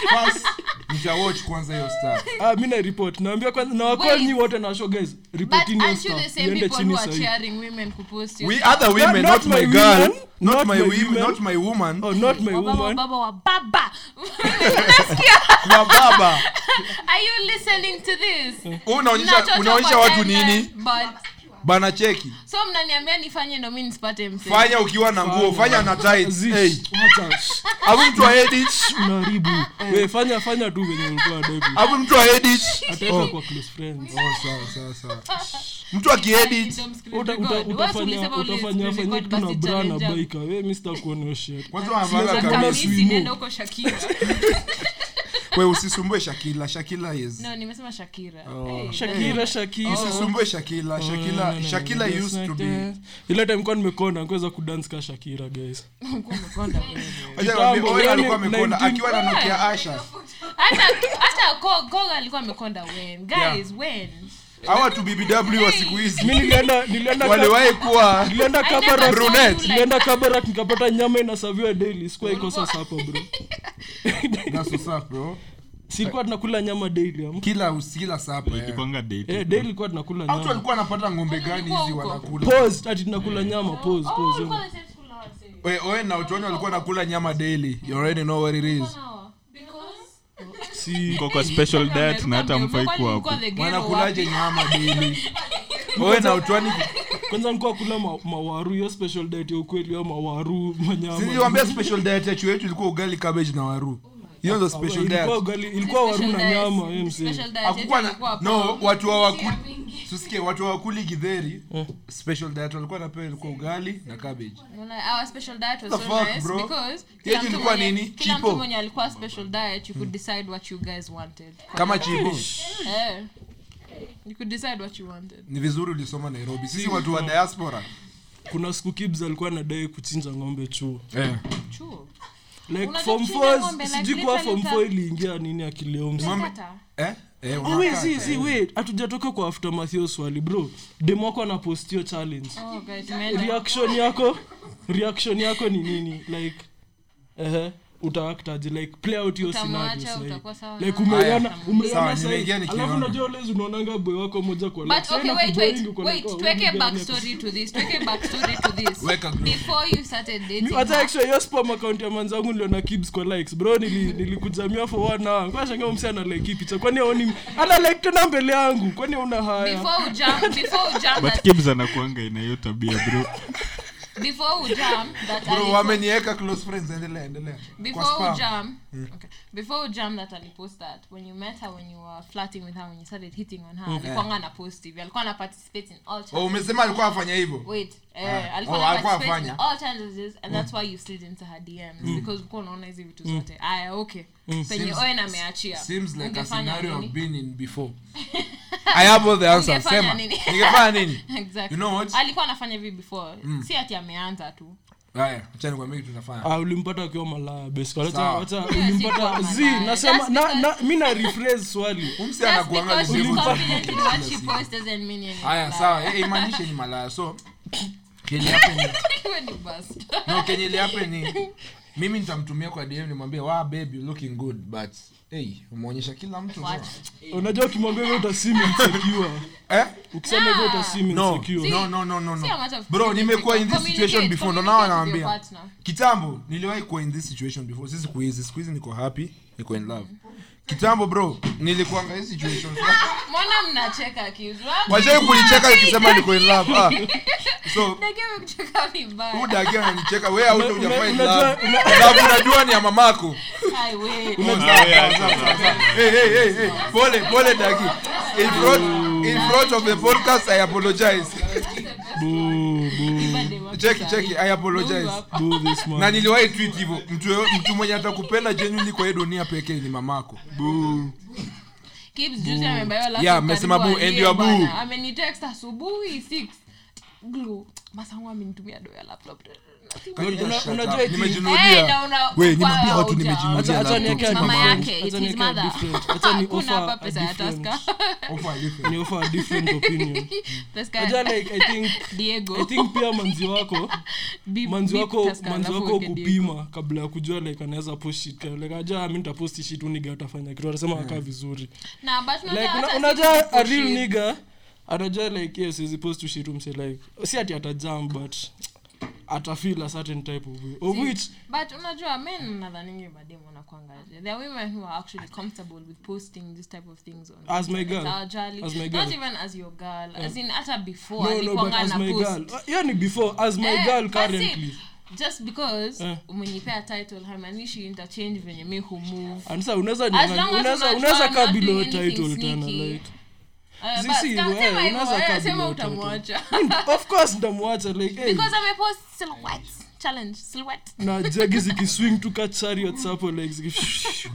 [SPEAKER 3] first nitawatch kwanza hiyo stuff
[SPEAKER 2] ah mimi na report naambia kwanza na wakol
[SPEAKER 5] Wait.
[SPEAKER 2] nyi wote na show guys
[SPEAKER 5] But
[SPEAKER 2] reportini hiyo
[SPEAKER 5] aren't you the
[SPEAKER 2] stuff
[SPEAKER 5] same
[SPEAKER 2] iende
[SPEAKER 5] people who
[SPEAKER 2] chini
[SPEAKER 5] are
[SPEAKER 2] sahihi
[SPEAKER 5] cheering women kupost you?
[SPEAKER 3] we other women
[SPEAKER 2] not
[SPEAKER 3] not,
[SPEAKER 2] my
[SPEAKER 3] my, girl
[SPEAKER 2] women,
[SPEAKER 3] not,
[SPEAKER 2] not
[SPEAKER 3] my,
[SPEAKER 2] my
[SPEAKER 3] women,
[SPEAKER 2] women.
[SPEAKER 3] not my woman
[SPEAKER 2] oh not my
[SPEAKER 5] Wababa,
[SPEAKER 2] woman
[SPEAKER 5] wababa, wababa. [LAUGHS]
[SPEAKER 3] kwa baba
[SPEAKER 5] Are you listening to
[SPEAKER 2] Mm.
[SPEAKER 5] this?
[SPEAKER 3] Wewe unaonyesha
[SPEAKER 5] Mnachochwa
[SPEAKER 3] unaonyesha
[SPEAKER 5] kwa
[SPEAKER 3] watu
[SPEAKER 5] timeline,
[SPEAKER 3] nini
[SPEAKER 5] but-
[SPEAKER 3] bana cheki
[SPEAKER 5] so mnaniambia nifanye ndo mi nisipate mse.
[SPEAKER 3] fanya ukiwa na nguo fanya na tights
[SPEAKER 2] Zish,
[SPEAKER 3] hey
[SPEAKER 2] wacha, shh,
[SPEAKER 3] hapo mtu aedit
[SPEAKER 2] unaharibu we fanya fanya tu venye ulikuwa dai
[SPEAKER 3] hapo mtu aedit
[SPEAKER 2] ataitwa kwa close friends
[SPEAKER 3] Oh, sawa, sawa, sawa. mtu akiedit
[SPEAKER 5] Ndo mscreen
[SPEAKER 2] Uta- uta-
[SPEAKER 5] record. Wewe
[SPEAKER 2] utafanya
[SPEAKER 5] ulisema uli
[SPEAKER 2] utafanya
[SPEAKER 5] screen
[SPEAKER 2] fanya
[SPEAKER 5] record
[SPEAKER 2] tu na
[SPEAKER 5] basi
[SPEAKER 2] bra na
[SPEAKER 5] challenge yangu.
[SPEAKER 2] baika we mi sitakuona
[SPEAKER 5] [LAUGHS]
[SPEAKER 2] shit
[SPEAKER 3] Kwanza wanavaa
[SPEAKER 2] Sio
[SPEAKER 3] kabisa.
[SPEAKER 2] kabisa.
[SPEAKER 5] Kamisi,
[SPEAKER 2] Swimo.
[SPEAKER 5] nenda huko Shakira.
[SPEAKER 3] We, usisumbue shakila shakila is
[SPEAKER 5] No, nimesema Shakira.
[SPEAKER 2] Oh.
[SPEAKER 5] Eh.
[SPEAKER 2] shakira
[SPEAKER 5] Oh.
[SPEAKER 2] shakira
[SPEAKER 3] usisumbue shakila shakila shakila used to be
[SPEAKER 2] ile time kwa nimekonda nikuweza kudance ka shakira guys
[SPEAKER 5] Ulikuwa umekonda wewe.
[SPEAKER 3] Aje niambie,
[SPEAKER 2] Kitambo,
[SPEAKER 3] Oya alikuwa
[SPEAKER 2] yani
[SPEAKER 3] amekonda
[SPEAKER 2] 19
[SPEAKER 3] akiwa ananukia asha
[SPEAKER 5] Hata- hata Ko- Koga alikuwa amekonda when. Guys, when?
[SPEAKER 3] hawa tu bbw wa siku hizi
[SPEAKER 2] mi
[SPEAKER 5] [LAUGHS]
[SPEAKER 2] nilienda nilienda
[SPEAKER 3] waliwahi kuwa
[SPEAKER 2] nilienda
[SPEAKER 5] I never
[SPEAKER 2] Kabarak-
[SPEAKER 5] saw you
[SPEAKER 3] Brunette.
[SPEAKER 5] like-
[SPEAKER 2] nilienda kabarak nikapata nyama inasaviwa daily sikuwa ikosa sapo bro
[SPEAKER 3] That's what's up, bro.
[SPEAKER 2] silikuwa tunakula nyama daily am
[SPEAKER 3] kila us- kila sapa eh.
[SPEAKER 1] Ilikuwanga date.
[SPEAKER 2] eh daily ilikuwa tunakula
[SPEAKER 3] Watu
[SPEAKER 2] nyama
[SPEAKER 3] walikuwa wanapata ng'ombe gani hizi
[SPEAKER 5] Walikuwa huko.
[SPEAKER 3] wanakula
[SPEAKER 2] pause ati tunakula nyama pause
[SPEAKER 5] Oh,
[SPEAKER 2] pause
[SPEAKER 5] ulikuwa the same school na wazee.
[SPEAKER 3] We- we na utoni walikuwa nakula nyama daily you already know what it is
[SPEAKER 5] Sawa. Because-
[SPEAKER 2] si
[SPEAKER 1] Mko kwa special diet na hata
[SPEAKER 5] Ulikuwa
[SPEAKER 1] mfai kuwa hapo.
[SPEAKER 5] the girl
[SPEAKER 3] wanakulaje
[SPEAKER 5] wapi?
[SPEAKER 3] nyama
[SPEAKER 5] [LAUGHS]
[SPEAKER 3] daily owe na utoni
[SPEAKER 2] kwanza nikuwa kula ma, mawaru hiyo special diet ya ukweli ya mawaru manyama
[SPEAKER 3] siliwambia special diet yetu yetu ilikuwa ugali cabbage na waru hiyo ndo special
[SPEAKER 2] [LAUGHS]
[SPEAKER 3] diet
[SPEAKER 2] ilikuwa ugali ilikuwa waru na nyama eh, msee.
[SPEAKER 5] Special diet,
[SPEAKER 3] Hakukuwa na-
[SPEAKER 5] yetu ilikuwa
[SPEAKER 3] no
[SPEAKER 5] hapo.
[SPEAKER 3] watu hawakuli susikie watu hawakuli githeri
[SPEAKER 2] Hmm.
[SPEAKER 3] special diet walikuwa napewa ilikuwa ugali na cabbage
[SPEAKER 5] Like, our special diet was
[SPEAKER 3] The
[SPEAKER 5] so
[SPEAKER 3] fuck,
[SPEAKER 5] nice
[SPEAKER 3] bro?
[SPEAKER 5] because
[SPEAKER 3] Yetu
[SPEAKER 5] kila mtu
[SPEAKER 3] ilikuwa
[SPEAKER 5] mwenye-
[SPEAKER 3] nini? Hmm.
[SPEAKER 5] kila
[SPEAKER 3] Chipo.
[SPEAKER 5] mtu mwenye alikuwa special diet you could decide what you guys wanted
[SPEAKER 3] kama chibo
[SPEAKER 5] Eh. you could decide what you wanted
[SPEAKER 3] ni vizuri ulisoma nairobi sisi watu wa diaspora
[SPEAKER 2] kuna siku kibs alikuwa anadai kuchinja ng'ombe chuo
[SPEAKER 5] Chuo.
[SPEAKER 2] like
[SPEAKER 5] Unajua
[SPEAKER 2] form
[SPEAKER 5] kuchinja
[SPEAKER 2] four
[SPEAKER 5] ng'ombe, like
[SPEAKER 2] sijui kuwa
[SPEAKER 5] literally
[SPEAKER 2] form four iliingia nini akiliomsi
[SPEAKER 5] Tata.
[SPEAKER 3] Eh? Eh,
[SPEAKER 2] Oh, wait,
[SPEAKER 3] unakaa.
[SPEAKER 2] see, see, wait. hatujatoka kwa aftermath hiyo swali bro demwako anapostio challenge
[SPEAKER 5] Oh, guys, tumeenda.
[SPEAKER 2] reaction yako reaction yako ni nini like ehe utaaktaji like play out hiyo
[SPEAKER 5] Utamwacha,
[SPEAKER 2] scenario sahi.
[SPEAKER 5] utakuwa sawa
[SPEAKER 2] like
[SPEAKER 5] na-
[SPEAKER 2] umeiona
[SPEAKER 3] Sawa,
[SPEAKER 2] umeiona sahi
[SPEAKER 3] nimeingia nikiona.
[SPEAKER 2] alafu unajua ulezi unaonanga boy wako moja kwa
[SPEAKER 5] But
[SPEAKER 2] left. Sahi
[SPEAKER 5] okay, wait,
[SPEAKER 2] inakuboingi
[SPEAKER 5] wait,
[SPEAKER 2] uko
[SPEAKER 5] wait.
[SPEAKER 2] like, oh,
[SPEAKER 5] Tuweke
[SPEAKER 2] huyu gani
[SPEAKER 5] backstory to this. Tuweke backstory to this.
[SPEAKER 3] Weka glow.
[SPEAKER 5] Before you started dating
[SPEAKER 2] Mi- hata
[SPEAKER 5] her,
[SPEAKER 2] actually hiyo spam account ya manzangu niliona kibs kwa likes bro nili, nilikujamia for one hour kwa shangaa msi ana like hii picha kwani aoni ana like tena mbele yangu kwani una haya
[SPEAKER 5] before you jump, before you jump,
[SPEAKER 1] but
[SPEAKER 5] that,
[SPEAKER 1] kibs anakuanga ina hiyo tabia
[SPEAKER 5] [LAUGHS]
[SPEAKER 1] bro
[SPEAKER 5] before you jump, that
[SPEAKER 3] Bro,
[SPEAKER 5] alikuwa-
[SPEAKER 3] wameniweka close friends endelea endelea
[SPEAKER 5] before
[SPEAKER 3] Kwa
[SPEAKER 5] you
[SPEAKER 3] spam. Hmm.
[SPEAKER 5] jump, okay. Before you jump that alipost that when you met her, when you were flirting with her, when you started hitting on her, alikuwa na positive, alikuwa na participate in all.
[SPEAKER 3] Hmm. Oh, umesema alikuwa afanya hivyo
[SPEAKER 5] Wait, eh, alikuwa
[SPEAKER 3] Oh,
[SPEAKER 5] na
[SPEAKER 3] alikuwa
[SPEAKER 5] participate in
[SPEAKER 3] afanya. Hmm.
[SPEAKER 5] all challenges and that's why you slid into her DMs because ulikuwa unaona hizi vitu zote. Aya, okay. Penye
[SPEAKER 3] Hmm. Seems-
[SPEAKER 5] Owen ameachia.
[SPEAKER 3] seems like a
[SPEAKER 5] Ungefanya
[SPEAKER 3] scenario
[SPEAKER 5] nini?
[SPEAKER 3] I've been in before I have all the answers
[SPEAKER 5] Ungefanya
[SPEAKER 3] sema
[SPEAKER 5] nini?
[SPEAKER 3] ningefanya
[SPEAKER 5] [LAUGHS]
[SPEAKER 3] nini
[SPEAKER 5] [LAUGHS]
[SPEAKER 3] You
[SPEAKER 5] Exactly.
[SPEAKER 3] know what? Hmm.
[SPEAKER 5] alikuwa anafanya hivi before si ati ameanza tu
[SPEAKER 3] haya acha nikwambie kitu
[SPEAKER 5] Oh.
[SPEAKER 3] nafanya
[SPEAKER 2] Ah, ulimpata akiwa malaya basically Wacha-
[SPEAKER 3] Sawa.
[SPEAKER 2] wacha
[SPEAKER 5] si
[SPEAKER 2] ulimpata
[SPEAKER 3] uh,
[SPEAKER 5] kwa
[SPEAKER 2] zi
[SPEAKER 5] malaya.
[SPEAKER 2] nasema
[SPEAKER 5] That's
[SPEAKER 2] na,
[SPEAKER 5] because-
[SPEAKER 2] na, mi na rephrase swali
[SPEAKER 3] umsi
[SPEAKER 5] Just
[SPEAKER 3] anakuanga
[SPEAKER 5] because
[SPEAKER 3] vizuri
[SPEAKER 5] she's
[SPEAKER 3] kwa-
[SPEAKER 5] confident in
[SPEAKER 3] [LAUGHS]
[SPEAKER 5] what she posts doesn't mean anything.
[SPEAKER 3] haya sawa eh, imaanishe ni malaya so kenye happen-
[SPEAKER 5] [LAUGHS] Wewe ni bust.
[SPEAKER 3] no kenye liape ni mimi nitamtumia kwa dm nimwambie wa babe you looking good but hey umeonyesha kila mtu no.
[SPEAKER 2] unajua ukimwambia hivyo utasema insecure
[SPEAKER 3] eh?
[SPEAKER 2] ukisema hivyo utasema
[SPEAKER 3] no,
[SPEAKER 2] insecure
[SPEAKER 3] no, no, no, no,
[SPEAKER 5] See how much
[SPEAKER 3] no.
[SPEAKER 5] of
[SPEAKER 3] bro nimekuwa in this
[SPEAKER 5] communicate,
[SPEAKER 3] situation before ndo nao
[SPEAKER 5] communicate with your
[SPEAKER 3] anaambia
[SPEAKER 5] partner.
[SPEAKER 3] kitambo niliwahi kuwa in this situation before si siku hizi siku hizi niko happy niko in love kitambo bro nilikuanga hii situation fulani.
[SPEAKER 5] mbona mnacheka kitu?
[SPEAKER 3] washai kunicheka nikisema niko in love ah. so
[SPEAKER 5] Dakia
[SPEAKER 4] [LAUGHS]
[SPEAKER 5] amekucheka vibaya.
[SPEAKER 3] udagi ananicheka we au
[SPEAKER 2] Una-
[SPEAKER 3] hujafanya in
[SPEAKER 2] unajua-
[SPEAKER 3] love love unajua ni ya mamako
[SPEAKER 5] Ai, we.
[SPEAKER 2] Ah,
[SPEAKER 3] hey, hey, hey, hey. pole pole dagi in front, in front of the podcast i apologize
[SPEAKER 2] Boo, boo,
[SPEAKER 5] Bade wa-
[SPEAKER 3] Mm. cheki cheki i apologize
[SPEAKER 2] boo this
[SPEAKER 5] [LAUGHS]
[SPEAKER 3] na
[SPEAKER 2] man.
[SPEAKER 3] niliwahi tweet hivyo mtu, yo- mtu mwenye atakupenda genuinely kwa hii dunia pekee ni mamako Boo.
[SPEAKER 5] Kibz juzi amebaiwa laptop
[SPEAKER 3] Mm. Yeah, amesema
[SPEAKER 5] karibu
[SPEAKER 3] boo,
[SPEAKER 5] aliye,
[SPEAKER 3] and you are boo.
[SPEAKER 5] bwana. Amenitext asubuhi 6. Glu, masangu amenitumia do ya laptop.
[SPEAKER 3] Can you just shut
[SPEAKER 2] unajua
[SPEAKER 3] up?
[SPEAKER 2] iti-
[SPEAKER 5] Eh,
[SPEAKER 3] Nimejinunulia.
[SPEAKER 5] na una-
[SPEAKER 3] We, nimeambia
[SPEAKER 5] kwa-
[SPEAKER 3] watu
[SPEAKER 5] uja-
[SPEAKER 3] nimejinunulia
[SPEAKER 2] Acha- acha
[SPEAKER 3] laptop.
[SPEAKER 2] niweke
[SPEAKER 5] Mama
[SPEAKER 2] different.
[SPEAKER 5] yake, it
[SPEAKER 2] Acha
[SPEAKER 5] is
[SPEAKER 2] niweke
[SPEAKER 5] mother.
[SPEAKER 2] different.
[SPEAKER 5] [LAUGHS]
[SPEAKER 2] Acha ni
[SPEAKER 5] Hakuna
[SPEAKER 2] offer
[SPEAKER 5] hapa
[SPEAKER 2] a
[SPEAKER 5] pesa ya
[SPEAKER 2] different-
[SPEAKER 5] Tusker. [LAUGHS]
[SPEAKER 3] Offer different.
[SPEAKER 2] ni offer a different opinion.
[SPEAKER 5] Tusker,
[SPEAKER 2] Unajua like, I think-
[SPEAKER 5] Diego.
[SPEAKER 2] I
[SPEAKER 5] [LAUGHS]
[SPEAKER 2] think pia manzi wako
[SPEAKER 5] Beep,
[SPEAKER 2] manzi
[SPEAKER 5] beep,
[SPEAKER 2] wako
[SPEAKER 5] Tusker,
[SPEAKER 2] manzi
[SPEAKER 5] alafu
[SPEAKER 2] wako
[SPEAKER 5] weke Diego.
[SPEAKER 2] kupima kabla ya kujua like anaweza post shit like ajua mi nitapost shit uniga atafanya kitu atasema akaa vizuri
[SPEAKER 5] Na, but unajua
[SPEAKER 2] like una,
[SPEAKER 5] hata
[SPEAKER 2] unajua
[SPEAKER 5] sisi
[SPEAKER 2] a real
[SPEAKER 5] tushiri.
[SPEAKER 2] nigga anajua like yes siwezi post to shit umse like si ati atajam but ata feel a certain type of way of which
[SPEAKER 5] but unajua men nadhaningi mademu wanakwangaje there are women who are actually comfortable with posting this type of things on
[SPEAKER 2] As my girl.
[SPEAKER 5] Hawajali.
[SPEAKER 2] As my
[SPEAKER 5] not
[SPEAKER 2] girl.
[SPEAKER 5] even as your girl as in hata before
[SPEAKER 2] no no but
[SPEAKER 5] alikuwanga
[SPEAKER 2] as my
[SPEAKER 5] anapost.
[SPEAKER 2] girl Uh, yani before as my
[SPEAKER 5] Eh,
[SPEAKER 2] girl
[SPEAKER 5] but see,
[SPEAKER 2] currently
[SPEAKER 5] just because
[SPEAKER 2] Eh.
[SPEAKER 5] umenipea title haimaanishi interchange venye mi humove
[SPEAKER 2] and sasa unaweza
[SPEAKER 5] As long as
[SPEAKER 2] unaweza
[SPEAKER 5] unajua
[SPEAKER 2] unaweza
[SPEAKER 5] I'm
[SPEAKER 2] kaa
[SPEAKER 5] not
[SPEAKER 2] below
[SPEAKER 5] doing anything
[SPEAKER 2] title tena
[SPEAKER 5] sneaky.
[SPEAKER 2] like
[SPEAKER 5] Eh,
[SPEAKER 2] Si,
[SPEAKER 5] but
[SPEAKER 2] si,
[SPEAKER 5] kama-
[SPEAKER 2] wewe,
[SPEAKER 5] sema hivyo,
[SPEAKER 2] unaweza
[SPEAKER 5] eh,
[SPEAKER 2] kaa
[SPEAKER 5] sema
[SPEAKER 2] below title. [LAUGHS]
[SPEAKER 5] utamwacha
[SPEAKER 2] of course ndamwacha like hey,
[SPEAKER 5] [LAUGHS] because amepost silhouette challenge silhouette
[SPEAKER 2] na jegi zikiswing tu ka chariots hapo like
[SPEAKER 5] [LAUGHS]
[SPEAKER 2] ziki-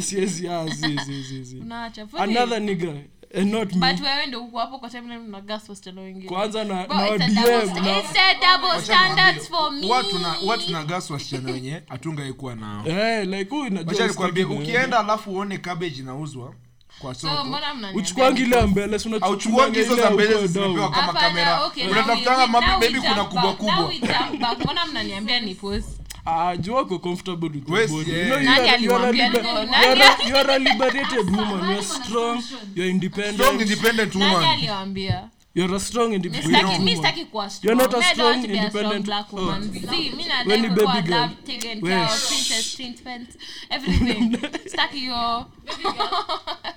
[SPEAKER 2] siezi ah, zi- zi- zi- zi.
[SPEAKER 5] unaacha Funny.
[SPEAKER 2] another nigga and not
[SPEAKER 5] but
[SPEAKER 2] me
[SPEAKER 5] wewe ndo uko hapo kwa timeline na gas wasichana wengine
[SPEAKER 2] kwanza na,
[SPEAKER 5] Bro,
[SPEAKER 2] na
[SPEAKER 5] it's a
[SPEAKER 2] dm
[SPEAKER 5] double-
[SPEAKER 2] na
[SPEAKER 5] it's a double standards for me.
[SPEAKER 3] watu na watu na gas wasichana wenye hatungaikuwa nao
[SPEAKER 2] Eh, like huyu najua
[SPEAKER 3] wacha
[SPEAKER 2] hustaki
[SPEAKER 3] nikwambie
[SPEAKER 2] na wewe.
[SPEAKER 3] ukienda alafu uone cabbage inauzwa kwa
[SPEAKER 5] So,
[SPEAKER 3] soko
[SPEAKER 5] Oh, mbona mnaniambia
[SPEAKER 2] uchukwangi ile ya
[SPEAKER 5] nipost?
[SPEAKER 2] mbele si unachukua
[SPEAKER 3] auchuangi hizo
[SPEAKER 2] ile
[SPEAKER 3] za
[SPEAKER 2] ya
[SPEAKER 3] mbele
[SPEAKER 2] upside down.
[SPEAKER 3] zilipewa kama
[SPEAKER 5] Hapana,
[SPEAKER 3] kamera
[SPEAKER 5] okay, now
[SPEAKER 3] unataftanga
[SPEAKER 5] we-
[SPEAKER 3] mambo
[SPEAKER 5] now
[SPEAKER 3] maybe
[SPEAKER 5] we
[SPEAKER 3] kuna
[SPEAKER 5] jump
[SPEAKER 3] kubwa
[SPEAKER 5] back, now
[SPEAKER 3] kubwa
[SPEAKER 5] we jump back. mbona mnaniambia ni
[SPEAKER 3] [LAUGHS]
[SPEAKER 5] post
[SPEAKER 2] Ah, juu wako comfortable with your
[SPEAKER 3] Wes,
[SPEAKER 2] body.
[SPEAKER 3] yeah.
[SPEAKER 2] You know, you
[SPEAKER 5] Nani
[SPEAKER 2] are- you are a
[SPEAKER 5] aliwaambia
[SPEAKER 2] liber-
[SPEAKER 5] hivyo?
[SPEAKER 2] you
[SPEAKER 5] Nani
[SPEAKER 2] are a- you are a liberated woman. You are strong, you are independent.
[SPEAKER 3] strong independent
[SPEAKER 5] nani
[SPEAKER 3] woman
[SPEAKER 5] aliwambia
[SPEAKER 2] You are a strong independent woman.
[SPEAKER 5] mi sitaki kuwa strong.
[SPEAKER 2] not a
[SPEAKER 5] Men don't
[SPEAKER 2] strong,
[SPEAKER 5] want to be a strong
[SPEAKER 2] independent-
[SPEAKER 5] black
[SPEAKER 2] Oh.
[SPEAKER 5] woman. See, mi nadai
[SPEAKER 2] Wewe ni
[SPEAKER 5] kukuwa
[SPEAKER 2] baby girl.
[SPEAKER 5] loved, taken care
[SPEAKER 2] Wewe.
[SPEAKER 5] of, princess treatment,
[SPEAKER 2] [LAUGHS]
[SPEAKER 5] everything. Sitaki hiyo-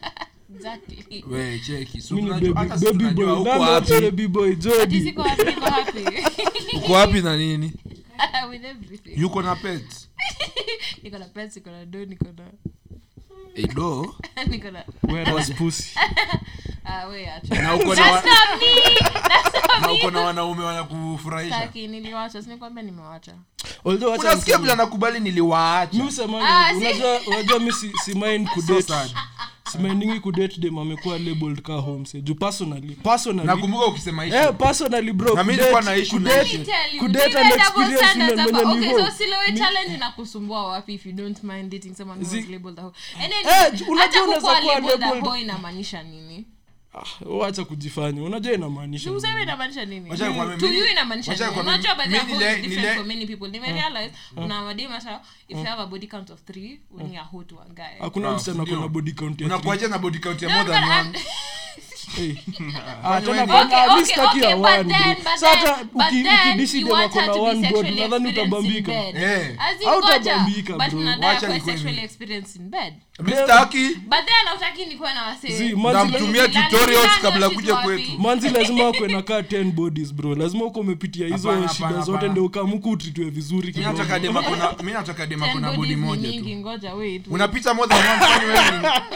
[SPEAKER 5] [LAUGHS] Exactly.
[SPEAKER 3] we cheki si
[SPEAKER 2] Mi ni
[SPEAKER 3] tunajua-
[SPEAKER 2] baby-
[SPEAKER 3] hata si
[SPEAKER 2] baby
[SPEAKER 3] tunajua
[SPEAKER 2] boy.
[SPEAKER 3] uko
[SPEAKER 2] Nani
[SPEAKER 3] wapi.
[SPEAKER 2] wa baby boy? Jody.
[SPEAKER 5] Ati siko happy, niko happy. [LAUGHS]
[SPEAKER 3] uko wapi na nini
[SPEAKER 5] With everything.
[SPEAKER 3] yuko na pet
[SPEAKER 5] [LAUGHS] Niko na pets, niko na dog, niko na-
[SPEAKER 3] edo
[SPEAKER 5] niko na-
[SPEAKER 2] Where was pussy?
[SPEAKER 5] Ah, wewe acha.
[SPEAKER 3] na uko na
[SPEAKER 5] That's
[SPEAKER 3] wa-
[SPEAKER 5] not me. That's not
[SPEAKER 3] na
[SPEAKER 5] me.
[SPEAKER 3] uko na wanaume wanakufurahisha
[SPEAKER 5] Sitaki, niliwacha, sinikwambia nimewacha.
[SPEAKER 2] Although wacha
[SPEAKER 3] unasikia
[SPEAKER 2] niseme-
[SPEAKER 3] vile anakubali
[SPEAKER 2] Mi
[SPEAKER 3] niliwaacha
[SPEAKER 2] husemanga
[SPEAKER 5] Ah,
[SPEAKER 2] hivi,
[SPEAKER 5] si-
[SPEAKER 2] unajua- unajua mi si- si mind
[SPEAKER 3] so
[SPEAKER 2] kudate.
[SPEAKER 3] sad
[SPEAKER 2] Si mindingi kudate dem amekuwa labeled ka homse. Juu personally- personally-
[SPEAKER 3] nakumbuka ukisema hishi
[SPEAKER 2] Eh, personally bro,
[SPEAKER 3] Na mi
[SPEAKER 2] kudate-
[SPEAKER 3] nilikuwa na issue na
[SPEAKER 2] kudate-
[SPEAKER 5] Let me tell you,
[SPEAKER 2] kudate
[SPEAKER 5] zile
[SPEAKER 2] an
[SPEAKER 5] double
[SPEAKER 2] experience
[SPEAKER 5] standards
[SPEAKER 2] mwenye
[SPEAKER 5] hapa.
[SPEAKER 2] ni
[SPEAKER 5] Okay,
[SPEAKER 2] hoe.
[SPEAKER 5] so silhouette challenge inakusumbua wapi if you don't mind dating someone who
[SPEAKER 2] Zi-
[SPEAKER 5] is labeled a hoe? And then,
[SPEAKER 2] Eh, ju- unajua
[SPEAKER 5] hata
[SPEAKER 2] unaweza
[SPEAKER 5] kukuwa
[SPEAKER 2] kuwa
[SPEAKER 5] labeled a
[SPEAKER 2] labeled-
[SPEAKER 5] hoe inamaanisha nini
[SPEAKER 2] Ah, wacha kujifanya unajua inamaanisha nini.
[SPEAKER 5] tuseme inamaanisha nini
[SPEAKER 3] Wacha nikwambie,
[SPEAKER 5] to
[SPEAKER 3] mimi-
[SPEAKER 5] you inamaanisha
[SPEAKER 3] wacha
[SPEAKER 5] nini
[SPEAKER 3] nikwambie,
[SPEAKER 5] unajua by the
[SPEAKER 3] mimi
[SPEAKER 5] hoe is
[SPEAKER 3] nile-
[SPEAKER 5] different
[SPEAKER 3] nile- Hmm.
[SPEAKER 5] for many people nimerealize
[SPEAKER 2] Hmm.
[SPEAKER 5] kuna mademu hata if you have a body count of three uni a hoe to a guy
[SPEAKER 2] hakuna
[SPEAKER 3] Ah,
[SPEAKER 2] msichana
[SPEAKER 3] ndio.
[SPEAKER 2] kuna body count ya three.
[SPEAKER 3] unakuacha na body count ya
[SPEAKER 5] No,
[SPEAKER 3] more
[SPEAKER 5] but
[SPEAKER 3] than
[SPEAKER 5] I'm-
[SPEAKER 3] one
[SPEAKER 2] Eh. Ah, tena
[SPEAKER 3] Okay,
[SPEAKER 2] bana, ah, mi
[SPEAKER 5] okay,
[SPEAKER 2] sitaki
[SPEAKER 5] okay,
[SPEAKER 2] ya
[SPEAKER 5] but
[SPEAKER 2] one,
[SPEAKER 5] then-
[SPEAKER 2] bro.
[SPEAKER 5] but
[SPEAKER 2] Sa hata
[SPEAKER 5] then-
[SPEAKER 2] uki-
[SPEAKER 5] but then
[SPEAKER 2] ukidisi
[SPEAKER 5] you
[SPEAKER 2] dem
[SPEAKER 5] want
[SPEAKER 2] ako
[SPEAKER 5] her
[SPEAKER 2] na
[SPEAKER 5] to be
[SPEAKER 2] one god,
[SPEAKER 5] sexually
[SPEAKER 2] nadhani
[SPEAKER 5] experienced in
[SPEAKER 2] utabambika
[SPEAKER 5] bed.
[SPEAKER 3] Eh.
[SPEAKER 5] As in,
[SPEAKER 2] Au
[SPEAKER 5] ngoja,
[SPEAKER 2] utabambika,
[SPEAKER 5] but
[SPEAKER 2] bro.
[SPEAKER 5] unadai
[SPEAKER 3] Wacha
[SPEAKER 5] kuwa
[SPEAKER 3] nikuwe hivi.
[SPEAKER 5] sexually experienced in bed.
[SPEAKER 3] mistaki
[SPEAKER 5] But then hautaki nikuwe na wase-
[SPEAKER 2] Zi, manzi-
[SPEAKER 3] Namtumia
[SPEAKER 5] Nani-
[SPEAKER 3] tutorials
[SPEAKER 5] nani
[SPEAKER 3] kabla
[SPEAKER 5] ndio
[SPEAKER 3] kuja
[SPEAKER 5] she's
[SPEAKER 3] kwetu.
[SPEAKER 5] wapi?
[SPEAKER 2] manzi lazima kwena kaa 10 bodies bro lazima uko umepitia hizo
[SPEAKER 3] Hapana,
[SPEAKER 2] shida
[SPEAKER 3] hapana,
[SPEAKER 2] zote
[SPEAKER 3] hapana.
[SPEAKER 2] ndio ukamuku utritwe vizuri
[SPEAKER 3] mi
[SPEAKER 2] kidogo.
[SPEAKER 3] nataka dema kuna- mi nataka dema
[SPEAKER 5] Ten
[SPEAKER 3] kuna
[SPEAKER 5] bodies
[SPEAKER 3] bodi
[SPEAKER 5] ni
[SPEAKER 3] moja
[SPEAKER 5] mingi,
[SPEAKER 3] tu
[SPEAKER 5] ngoja, wait, wait.
[SPEAKER 3] unapita more than one kwani
[SPEAKER 5] [LAUGHS]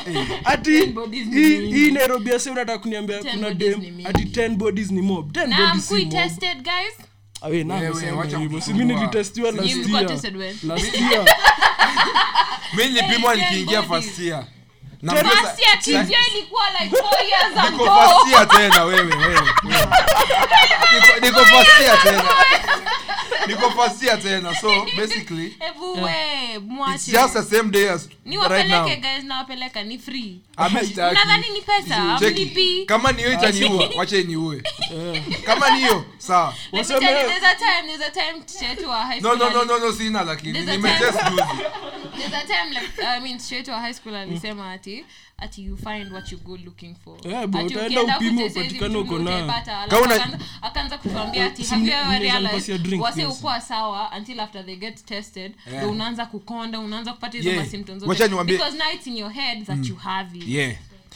[SPEAKER 3] wewe ni- Eh,
[SPEAKER 2] ati
[SPEAKER 5] bodies ni
[SPEAKER 2] hii-
[SPEAKER 5] mingi.
[SPEAKER 2] hii nairobi ase unataka kuniambia
[SPEAKER 5] 10
[SPEAKER 2] kuna
[SPEAKER 5] bodies
[SPEAKER 2] dem
[SPEAKER 5] ni mingi.
[SPEAKER 2] ati 10 bodies ni mob 10
[SPEAKER 5] Na
[SPEAKER 2] bodies
[SPEAKER 5] mkui
[SPEAKER 2] si mob.
[SPEAKER 5] tested,
[SPEAKER 3] [LAUGHS]
[SPEAKER 5] guys?
[SPEAKER 2] Ah, we, na
[SPEAKER 3] Wewe,
[SPEAKER 2] amesema
[SPEAKER 3] wacha
[SPEAKER 2] hivyo. Si
[SPEAKER 3] kusumbua.
[SPEAKER 2] mi nilitestiwa last
[SPEAKER 5] Nyinyi mlikuwa
[SPEAKER 2] year.
[SPEAKER 5] tested when? [LAUGHS]
[SPEAKER 2] Last year.
[SPEAKER 3] mi nilipimwa
[SPEAKER 5] Hey, ten
[SPEAKER 3] nikiingia
[SPEAKER 5] bodies.
[SPEAKER 3] first year na
[SPEAKER 2] Ten-
[SPEAKER 3] mbio za-
[SPEAKER 5] First year, kids yao ilikuwa
[SPEAKER 3] [LAUGHS]
[SPEAKER 5] like four years
[SPEAKER 3] niko
[SPEAKER 5] ago.
[SPEAKER 3] first year tena wewe wewe wewe. Niko- niko first year tena niko first year tena so basically
[SPEAKER 5] Hebu we,
[SPEAKER 3] it's
[SPEAKER 5] mwache.
[SPEAKER 3] just the same day as right now
[SPEAKER 5] niwapeleke guys nawapeleka ni free
[SPEAKER 3] Amistaki.
[SPEAKER 5] nadhani ni pesa
[SPEAKER 3] Cheki.
[SPEAKER 5] amlipi
[SPEAKER 3] kama ni hiyo
[SPEAKER 5] [LAUGHS]
[SPEAKER 3] itaniua wacha iniue kama ni hiyo sawa
[SPEAKER 5] Let me
[SPEAKER 2] Waseme-
[SPEAKER 5] tell you, there's a time- there's a time teacher yetu wa high
[SPEAKER 3] no
[SPEAKER 5] school
[SPEAKER 3] no no
[SPEAKER 5] ali-
[SPEAKER 3] no no sina lakini
[SPEAKER 5] There's a
[SPEAKER 3] nimetest
[SPEAKER 5] time-
[SPEAKER 3] juzi
[SPEAKER 5] there's a time like i mean straight to high school alisema ati ati you find what you go looking for
[SPEAKER 2] Yeah, but
[SPEAKER 5] Ati
[SPEAKER 2] utaenda
[SPEAKER 5] ukienda
[SPEAKER 2] upime
[SPEAKER 5] huku Chezezi
[SPEAKER 2] upatikane
[SPEAKER 5] mtumi
[SPEAKER 2] uko nayo.
[SPEAKER 5] utaipata, alafu
[SPEAKER 3] Kama una-
[SPEAKER 5] akaanza- akaanza kutuambia ati
[SPEAKER 2] Si
[SPEAKER 5] have you
[SPEAKER 2] mnaweza
[SPEAKER 5] ever realized
[SPEAKER 2] nipatia drink,
[SPEAKER 5] wase
[SPEAKER 2] yes.
[SPEAKER 5] ukuwa sawa until after they get tested ndo unaanza kukonda unaanza kupata hizo
[SPEAKER 3] Yeah.
[SPEAKER 5] masymptoms
[SPEAKER 3] Wacha
[SPEAKER 5] zote
[SPEAKER 3] niwaambie-
[SPEAKER 5] because now it's in your head
[SPEAKER 2] Mm.
[SPEAKER 5] that you have it
[SPEAKER 3] yeah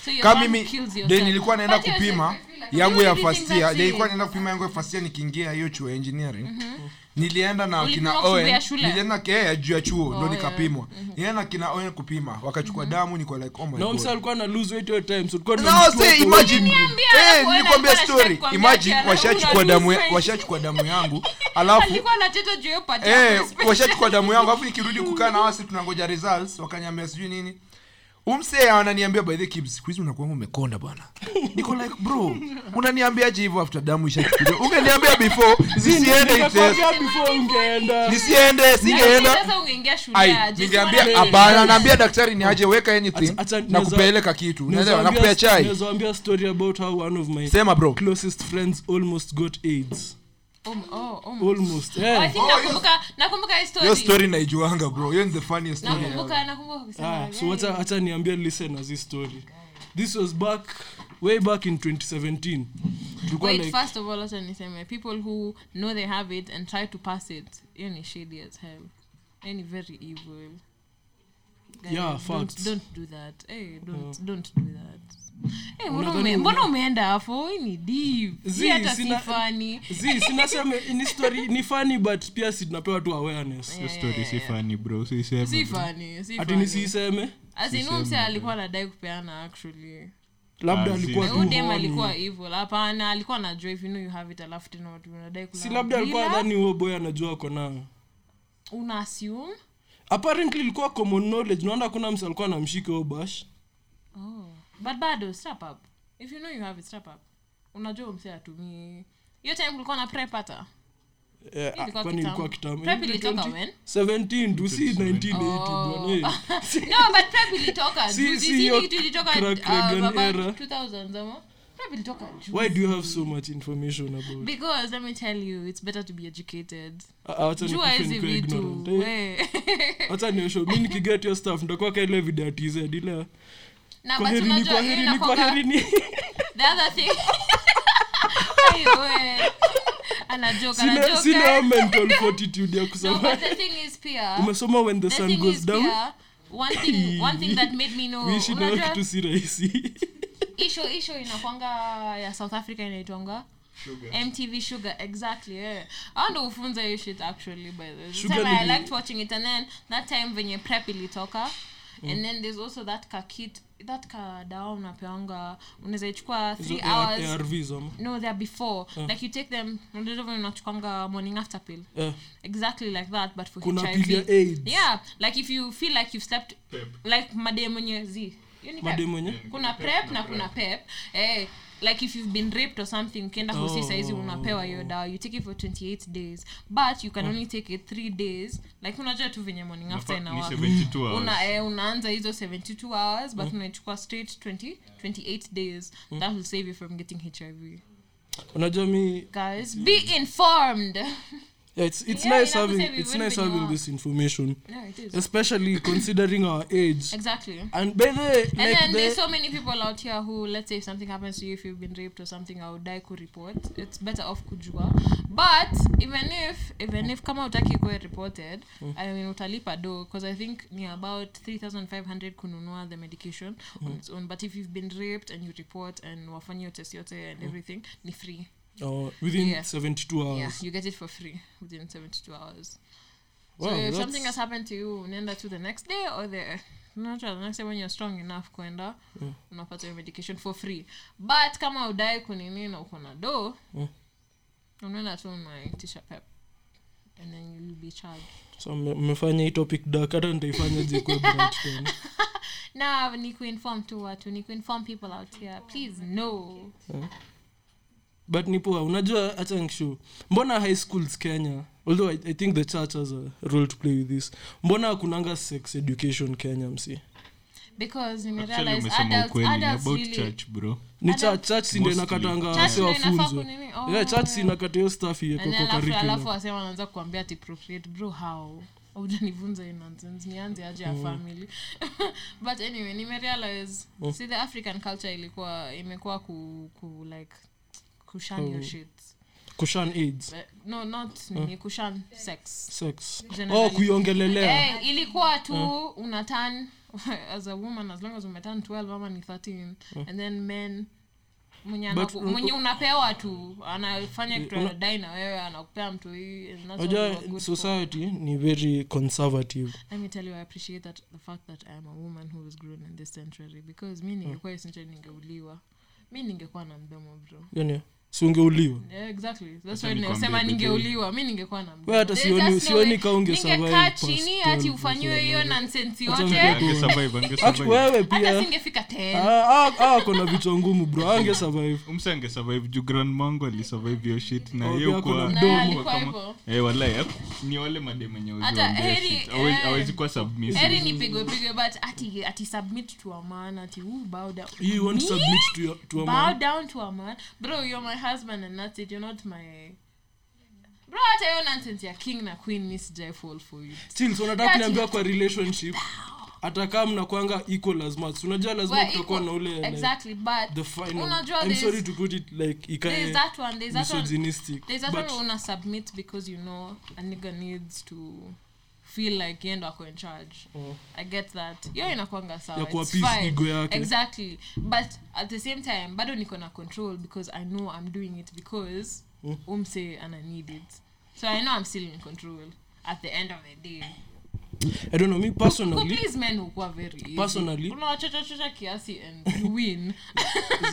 [SPEAKER 5] so your
[SPEAKER 3] kama
[SPEAKER 5] one
[SPEAKER 3] mimi
[SPEAKER 5] kills
[SPEAKER 3] de
[SPEAKER 5] yourself.
[SPEAKER 3] nilikuwa naenda
[SPEAKER 5] But yourself,
[SPEAKER 3] kupima
[SPEAKER 5] I feel
[SPEAKER 3] yangu
[SPEAKER 5] like you
[SPEAKER 3] ya
[SPEAKER 5] really think
[SPEAKER 3] first
[SPEAKER 5] that's
[SPEAKER 3] year
[SPEAKER 5] it.
[SPEAKER 3] de ilikuwa naenda kupima yangu ya first year nikiingia hiyo chuo ya engineering
[SPEAKER 5] Mm-hmm.
[SPEAKER 3] nilienda na
[SPEAKER 5] Ulipimwa
[SPEAKER 3] kina
[SPEAKER 5] kusubia
[SPEAKER 3] Owen
[SPEAKER 5] shule? Oh,
[SPEAKER 3] nilienda ke ya juu ya chuo ndo
[SPEAKER 5] yeah. Mm-hmm.
[SPEAKER 3] nikapimwa nilienda na kina Owen kupima wakachukua damu niko like oh my
[SPEAKER 2] na
[SPEAKER 3] god
[SPEAKER 2] umsa alikuwa na lose weight hiyo time so tulikuwa
[SPEAKER 3] Now
[SPEAKER 2] tunamtua
[SPEAKER 3] say
[SPEAKER 2] kwa-
[SPEAKER 3] imagine
[SPEAKER 5] Uliniambia
[SPEAKER 3] eh
[SPEAKER 5] na
[SPEAKER 3] nilikwambia
[SPEAKER 5] kuenda
[SPEAKER 3] story
[SPEAKER 5] kukwambia
[SPEAKER 3] imagine
[SPEAKER 5] tena,
[SPEAKER 3] washachukua
[SPEAKER 5] una
[SPEAKER 3] damu
[SPEAKER 5] lose weight.
[SPEAKER 3] washachukua damu
[SPEAKER 5] [LAUGHS]
[SPEAKER 3] yangu alafu
[SPEAKER 5] alikuwa anacheza juu ya pati
[SPEAKER 3] eh
[SPEAKER 5] yako, especially-
[SPEAKER 3] washachukua damu yangu alafu nikirudi kukaa na wasi tunangoja results wakaniambia sijui nini umse ananiambia by the kids siku hizi unakuwa umekonda bwana niko like bro unaniambiaje hivyo after damu ishachukuliwa ungeniambia before zisiende test
[SPEAKER 2] Nikakwambia before ungeenda
[SPEAKER 3] nisiende singeenda
[SPEAKER 5] Sasa ungeingia shule
[SPEAKER 3] ai
[SPEAKER 5] aje,
[SPEAKER 3] ningeambia
[SPEAKER 5] sio
[SPEAKER 3] hapana naambia daktari ni aje weka anything
[SPEAKER 2] Acha- acha-
[SPEAKER 3] na
[SPEAKER 2] naweza-
[SPEAKER 3] kupeleka kitu
[SPEAKER 2] naweza
[SPEAKER 3] unaelewa na
[SPEAKER 2] waambia-
[SPEAKER 3] kupea chai
[SPEAKER 2] naweza waambia story about how one of my
[SPEAKER 3] sema bro
[SPEAKER 2] closest friends almost got aids
[SPEAKER 5] Oh, oh, oh.
[SPEAKER 2] almost eh.
[SPEAKER 5] Oh, I
[SPEAKER 2] yeah.
[SPEAKER 5] think nakumbuka nakumbuka hii story.
[SPEAKER 3] hiyo story naijuanga bro hiyo ni the funniest story
[SPEAKER 5] nakumbuka nakumbuka kusema
[SPEAKER 2] ah, so
[SPEAKER 5] yeah.
[SPEAKER 2] wacha wacha niambie listeners hii story this was back way back in 2017 tulikuwa
[SPEAKER 5] Wait,
[SPEAKER 2] like
[SPEAKER 5] first of all acha niseme people who know they have it and try to pass it hiyo ni shady as hell hiyo ni very evil Guys,
[SPEAKER 2] Yeah,
[SPEAKER 5] don't-
[SPEAKER 2] facts.
[SPEAKER 5] don't do that hey, don't, don't do that Eh, mbona
[SPEAKER 2] Unadhani
[SPEAKER 5] ume-
[SPEAKER 2] una-
[SPEAKER 5] mbona umeenda hapo hii ni deep
[SPEAKER 2] Zii,
[SPEAKER 5] Hii hata si
[SPEAKER 2] sina-
[SPEAKER 5] funny.
[SPEAKER 2] zi sinasema ni story ni funny but pia sinapewa tu awareness
[SPEAKER 5] Yeah,
[SPEAKER 1] story
[SPEAKER 5] yeah,
[SPEAKER 1] si
[SPEAKER 5] yeah.
[SPEAKER 1] funny bro siiseme
[SPEAKER 5] si funny si
[SPEAKER 2] Mm. ati ni
[SPEAKER 5] funny
[SPEAKER 2] siiseme
[SPEAKER 5] As in, huyu mse alikuwa anadai kupeana actually
[SPEAKER 2] labda
[SPEAKER 1] Ah,
[SPEAKER 2] alikuwa
[SPEAKER 1] zi.
[SPEAKER 2] tu
[SPEAKER 5] Huyu dem
[SPEAKER 2] horny
[SPEAKER 5] alikuwa evil hapana alikuwa anajua if you know you have it alafu tena watu unadai
[SPEAKER 2] si
[SPEAKER 5] kulala.
[SPEAKER 2] labda alikuwa
[SPEAKER 5] Bila,
[SPEAKER 2] dhani huo boy anajua ako nayo
[SPEAKER 5] una assume
[SPEAKER 2] apparently ilikuwa common knowledge naona kuna msa alikuwa anamshika huo bash
[SPEAKER 5] oh. but bado strap up if you know you have it strap up unajua mse atumii hiyo time kulikuwa na prep hata
[SPEAKER 2] Eh, ah,
[SPEAKER 5] Ilikuwa
[SPEAKER 2] kwani
[SPEAKER 5] kitambo.
[SPEAKER 2] ilikuwa kitambo
[SPEAKER 5] Prep ilitoka Oh.
[SPEAKER 2] 20?
[SPEAKER 5] when?
[SPEAKER 2] 17 tu si 1980 bwana eh.
[SPEAKER 5] no but prep ilitoka
[SPEAKER 2] [LAUGHS] Si-
[SPEAKER 5] juu
[SPEAKER 2] si
[SPEAKER 5] Si- si
[SPEAKER 2] hiyo
[SPEAKER 5] kitu ilitoka
[SPEAKER 2] crack
[SPEAKER 5] uh,
[SPEAKER 2] Reagan
[SPEAKER 5] about
[SPEAKER 2] era.
[SPEAKER 5] 2000 ama prep ilitoka juu
[SPEAKER 2] why do you have so much information about
[SPEAKER 5] because let me tell you it's better to be educated
[SPEAKER 2] Ah, ah, wacha
[SPEAKER 5] jua
[SPEAKER 2] nikufe
[SPEAKER 5] hizi
[SPEAKER 2] nikiwa
[SPEAKER 5] vitu
[SPEAKER 2] ignorant, eh.
[SPEAKER 5] we. [LAUGHS]
[SPEAKER 2] hata niosho mi nikiget hiyo staff nitakuwa ka ile video ya TZ ile
[SPEAKER 5] na but
[SPEAKER 2] kwaherini
[SPEAKER 5] unajua
[SPEAKER 2] kwaherini
[SPEAKER 5] hiyo inakuwanga- [LAUGHS]
[SPEAKER 2] kwaherini
[SPEAKER 5] the other thing Ay, we. anajoka
[SPEAKER 2] [LAUGHS] Sina- sina
[SPEAKER 5] [LAUGHS]
[SPEAKER 2] hiyo
[SPEAKER 5] anajoka
[SPEAKER 2] mental fortitude ya
[SPEAKER 5] eh. no
[SPEAKER 2] kusoma
[SPEAKER 5] but the thing is pia
[SPEAKER 2] umesoma when the
[SPEAKER 5] the
[SPEAKER 2] sun
[SPEAKER 5] thing
[SPEAKER 2] goes
[SPEAKER 5] is
[SPEAKER 2] down
[SPEAKER 5] pia one thing one thing that made
[SPEAKER 2] [LAUGHS]
[SPEAKER 5] me know
[SPEAKER 2] kuishi nayo [LAUGHS]
[SPEAKER 5] unajua
[SPEAKER 2] kitu si rahisi
[SPEAKER 5] isho isho inakwanga ya south africa inaitwanga mtv sugar exactly yeah. i ndo ufunza hiyo shit actually by the
[SPEAKER 2] Sugar
[SPEAKER 5] time i
[SPEAKER 2] nili-
[SPEAKER 5] liked watching it and then that time venye prep ilitoka
[SPEAKER 2] Mm.
[SPEAKER 5] and then there's also that ka kit that ka dawa unapeanga unaweza ichukua
[SPEAKER 2] Hizo
[SPEAKER 5] 3
[SPEAKER 2] AR-
[SPEAKER 5] hours
[SPEAKER 2] arvs ama
[SPEAKER 5] no they're before like you take them ndivyo unachukanga morning after pill
[SPEAKER 2] Eh,
[SPEAKER 5] exactly like that but for
[SPEAKER 2] Kuna
[SPEAKER 5] HIV.
[SPEAKER 2] pill ya AIDS.
[SPEAKER 5] yeah like if you feel like you've slept like madem wenye z Hiyo ni
[SPEAKER 2] madem
[SPEAKER 5] pep.
[SPEAKER 2] wenye
[SPEAKER 5] kuna prep na kuna pep eh like if you've been raped or something ukienda hosi
[SPEAKER 2] Oh.
[SPEAKER 5] saizi unapewa hiyo dawa you take it for 28 days but you can only take it 3 days like unajua tu venye morning after ina work una eh, unaanza hizo 72 hours but unaichukua straight 20 28 days that will save you from getting hiv
[SPEAKER 2] unajua mi
[SPEAKER 5] guys be informed
[SPEAKER 2] yeah, it's, it's
[SPEAKER 5] Yeah,
[SPEAKER 2] nice
[SPEAKER 5] ina kusema
[SPEAKER 2] having
[SPEAKER 5] hivyo,
[SPEAKER 2] it's
[SPEAKER 5] hivyo
[SPEAKER 2] nice
[SPEAKER 5] ni
[SPEAKER 2] having
[SPEAKER 5] wa-
[SPEAKER 2] this information
[SPEAKER 5] yeah it is
[SPEAKER 2] especially considering our age
[SPEAKER 5] exactly
[SPEAKER 2] and by the way,
[SPEAKER 5] and
[SPEAKER 2] like
[SPEAKER 5] then there's
[SPEAKER 2] the,
[SPEAKER 5] so many people out here who let's say if something happens to you if you've been raped or something i would die could report it's better off kujua but even if even if kama utaki kuwe reported i mean utalipa do because i think ni about 3500 kununua the medication on its own but if you've been raped and you report and wafanye hiyo test yote and everything ni free
[SPEAKER 2] oh, within
[SPEAKER 5] Yeah.
[SPEAKER 2] 72 hours
[SPEAKER 5] yeah you get it for free within 72 hours
[SPEAKER 2] Wow,
[SPEAKER 5] so if
[SPEAKER 2] that's-
[SPEAKER 5] something has happened to you unaenda to the next day or the not the next day when you're strong enough kuenda unapata your medication for free but kama udai kunini na uko na do
[SPEAKER 2] Mm.
[SPEAKER 5] unaenda tu unaitisha pep and then you'll be charged
[SPEAKER 2] so mme- mmefanya hii topic dark hata nitaifanya jikuwe bright tena
[SPEAKER 5] [LAUGHS] na ni kuinform tu watu ni kuinform people out here please no
[SPEAKER 2] but ni poa unajua hacha nkishu mbona high schools kenya although I, i think the church has a role to play with this mbona kunanga sex education kenya msi
[SPEAKER 5] because
[SPEAKER 1] Actually,
[SPEAKER 5] nimerealize
[SPEAKER 1] umesema
[SPEAKER 5] adults,
[SPEAKER 1] ukweli
[SPEAKER 5] adults
[SPEAKER 1] about
[SPEAKER 5] really
[SPEAKER 1] church Ah, bro
[SPEAKER 2] ni
[SPEAKER 5] Adam-
[SPEAKER 2] church church si ndio
[SPEAKER 1] Mostly.
[SPEAKER 2] inakatanga
[SPEAKER 5] Church
[SPEAKER 2] wase
[SPEAKER 5] ndio inafaa
[SPEAKER 2] wafunzwe
[SPEAKER 5] kunini?
[SPEAKER 2] yeah church si
[SPEAKER 5] Oh.
[SPEAKER 2] inakata hiyo staff iwekwe kwa
[SPEAKER 5] And then alafu- alafu
[SPEAKER 2] curriculum
[SPEAKER 5] wasema wanaanza kuambia ati procreate bro how ujanivunza hii nonsense nianze aje
[SPEAKER 2] Oh.
[SPEAKER 5] ya family [LAUGHS] but anyway nimerealize
[SPEAKER 2] Oh.
[SPEAKER 5] si the african culture ilikuwa imekuwa ku, ku like kushan
[SPEAKER 2] Oh.
[SPEAKER 5] your shit
[SPEAKER 2] kushan aids
[SPEAKER 5] Eh, no not nini kushan sex
[SPEAKER 2] sex
[SPEAKER 5] Generally.
[SPEAKER 2] oh kuiongelelea
[SPEAKER 5] Eh, ilikuwa tu
[SPEAKER 2] Mm.
[SPEAKER 5] una turn [LAUGHS] as a woman as long as umetan 12 ama ni 13 and then men mwenye
[SPEAKER 2] Mm. But
[SPEAKER 5] anaku-
[SPEAKER 2] un- Mm.
[SPEAKER 5] mwenye unapewa tu anafanya kitu
[SPEAKER 2] una-
[SPEAKER 5] anadai na wewe anakupea mtu hii and that's what you are
[SPEAKER 2] oja
[SPEAKER 5] good
[SPEAKER 2] society ni very conservative
[SPEAKER 5] let me tell you i appreciate that the fact that i am a woman who was grown in this century because
[SPEAKER 2] Mm.
[SPEAKER 5] mi ningekuwa hii century ningeuliwa mi ningekuwa na mdomo bro
[SPEAKER 2] yani Yaani, siungeuliwa
[SPEAKER 5] Yeah, exactly that's
[SPEAKER 6] Acha
[SPEAKER 5] why ninasema
[SPEAKER 6] nikwambie, baby.
[SPEAKER 5] ningeuliwa mi ningekuwa na mdomo.
[SPEAKER 2] We hata
[SPEAKER 5] There's
[SPEAKER 2] sioni-
[SPEAKER 5] just no
[SPEAKER 2] sioni
[SPEAKER 5] way.
[SPEAKER 2] kama unge
[SPEAKER 5] Ningekaa
[SPEAKER 2] survive
[SPEAKER 5] chini
[SPEAKER 2] past
[SPEAKER 5] hati
[SPEAKER 2] 12
[SPEAKER 5] ufanyiwe hiyo nonsense yote
[SPEAKER 2] unge-
[SPEAKER 6] Angesurvive,
[SPEAKER 2] Actually,
[SPEAKER 6] angesurvive.
[SPEAKER 2] wewe
[SPEAKER 5] hata
[SPEAKER 2] pia
[SPEAKER 5] singefika
[SPEAKER 2] Ah,
[SPEAKER 5] 10
[SPEAKER 2] ah, ah, ako na vichwa ngumu bro ange survive
[SPEAKER 6] Umse angesurvive juu Grand Mango alisurvive hiyo shit na
[SPEAKER 2] Oh,
[SPEAKER 6] yeye
[SPEAKER 2] pia
[SPEAKER 6] kuwa-
[SPEAKER 2] kuna
[SPEAKER 5] Na
[SPEAKER 2] mdomo.
[SPEAKER 5] alikuwa
[SPEAKER 6] kuwa kama-
[SPEAKER 5] hivyo.
[SPEAKER 6] Eh, walai, hap- ni wale mademenye
[SPEAKER 5] Hata heri, eh,
[SPEAKER 6] awezi kuwa submissive.
[SPEAKER 5] heri Yaani nipigwe pigwe but ati ati submit to a man ati "Ooh, bow down
[SPEAKER 2] you want to
[SPEAKER 5] Me?
[SPEAKER 2] submit to your to a
[SPEAKER 5] bow
[SPEAKER 2] man
[SPEAKER 5] down to a man bro you're my husband and that's it you're not my bro hata hiyo nonsense ya king na queen mi sijai fall for you
[SPEAKER 2] still so nataka kuniambia kwa relationship atakaa mnakwanga equal as much unajua lazima
[SPEAKER 5] We're
[SPEAKER 2] kutakuwa na
[SPEAKER 5] equal.
[SPEAKER 2] ule like,
[SPEAKER 5] exactly but
[SPEAKER 2] the final
[SPEAKER 5] unajua
[SPEAKER 2] i'm sorry
[SPEAKER 5] there's,
[SPEAKER 2] to put it like
[SPEAKER 5] there's
[SPEAKER 2] ikae
[SPEAKER 5] that one there's that one
[SPEAKER 2] misogynistic
[SPEAKER 5] there's that
[SPEAKER 2] but
[SPEAKER 5] one una submit because you know a nigga needs to feel like yendo ako in charge
[SPEAKER 2] Oh.
[SPEAKER 5] i get that hiyo inakwanga sawa
[SPEAKER 2] Ya
[SPEAKER 5] it's
[SPEAKER 2] kuappease
[SPEAKER 5] fine.
[SPEAKER 2] ego yake.
[SPEAKER 5] exactly but at the same time bado niko na control because i know i'm doing it because
[SPEAKER 2] Mm.
[SPEAKER 5] umse ana need it so i know i'm still in control at the end of the day
[SPEAKER 2] i don't know me personally
[SPEAKER 5] please men hukuwa very easy.
[SPEAKER 2] Personally-
[SPEAKER 5] unawachochachocha kiasi and
[SPEAKER 2] [LAUGHS]
[SPEAKER 5] you win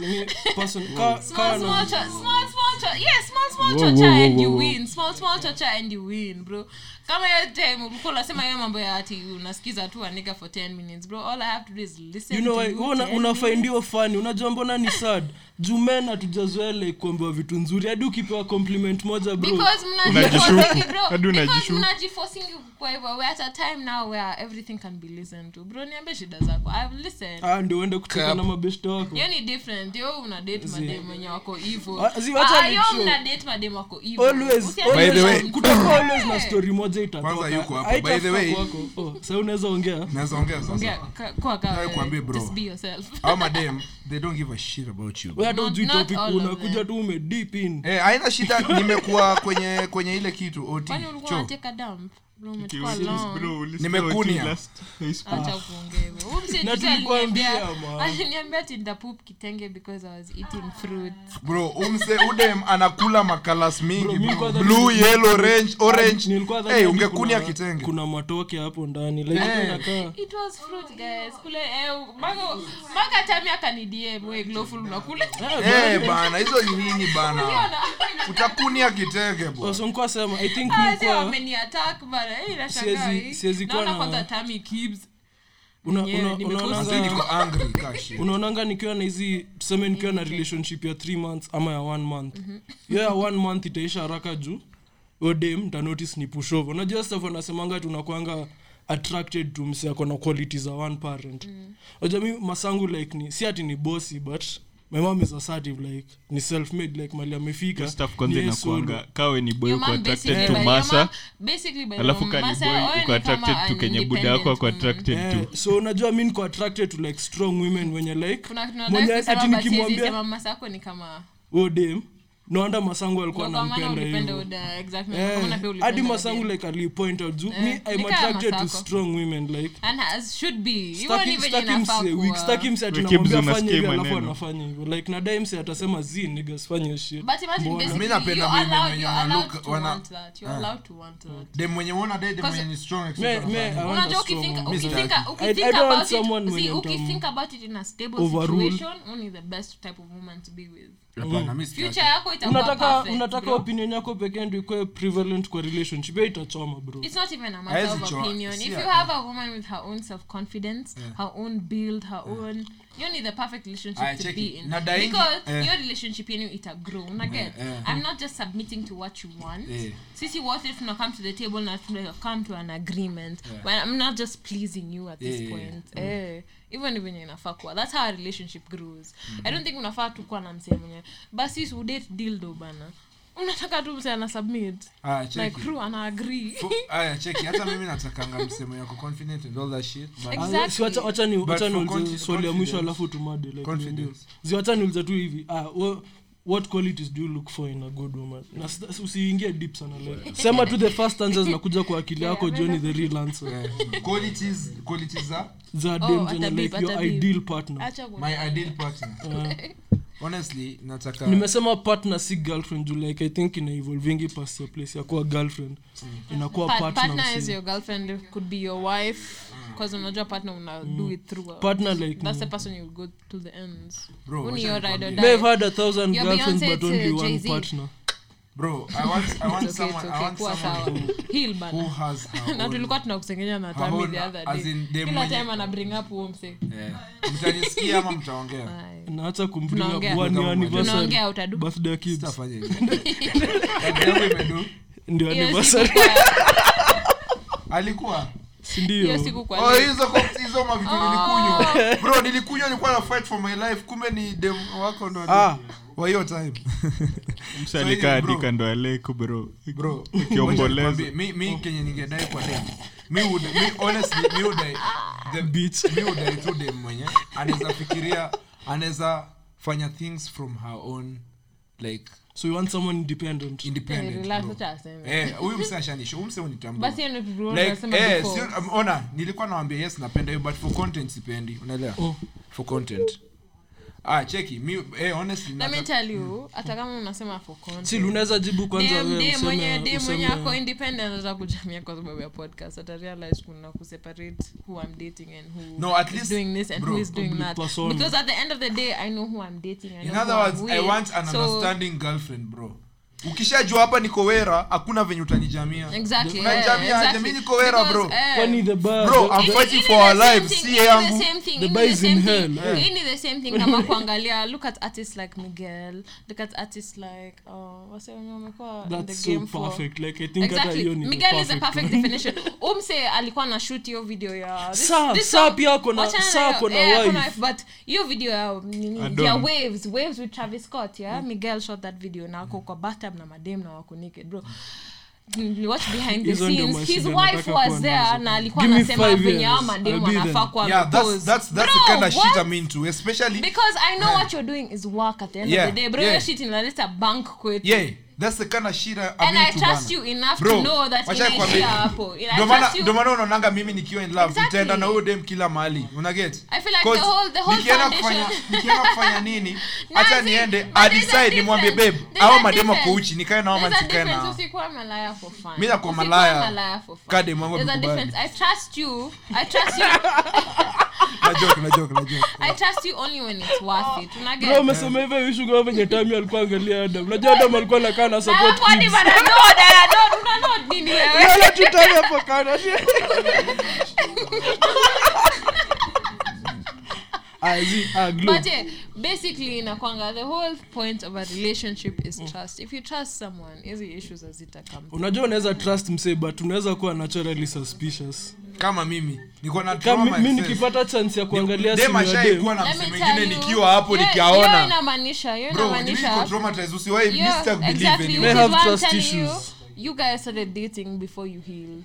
[SPEAKER 2] me person ka,
[SPEAKER 5] small
[SPEAKER 2] ka
[SPEAKER 5] small
[SPEAKER 2] na,
[SPEAKER 5] cho- small small cho- yeah, small small
[SPEAKER 6] Whoa,
[SPEAKER 5] chocha
[SPEAKER 6] whoa, whoa,
[SPEAKER 5] and you
[SPEAKER 6] whoa, whoa.
[SPEAKER 5] win small small chocha and you win bro kama hiyo time ulikuwa unasema hiyo mambo ya ati unasikiza tu anika for 10 minutes bro all i have to do is listen
[SPEAKER 2] you know
[SPEAKER 5] to
[SPEAKER 2] why-
[SPEAKER 5] you
[SPEAKER 2] wewe una-
[SPEAKER 5] 10
[SPEAKER 2] unafaindiwa fani unajua mbona ni sad jumen hatujazoea like kuambiwa vitu nzuri hadi ukipewa compliment moja bro
[SPEAKER 5] because
[SPEAKER 6] Unajishuku.
[SPEAKER 5] mnajiforcing bro
[SPEAKER 6] Hadi
[SPEAKER 5] because
[SPEAKER 6] unajishuku.
[SPEAKER 5] mnajiforcing kwa hivyo we at a time now where everything can be listened to bro niambie shida zako i will listen
[SPEAKER 2] ah ndio uende kucheka
[SPEAKER 3] Cap.
[SPEAKER 2] na mabeshte wako
[SPEAKER 5] hiyo ni different yo una date madem wenye wako hivo
[SPEAKER 2] Ah, zi wacha
[SPEAKER 5] yo
[SPEAKER 2] nishow.
[SPEAKER 5] mna date madem wako hivo
[SPEAKER 2] always
[SPEAKER 5] Usianze
[SPEAKER 3] By the way-
[SPEAKER 5] kushow.
[SPEAKER 2] kutakuwa always na story moja
[SPEAKER 3] Kwanza yuko hapo.
[SPEAKER 2] itatoka
[SPEAKER 3] By the way-
[SPEAKER 2] kwako oh sasa unaweza ongea
[SPEAKER 3] Naweza ongea sasa
[SPEAKER 5] Yeah, ka- kuwa kawa
[SPEAKER 3] Nataka
[SPEAKER 5] wewe.
[SPEAKER 3] kuambia bro.
[SPEAKER 5] Just be yourself.
[SPEAKER 3] Hao madem they don't give a shit about you
[SPEAKER 2] wewe hata
[SPEAKER 5] Not-
[SPEAKER 2] ujui
[SPEAKER 5] not
[SPEAKER 2] topic
[SPEAKER 5] all of
[SPEAKER 2] unakuja
[SPEAKER 5] them.
[SPEAKER 2] tu ume deep in
[SPEAKER 3] Eh,
[SPEAKER 2] [LAUGHS]
[SPEAKER 3] haina shida nimekuwa kwenye kwenye ile kitu ot
[SPEAKER 5] Kwani ulikuwa
[SPEAKER 3] cho
[SPEAKER 5] unateka dump? Bro,
[SPEAKER 6] Okay,
[SPEAKER 5] umechukua
[SPEAKER 6] ulis-
[SPEAKER 5] long.
[SPEAKER 6] bro, ulis-
[SPEAKER 3] Nimekunia.
[SPEAKER 6] last Facebook.
[SPEAKER 5] Acha kuongea hivyo. Huyu msee
[SPEAKER 2] Ah. Na
[SPEAKER 5] juzi
[SPEAKER 2] tulikwambia,
[SPEAKER 5] aliniambia-
[SPEAKER 2] man.
[SPEAKER 5] aliniambia ati nitapoop kitenge because I was eating fruit.
[SPEAKER 3] bro umse udem anakula makalas
[SPEAKER 2] Bro, mi
[SPEAKER 3] mingi bro.
[SPEAKER 2] kwanza
[SPEAKER 3] blue
[SPEAKER 2] nilikuwa-
[SPEAKER 3] yellow orange orange
[SPEAKER 2] Nilikuwa dhani
[SPEAKER 3] hey,
[SPEAKER 2] hadi
[SPEAKER 3] ungekunia
[SPEAKER 2] kuna-
[SPEAKER 3] kitenge
[SPEAKER 2] kuna matoke hapo ndani like
[SPEAKER 3] Eh.
[SPEAKER 2] unakaa
[SPEAKER 5] It was fruit, guys. Kule, eh, Mago- Mago hata mi akanidm, "Wewe, Glowful,
[SPEAKER 2] [LAUGHS]
[SPEAKER 5] unakula?"
[SPEAKER 3] Eh, bana hizo ni nini bana utakunia kitenge bro
[SPEAKER 2] wasonkwa sema i think
[SPEAKER 5] Ah, sio
[SPEAKER 2] nilikuwa
[SPEAKER 5] wameniattack bana. Eh, nashangaa
[SPEAKER 2] Siwezi-
[SPEAKER 5] hii.
[SPEAKER 2] siwezi kuwa
[SPEAKER 5] Naona
[SPEAKER 2] na-
[SPEAKER 5] kwanza tummy kibs.
[SPEAKER 2] una- una-
[SPEAKER 5] mwenyewe, nimekosa.
[SPEAKER 3] Until niko
[SPEAKER 2] unaonanga
[SPEAKER 3] angry kashi
[SPEAKER 2] unaonanga nikiwa na hizi tuseme nikiwa na relationship ya three months ama ya one month
[SPEAKER 5] Mhm.
[SPEAKER 2] hiyo ya one month itaisha haraka juu odem tanotice ni pushovo unajua staff wanasemanga tunakwanga attracted to msi ako na quality za one parent
[SPEAKER 5] Mm.
[SPEAKER 2] unajua mi masangu like ni si ati ni bosi but my mom is assertive like ni self made like mali amefika
[SPEAKER 6] Staff kwanza
[SPEAKER 2] ni yeye solo.
[SPEAKER 6] inakuanga kawe ni boy
[SPEAKER 5] Your mom
[SPEAKER 6] uko attracted
[SPEAKER 5] basically
[SPEAKER 6] to
[SPEAKER 5] by- your
[SPEAKER 6] masa
[SPEAKER 5] mom basically by
[SPEAKER 6] Eh, alafu
[SPEAKER 5] mom.
[SPEAKER 6] ka ni
[SPEAKER 5] Mm, Masa,
[SPEAKER 6] boy
[SPEAKER 5] wewe
[SPEAKER 6] uko
[SPEAKER 5] ni kama
[SPEAKER 6] attracted to
[SPEAKER 5] an
[SPEAKER 6] kenye buda yako
[SPEAKER 5] independent mm.
[SPEAKER 6] ako
[SPEAKER 5] woman.
[SPEAKER 6] attracted
[SPEAKER 2] Eh,
[SPEAKER 6] to
[SPEAKER 2] so unajua mi niko attracted to like strong women wenye like
[SPEAKER 5] Kuna kitu
[SPEAKER 2] mwenye
[SPEAKER 5] nataka
[SPEAKER 2] ati
[SPEAKER 5] kusema, but siwezi
[SPEAKER 2] nikimwambia
[SPEAKER 5] sema masa yako ni kama
[SPEAKER 2] odem noanda masangu alikuwa
[SPEAKER 5] Ndio kwa maana
[SPEAKER 2] anampenda
[SPEAKER 5] ulipenda
[SPEAKER 2] hivyo
[SPEAKER 5] Oda, exactly. Ndio kwa maana
[SPEAKER 2] Eh,
[SPEAKER 5] pia ulipenda
[SPEAKER 2] hadi
[SPEAKER 5] Oda.
[SPEAKER 2] masangu like alipoint out juu mi
[SPEAKER 5] Eh,
[SPEAKER 2] i'm
[SPEAKER 5] nika
[SPEAKER 2] attracted to
[SPEAKER 5] Masako.
[SPEAKER 2] strong women like
[SPEAKER 5] And as should be. You weren't
[SPEAKER 2] staki-
[SPEAKER 5] even uh.
[SPEAKER 2] staki
[SPEAKER 5] inafaa
[SPEAKER 2] mse weak,
[SPEAKER 5] kuwa.
[SPEAKER 2] staki mse ati
[SPEAKER 6] Wekibs
[SPEAKER 2] namwambia
[SPEAKER 6] unasikia
[SPEAKER 2] fanya hivi alafu
[SPEAKER 6] maneno.
[SPEAKER 2] anafanya hivyo like nadae mse atasema z niggas fanya hiyo shit
[SPEAKER 5] But imagine
[SPEAKER 2] Mbona?
[SPEAKER 5] basically
[SPEAKER 3] Mi napenda
[SPEAKER 5] you're
[SPEAKER 3] mimi
[SPEAKER 5] allowed-
[SPEAKER 3] mwenye
[SPEAKER 5] you're
[SPEAKER 3] wana-
[SPEAKER 5] allowed to
[SPEAKER 3] wana-
[SPEAKER 5] want that.
[SPEAKER 3] Eh.
[SPEAKER 5] You're allowed to want that.
[SPEAKER 3] dem mwenye uona dai dem
[SPEAKER 5] Cause-
[SPEAKER 3] mwenye ni strong etc.
[SPEAKER 2] Me- me, I want
[SPEAKER 5] Unajua
[SPEAKER 2] a strong
[SPEAKER 5] ukithinka-
[SPEAKER 2] woman.
[SPEAKER 3] I-
[SPEAKER 5] ukithinka-
[SPEAKER 2] I
[SPEAKER 5] ukithinka
[SPEAKER 2] don't want
[SPEAKER 5] about it-
[SPEAKER 2] someone
[SPEAKER 5] see,
[SPEAKER 2] mwenye nitam-
[SPEAKER 5] ukithinka about it in a stable
[SPEAKER 2] Overrule.
[SPEAKER 5] situation, only the best type of woman to be with.
[SPEAKER 3] Hapana, mi sitaki.
[SPEAKER 5] Future yako itakuwa
[SPEAKER 2] unataka
[SPEAKER 5] perfect,
[SPEAKER 2] unataka
[SPEAKER 5] bro.
[SPEAKER 2] opinion yako pekee ndio ikuwe prevalent kwa relationship hiyo itachoma bro
[SPEAKER 5] It's not even a matter
[SPEAKER 3] Haezi
[SPEAKER 5] of
[SPEAKER 3] choa-
[SPEAKER 5] opinion.
[SPEAKER 3] si
[SPEAKER 5] If you
[SPEAKER 3] ati-
[SPEAKER 5] have a woman with her own self-confidence, her own build, her own, you need the
[SPEAKER 3] Aya,
[SPEAKER 5] perfect relationship to
[SPEAKER 3] cheki.
[SPEAKER 5] be in.
[SPEAKER 3] Na daingi-
[SPEAKER 5] Because
[SPEAKER 3] eh.
[SPEAKER 5] your relationship yenu itagrow. Una get?
[SPEAKER 3] eh.
[SPEAKER 5] I'm not just submitting to what you want.
[SPEAKER 3] Eh.
[SPEAKER 5] Sisi wote tuna come to the table na tuna come to an agreement. Well, I'm not just pleasing you at this
[SPEAKER 3] Eh.
[SPEAKER 5] point. Eh. Even when you're inafaa kuwa. That's how a
[SPEAKER 3] Mm-hmm.
[SPEAKER 5] relationship grows. I don't think unafaa tu kuwa na msee mwenye. Basi udate dildo bana. unataka tu mse ana submit
[SPEAKER 3] Ah,
[SPEAKER 5] like
[SPEAKER 3] cheki.
[SPEAKER 5] crew ana agree
[SPEAKER 3] Fu- aya cheki hata mimi natakanga msemo yako confident and all that shit but
[SPEAKER 5] Exactly.
[SPEAKER 2] Ah, si wacha- wacha ni-
[SPEAKER 3] But
[SPEAKER 2] wacha
[SPEAKER 3] for
[SPEAKER 2] niulize
[SPEAKER 3] confi-
[SPEAKER 2] swali ya mwisho
[SPEAKER 3] confidence.
[SPEAKER 2] alafu tumade like,
[SPEAKER 3] Confidence.
[SPEAKER 2] niambie. Zi wacha niulize tu hivi ah, wha- what qualities do you look for in a good woman na s- usiingie deep sana like. sema tu the first answers nakuja kwa akili yako jioni the real answer
[SPEAKER 3] eh, qualities qualities za
[SPEAKER 2] za
[SPEAKER 5] Oh,
[SPEAKER 2] dem tena
[SPEAKER 5] atabib,
[SPEAKER 2] like your
[SPEAKER 5] atabib.
[SPEAKER 2] ideal partner
[SPEAKER 5] acha ku-
[SPEAKER 3] my ideal
[SPEAKER 5] [LAUGHS]
[SPEAKER 3] partner honestly nataka
[SPEAKER 2] nimesema partner si girlfriend juu like i think ina evolvingi past your place ya kuwa girlfriend
[SPEAKER 3] Mm.
[SPEAKER 2] inakuwa
[SPEAKER 5] Pa-
[SPEAKER 2] partner
[SPEAKER 5] partner is
[SPEAKER 2] msee.
[SPEAKER 5] your girlfriend could be your wife because unajua partner una do it through a-
[SPEAKER 2] Mm. partner like
[SPEAKER 5] that's the
[SPEAKER 2] me.
[SPEAKER 5] person you go to the ends
[SPEAKER 3] Bro,
[SPEAKER 5] Who
[SPEAKER 3] wacha
[SPEAKER 5] ni your
[SPEAKER 3] nikwambie.
[SPEAKER 5] ride or
[SPEAKER 2] May have
[SPEAKER 5] die
[SPEAKER 2] had a thousand
[SPEAKER 5] Your
[SPEAKER 2] girlfriends
[SPEAKER 5] Beyonce
[SPEAKER 2] but only
[SPEAKER 5] to
[SPEAKER 2] one
[SPEAKER 5] Jay-Z.
[SPEAKER 2] partner
[SPEAKER 3] bro i want i want
[SPEAKER 5] It's
[SPEAKER 3] someone
[SPEAKER 5] okay, it's
[SPEAKER 3] i
[SPEAKER 5] okay,
[SPEAKER 3] want
[SPEAKER 5] kuwa
[SPEAKER 3] someone
[SPEAKER 5] sawa. Heal bana.
[SPEAKER 3] who has her
[SPEAKER 5] [LAUGHS] na
[SPEAKER 3] own-
[SPEAKER 5] tulikuwa tunakusengenya na
[SPEAKER 3] her
[SPEAKER 5] tami the
[SPEAKER 3] own-
[SPEAKER 5] other
[SPEAKER 3] as
[SPEAKER 5] day
[SPEAKER 3] in dem
[SPEAKER 5] kila
[SPEAKER 3] mwenye-
[SPEAKER 5] time ana bring up huo mse
[SPEAKER 3] Eh, mtanisikia ama mtaongea
[SPEAKER 5] [LAUGHS] Aye.
[SPEAKER 2] na hata kumbring up
[SPEAKER 5] Tunaongea.
[SPEAKER 2] one year anniversary
[SPEAKER 5] tunaongea utadu
[SPEAKER 2] birthday ya kids
[SPEAKER 3] sitafanya
[SPEAKER 5] [LAUGHS]
[SPEAKER 3] hivyo. Dada yangu imedu
[SPEAKER 2] ndio
[SPEAKER 5] Hiyo
[SPEAKER 2] anniversary
[SPEAKER 5] siku
[SPEAKER 2] [LAUGHS]
[SPEAKER 5] kwa-
[SPEAKER 3] alikuwa
[SPEAKER 5] hiyo
[SPEAKER 2] sindio
[SPEAKER 5] siku
[SPEAKER 3] Oh,
[SPEAKER 5] kwa Oh. leo.
[SPEAKER 3] hizo co- hizo mavitu nilikunywa bro nilikunywa nilikuwa na fight for my life kumbe ni dem wako ndo
[SPEAKER 2] Ah.
[SPEAKER 3] wa hiyo time [LAUGHS]
[SPEAKER 6] msa alikaa
[SPEAKER 3] bro.
[SPEAKER 6] hadi kando ya lake bro
[SPEAKER 3] bro
[SPEAKER 6] Ukiomboleza.
[SPEAKER 3] wacha nikwambie, mi, mi kenye ningedai kwa dem mi would mi honestly mi would die the
[SPEAKER 2] Bitch.
[SPEAKER 3] mi would die tu dem mwenye anaweza fikiria anaweza fanya things from her own like
[SPEAKER 2] so you want someone independent
[SPEAKER 5] Eh, relax,
[SPEAKER 3] independent bro.
[SPEAKER 5] acha aseme.
[SPEAKER 3] eh huyu msee ashanisho huyu msee unitambua
[SPEAKER 5] Basi hiyo ndio tulikuwa
[SPEAKER 3] like
[SPEAKER 5] tunasema
[SPEAKER 3] eh
[SPEAKER 5] before.
[SPEAKER 3] sio- um, ona nilikuwa nawambia yes napenda hiyo but for content sipendi unaelewa
[SPEAKER 2] Oh.
[SPEAKER 3] for content ah cheki mi eh honestly
[SPEAKER 5] Let me
[SPEAKER 3] nataka-
[SPEAKER 5] tell you, hata kama unasema for content.
[SPEAKER 2] sil unaweza jibu kwanza
[SPEAKER 5] Dem-
[SPEAKER 2] wewe
[SPEAKER 5] dem mwenye-
[SPEAKER 2] useme-
[SPEAKER 5] dem mwenye ako
[SPEAKER 2] useme
[SPEAKER 5] independent atakujamia kwa sababu ya podcast ata realize kuna kuseparate who I'm dating and who
[SPEAKER 3] No, at
[SPEAKER 5] is
[SPEAKER 3] least-
[SPEAKER 5] doing this and
[SPEAKER 3] bro,
[SPEAKER 5] who is doing
[SPEAKER 2] public
[SPEAKER 5] that.
[SPEAKER 2] persona.
[SPEAKER 5] Because at the end of the day, I know who I'm dating, I know
[SPEAKER 3] in
[SPEAKER 5] who
[SPEAKER 3] other
[SPEAKER 5] I'm
[SPEAKER 3] words i
[SPEAKER 5] with.
[SPEAKER 3] want an
[SPEAKER 5] So,
[SPEAKER 3] understanding girlfriend bro ukishajua hapa niko wera hakuna venye utanijamia
[SPEAKER 5] exactly,
[SPEAKER 3] Unanijamia
[SPEAKER 5] yeah,
[SPEAKER 3] aje?
[SPEAKER 5] exactly.
[SPEAKER 3] Mi niko wera, bro.
[SPEAKER 5] Because, eh,
[SPEAKER 2] kwani the bar
[SPEAKER 3] bro i'm
[SPEAKER 5] Ili-
[SPEAKER 3] fighting
[SPEAKER 5] ili
[SPEAKER 3] for our
[SPEAKER 5] the same
[SPEAKER 3] life
[SPEAKER 5] thing,
[SPEAKER 3] si
[SPEAKER 5] ili the
[SPEAKER 3] yangu
[SPEAKER 5] same thing,
[SPEAKER 2] The
[SPEAKER 5] ili
[SPEAKER 2] bar is
[SPEAKER 5] the
[SPEAKER 2] in
[SPEAKER 5] same
[SPEAKER 2] hell, eh.
[SPEAKER 5] thing. Ili the same thing
[SPEAKER 3] [LAUGHS]
[SPEAKER 5] kama kuangalia look at artists like miguel look at artists like uh, wase wenye wamekuwa in
[SPEAKER 2] that's
[SPEAKER 5] the game
[SPEAKER 2] so
[SPEAKER 5] for
[SPEAKER 2] perfect like i think hata
[SPEAKER 5] Exactly.
[SPEAKER 2] hiyo ni the
[SPEAKER 5] Miguel is a
[SPEAKER 2] perfect
[SPEAKER 5] perfect
[SPEAKER 2] [LAUGHS]
[SPEAKER 5] definition. Umse alikuwa na shoot hiyo video ya this-
[SPEAKER 2] Saa-
[SPEAKER 5] this
[SPEAKER 2] saa
[SPEAKER 5] song-
[SPEAKER 2] pia ako na-
[SPEAKER 5] wachana
[SPEAKER 2] saa
[SPEAKER 5] hiyo-
[SPEAKER 2] ako na
[SPEAKER 5] eh, ako na
[SPEAKER 2] wife.
[SPEAKER 5] wife, but hiyo video ya nini,
[SPEAKER 6] Adon.
[SPEAKER 5] ya waves waves with Travis Scott yeah?
[SPEAKER 2] Mm.
[SPEAKER 5] Miguel shot that video na ako kwa bathtub na madem na wako naked bro.
[SPEAKER 2] [SIGHS]
[SPEAKER 5] Ni watch behind the
[SPEAKER 2] Hizo ndio
[SPEAKER 5] scenes. His
[SPEAKER 2] mashida
[SPEAKER 5] wife
[SPEAKER 2] nataka
[SPEAKER 5] was
[SPEAKER 2] kuwa
[SPEAKER 5] there
[SPEAKER 2] nazo.
[SPEAKER 5] na alikuwa
[SPEAKER 2] Give me
[SPEAKER 5] anasema
[SPEAKER 2] five
[SPEAKER 5] venye hao
[SPEAKER 2] years, I'll
[SPEAKER 5] madem
[SPEAKER 2] be
[SPEAKER 5] wanafaa
[SPEAKER 2] there.
[SPEAKER 5] kuwa
[SPEAKER 3] yeah that's
[SPEAKER 5] propose.
[SPEAKER 3] that's that's
[SPEAKER 5] Bro,
[SPEAKER 3] the kind of shit
[SPEAKER 5] what?
[SPEAKER 3] i'm into especially
[SPEAKER 5] because i know what you're doing is work at the end
[SPEAKER 3] Yeah,
[SPEAKER 5] of the day bro hiyo
[SPEAKER 3] yeah.
[SPEAKER 5] shit inaleta bank kwetu
[SPEAKER 3] yeah that's the kind of shit I- i'm
[SPEAKER 5] and I
[SPEAKER 3] into
[SPEAKER 5] trust
[SPEAKER 3] bana.
[SPEAKER 5] you enough
[SPEAKER 3] Bro,
[SPEAKER 5] to know that
[SPEAKER 3] wacha
[SPEAKER 5] inaishia
[SPEAKER 3] nikwambie.
[SPEAKER 5] hapo. I
[SPEAKER 3] Ndio
[SPEAKER 5] trust
[SPEAKER 3] maana-
[SPEAKER 5] you-
[SPEAKER 3] ndio maana unaonanga mimi nikiwa in love
[SPEAKER 5] Exactly.
[SPEAKER 3] nitaenda na huyo dem kila mahali unaget
[SPEAKER 5] I feel like the whole- the whole
[SPEAKER 3] nikienda
[SPEAKER 5] foundation-
[SPEAKER 3] kufanya nikienda kufanya
[SPEAKER 5] [LAUGHS]
[SPEAKER 3] nini
[SPEAKER 5] Na
[SPEAKER 3] hata
[SPEAKER 5] zi-
[SPEAKER 3] niende
[SPEAKER 5] but there's a
[SPEAKER 3] adecide nimwambie
[SPEAKER 5] difference.
[SPEAKER 3] babe
[SPEAKER 5] There's
[SPEAKER 3] au
[SPEAKER 5] a
[SPEAKER 3] mademo
[SPEAKER 5] difference.
[SPEAKER 3] kuuchi nikae nao ama
[SPEAKER 5] There's a
[SPEAKER 3] nisikae
[SPEAKER 5] difference.
[SPEAKER 3] nao
[SPEAKER 5] Usikuwe malaya for fun.
[SPEAKER 3] Mimi nakuwa
[SPEAKER 5] Usikuwe
[SPEAKER 3] malaya.
[SPEAKER 5] malaya for fun.
[SPEAKER 3] Kade mwangu
[SPEAKER 5] There's a
[SPEAKER 3] amekubali.
[SPEAKER 5] difference. I trust you. I trust you.
[SPEAKER 3] na joke na joke na joke
[SPEAKER 5] I trust you only when it's worth it. Una get?
[SPEAKER 2] bro umesema hivyo wishu kama venye tami alikuwa angalia adam najua adam alikuwa nakaa na
[SPEAKER 5] Na
[SPEAKER 2] support
[SPEAKER 5] hapo hadi
[SPEAKER 2] kids. [LAUGHS]
[SPEAKER 5] bana nod, ana nod, una nod
[SPEAKER 3] [LAUGHS]
[SPEAKER 5] nini wewe?
[SPEAKER 3] Yaani.
[SPEAKER 2] Unaona tu Tami hapo kando.
[SPEAKER 5] [LAUGHS]
[SPEAKER 2] Ah, zi- ah, glow.
[SPEAKER 5] But yeah, basically inakwanga the whole point of a relationship
[SPEAKER 3] Mm.
[SPEAKER 5] is trust. If you trust someone, hizi issues hazitakam.
[SPEAKER 2] unajua unaweza trust msee but unaweza kuwa naturally suspicious
[SPEAKER 3] kama mimi niko na
[SPEAKER 2] kama
[SPEAKER 3] trauma
[SPEAKER 2] mi- mi
[SPEAKER 3] myself.
[SPEAKER 2] nikipata chance ya kuangalia
[SPEAKER 3] dem
[SPEAKER 2] simu ya dem
[SPEAKER 3] ashaikuwa na
[SPEAKER 5] Let me
[SPEAKER 3] msee
[SPEAKER 5] tell
[SPEAKER 3] mwingine
[SPEAKER 5] you,
[SPEAKER 3] nikiwa hapo
[SPEAKER 5] hiyo- hiyo
[SPEAKER 3] nikiaona
[SPEAKER 5] inamaanisha, hiyo
[SPEAKER 3] bro
[SPEAKER 5] inamaanisha-
[SPEAKER 3] niko traumatized usiwahi
[SPEAKER 5] Yeah,
[SPEAKER 3] mistake believe
[SPEAKER 5] exactly,
[SPEAKER 3] in
[SPEAKER 5] which
[SPEAKER 2] May
[SPEAKER 5] is
[SPEAKER 2] have
[SPEAKER 5] why I'm
[SPEAKER 2] trust
[SPEAKER 5] telling
[SPEAKER 2] issues.
[SPEAKER 5] you, you guys started dating before you healed.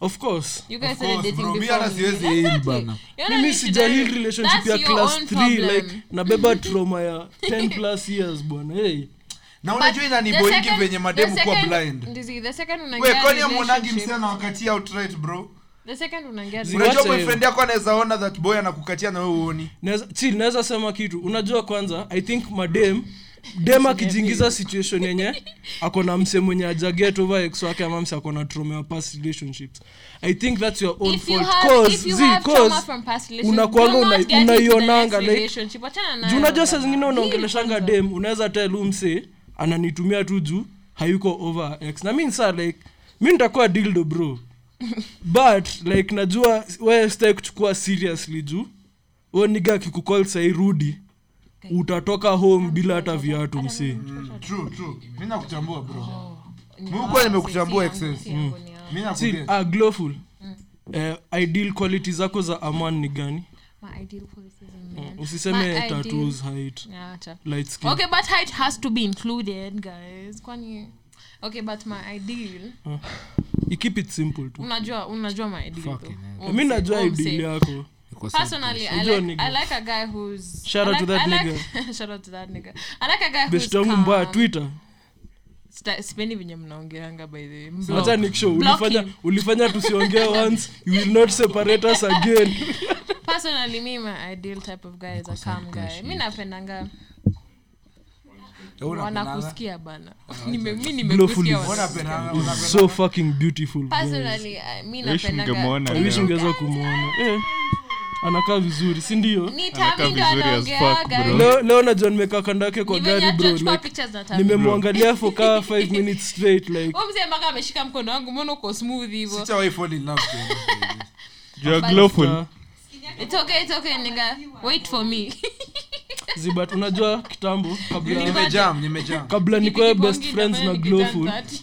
[SPEAKER 2] of course
[SPEAKER 5] You guys
[SPEAKER 3] Of course,
[SPEAKER 5] started dating
[SPEAKER 3] bro, mi
[SPEAKER 5] before
[SPEAKER 3] hata
[SPEAKER 5] you
[SPEAKER 3] siwezi
[SPEAKER 5] healed.
[SPEAKER 3] heal
[SPEAKER 5] Exactly.
[SPEAKER 3] bana.
[SPEAKER 5] You don't
[SPEAKER 2] mimi
[SPEAKER 5] need to
[SPEAKER 2] sija
[SPEAKER 5] do
[SPEAKER 2] hii
[SPEAKER 5] it.
[SPEAKER 2] relationship ya
[SPEAKER 5] That's your
[SPEAKER 2] class
[SPEAKER 5] own
[SPEAKER 2] 3
[SPEAKER 5] problem.
[SPEAKER 2] like
[SPEAKER 5] [LAUGHS]
[SPEAKER 2] nabeba trauma ya 10 plus years bwana hey.
[SPEAKER 3] na
[SPEAKER 5] But
[SPEAKER 3] unajua
[SPEAKER 5] the
[SPEAKER 3] inaniboingi
[SPEAKER 5] second-
[SPEAKER 3] venye mademu
[SPEAKER 5] the
[SPEAKER 3] kuwa
[SPEAKER 5] second-
[SPEAKER 3] blind
[SPEAKER 5] ndizi, the second unaingia
[SPEAKER 3] we kwani amonangi
[SPEAKER 5] relationship-
[SPEAKER 3] msee na wakati outright bro
[SPEAKER 5] the second unaingia
[SPEAKER 2] Zi-
[SPEAKER 5] relationship-
[SPEAKER 3] unajua
[SPEAKER 2] Wacha
[SPEAKER 3] boyfriend
[SPEAKER 2] hiyo.
[SPEAKER 3] yako anaweza ona that boy anakukatia na wewe uoni
[SPEAKER 2] Naweza- chill naweza sema kitu unajua kwanza i think madem dem akijiingiza situation yenye ako na mse mwenye ajaget over ex wake ama mse ako na trauma ya past relationships i think thats your own
[SPEAKER 5] If you
[SPEAKER 2] fault
[SPEAKER 5] have-
[SPEAKER 2] Cause-
[SPEAKER 5] if you
[SPEAKER 2] zi,
[SPEAKER 5] have trauma
[SPEAKER 2] cause
[SPEAKER 5] from past relationship,
[SPEAKER 2] unakuanga
[SPEAKER 5] do not
[SPEAKER 2] una-
[SPEAKER 5] get into the next
[SPEAKER 2] unaionanga, like-
[SPEAKER 5] relationship. Achana nayo
[SPEAKER 2] juu unajua saa
[SPEAKER 5] bana.
[SPEAKER 2] zingine
[SPEAKER 5] Hii
[SPEAKER 2] unaongeleshanga
[SPEAKER 5] kwanza.
[SPEAKER 2] dem unaweza tell hu mse ananitumia tu juu hayuko over x na mi saa like mi nitakuwa dildo
[SPEAKER 5] [LAUGHS]
[SPEAKER 2] bro but like najua we stai kuchukua seriously juu we niga akikucall sai rudi utatoka home bila hata viatu msee
[SPEAKER 3] true true mi nakutambua bro
[SPEAKER 5] Ni
[SPEAKER 3] Mungu
[SPEAKER 5] yangu,
[SPEAKER 3] nimekutambua
[SPEAKER 5] si yangu,
[SPEAKER 3] excess.
[SPEAKER 5] si yangu, ni yangu.
[SPEAKER 3] mi
[SPEAKER 2] See,
[SPEAKER 3] nakuget
[SPEAKER 2] ah,
[SPEAKER 5] Mm.
[SPEAKER 2] glowful eh, ideal quality zako za aman ni gani
[SPEAKER 5] My ideal policies in man. My
[SPEAKER 2] Mm, usiseme
[SPEAKER 5] ideal-
[SPEAKER 2] tattoos height
[SPEAKER 5] Yeah, acha.
[SPEAKER 2] light skin
[SPEAKER 5] okay but height has to be included guys kwani okay but my ideal
[SPEAKER 2] You keep it simple tu
[SPEAKER 5] unajua unajua my ideal
[SPEAKER 3] Fucking hell.
[SPEAKER 5] though.
[SPEAKER 2] mi najua
[SPEAKER 5] Omse-
[SPEAKER 2] idili yako
[SPEAKER 3] Iko sawa.
[SPEAKER 5] personally I
[SPEAKER 2] Unajua
[SPEAKER 5] like,
[SPEAKER 2] nigga.
[SPEAKER 5] I like a guy who's
[SPEAKER 2] Shout out
[SPEAKER 5] I like,
[SPEAKER 2] to that
[SPEAKER 5] I like, [LAUGHS] shout out to that nigga I like a guy who's
[SPEAKER 2] best yangu mbaya
[SPEAKER 5] calm.
[SPEAKER 2] twitter
[SPEAKER 5] Sta- sipendi venye mnaongeanga by the way Mbaya.
[SPEAKER 2] wacha niksho
[SPEAKER 5] Block
[SPEAKER 2] ulifanya
[SPEAKER 5] him.
[SPEAKER 2] ulifanya tusiongee once you will not separate us again
[SPEAKER 5] personally me my ideal type of guy is a calm guy mi napendanga
[SPEAKER 3] Eh, unapendanga?
[SPEAKER 5] wanakusikia bana Nime- mi
[SPEAKER 2] Blowful
[SPEAKER 5] nimekusikia
[SPEAKER 2] is-
[SPEAKER 5] wana-
[SPEAKER 3] Unapendanga, unapendanga.
[SPEAKER 2] so fucking beautiful
[SPEAKER 5] personally I- mi
[SPEAKER 6] Wish
[SPEAKER 5] napendanga
[SPEAKER 6] mngemwona
[SPEAKER 2] I wish
[SPEAKER 6] leo.
[SPEAKER 2] ungeweza kumwona eh, anakaa vizuri si ndio
[SPEAKER 5] ni
[SPEAKER 6] Anakaa
[SPEAKER 5] taminga
[SPEAKER 6] vizuri as fuck,
[SPEAKER 5] anaongeaga
[SPEAKER 6] bro.
[SPEAKER 2] leo leo najua nimekaa kando yake kwa
[SPEAKER 5] Ni venye
[SPEAKER 2] gari
[SPEAKER 5] hata
[SPEAKER 2] bro
[SPEAKER 5] nachukua
[SPEAKER 2] like
[SPEAKER 5] pictures na Tami.
[SPEAKER 2] nimemwangalia for kaa
[SPEAKER 5] [LAUGHS]
[SPEAKER 2] 5 minutes straight like
[SPEAKER 5] Huyu mzee mpaka ameshika mkono wangu mbona uko smooth hivo
[SPEAKER 3] Sijawahi fall in love
[SPEAKER 2] [LAUGHS]
[SPEAKER 3] tena.
[SPEAKER 6] You are glowful.
[SPEAKER 2] ah,
[SPEAKER 5] it's okay, it's okay, nigga. wait for me [LAUGHS]
[SPEAKER 2] zibat unajua kitambo kabla
[SPEAKER 3] Nimejam, nimejam.
[SPEAKER 2] kabla nikoe best
[SPEAKER 5] Nikibongi
[SPEAKER 2] friends na
[SPEAKER 5] nafanya nikiturn
[SPEAKER 2] glowful
[SPEAKER 5] 30.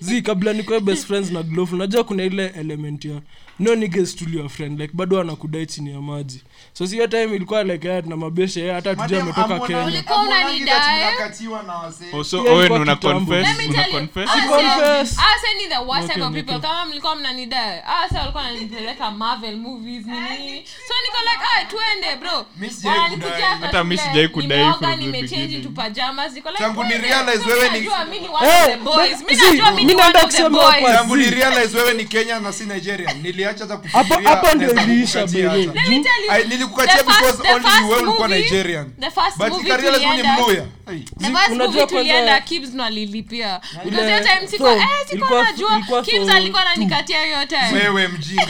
[SPEAKER 5] [LAUGHS]
[SPEAKER 2] zi kabla nikuwe best friends na glove unajua kuna ile element ya no niggas still your friend like bado anakudai chini ya maji so si hiyo time ilikuwa like yeah, tuna mabeshe yeah, hata tujua
[SPEAKER 3] Madam,
[SPEAKER 2] ametoka
[SPEAKER 3] amwona-
[SPEAKER 2] kenya
[SPEAKER 5] Ulikuwa
[SPEAKER 3] amwona
[SPEAKER 5] unanidai.
[SPEAKER 3] kati tunakatiwa na wasee.
[SPEAKER 6] Oh, so
[SPEAKER 2] Pia
[SPEAKER 6] Owen,
[SPEAKER 2] ilikuwa
[SPEAKER 6] una
[SPEAKER 2] kitambo.
[SPEAKER 5] Let
[SPEAKER 6] confess?
[SPEAKER 5] me
[SPEAKER 6] Una
[SPEAKER 5] tell you,
[SPEAKER 6] confess?
[SPEAKER 5] Ase-
[SPEAKER 2] Confess.
[SPEAKER 5] Ase ni the worst
[SPEAKER 2] Okay,
[SPEAKER 5] type of
[SPEAKER 2] okay.
[SPEAKER 5] people. Kama mlikuwa mnanidai, Ase walikuwa wananipeleka Marvel movies ni nini. So niko like, ah, twende bro.
[SPEAKER 3] Mi sijai
[SPEAKER 5] Wananikujia
[SPEAKER 3] kudai.
[SPEAKER 5] after
[SPEAKER 6] Hata mi
[SPEAKER 5] shule,
[SPEAKER 6] sijai kudai
[SPEAKER 5] nimeoga,
[SPEAKER 6] from the
[SPEAKER 5] nimechange
[SPEAKER 6] beginning.
[SPEAKER 5] to pajamas. Niko like,
[SPEAKER 3] Tangu ni
[SPEAKER 5] twende.
[SPEAKER 3] realize
[SPEAKER 5] So
[SPEAKER 3] wewe
[SPEAKER 5] mi
[SPEAKER 3] ni- Oh,
[SPEAKER 5] najua mi ni one of the
[SPEAKER 2] Eh,
[SPEAKER 5] boys. Mi
[SPEAKER 2] zi,
[SPEAKER 5] najua mi
[SPEAKER 2] mi
[SPEAKER 5] ni one
[SPEAKER 2] naenda
[SPEAKER 5] of the
[SPEAKER 2] kusema hapa.
[SPEAKER 5] boys.
[SPEAKER 3] Tangu ni realize wewe ni Kenya na si Nigeria. Niliacha hata
[SPEAKER 2] hapo
[SPEAKER 3] kufikiria.
[SPEAKER 2] hapo ndio
[SPEAKER 3] naweza
[SPEAKER 2] iliisha
[SPEAKER 3] kukukatia
[SPEAKER 2] bro
[SPEAKER 3] hata.
[SPEAKER 5] Let me tell you,
[SPEAKER 3] I- nilikukatia
[SPEAKER 5] the first-
[SPEAKER 3] because
[SPEAKER 5] the
[SPEAKER 3] only
[SPEAKER 5] first
[SPEAKER 3] wewe ulikuwa
[SPEAKER 5] movie-
[SPEAKER 3] Nigerian.
[SPEAKER 5] the firfirst
[SPEAKER 3] But
[SPEAKER 5] movie
[SPEAKER 3] nikarealize wewe ni
[SPEAKER 5] tulienda-
[SPEAKER 3] Mluya. Ai.
[SPEAKER 5] The
[SPEAKER 2] Zi-
[SPEAKER 5] first
[SPEAKER 2] unajua
[SPEAKER 5] movie
[SPEAKER 2] kwanza-
[SPEAKER 5] tulienda Kibz ndo alilipia
[SPEAKER 2] Ile-
[SPEAKER 5] because hiyo time sikuwa
[SPEAKER 2] Thor,
[SPEAKER 5] eh
[SPEAKER 2] ilikuwa-
[SPEAKER 5] sikuwa najua
[SPEAKER 2] ilikuwa
[SPEAKER 5] Kibz
[SPEAKER 2] Thor
[SPEAKER 5] alikuwa
[SPEAKER 2] two.
[SPEAKER 5] ananikatia hiyo time
[SPEAKER 3] Wewe mjinga.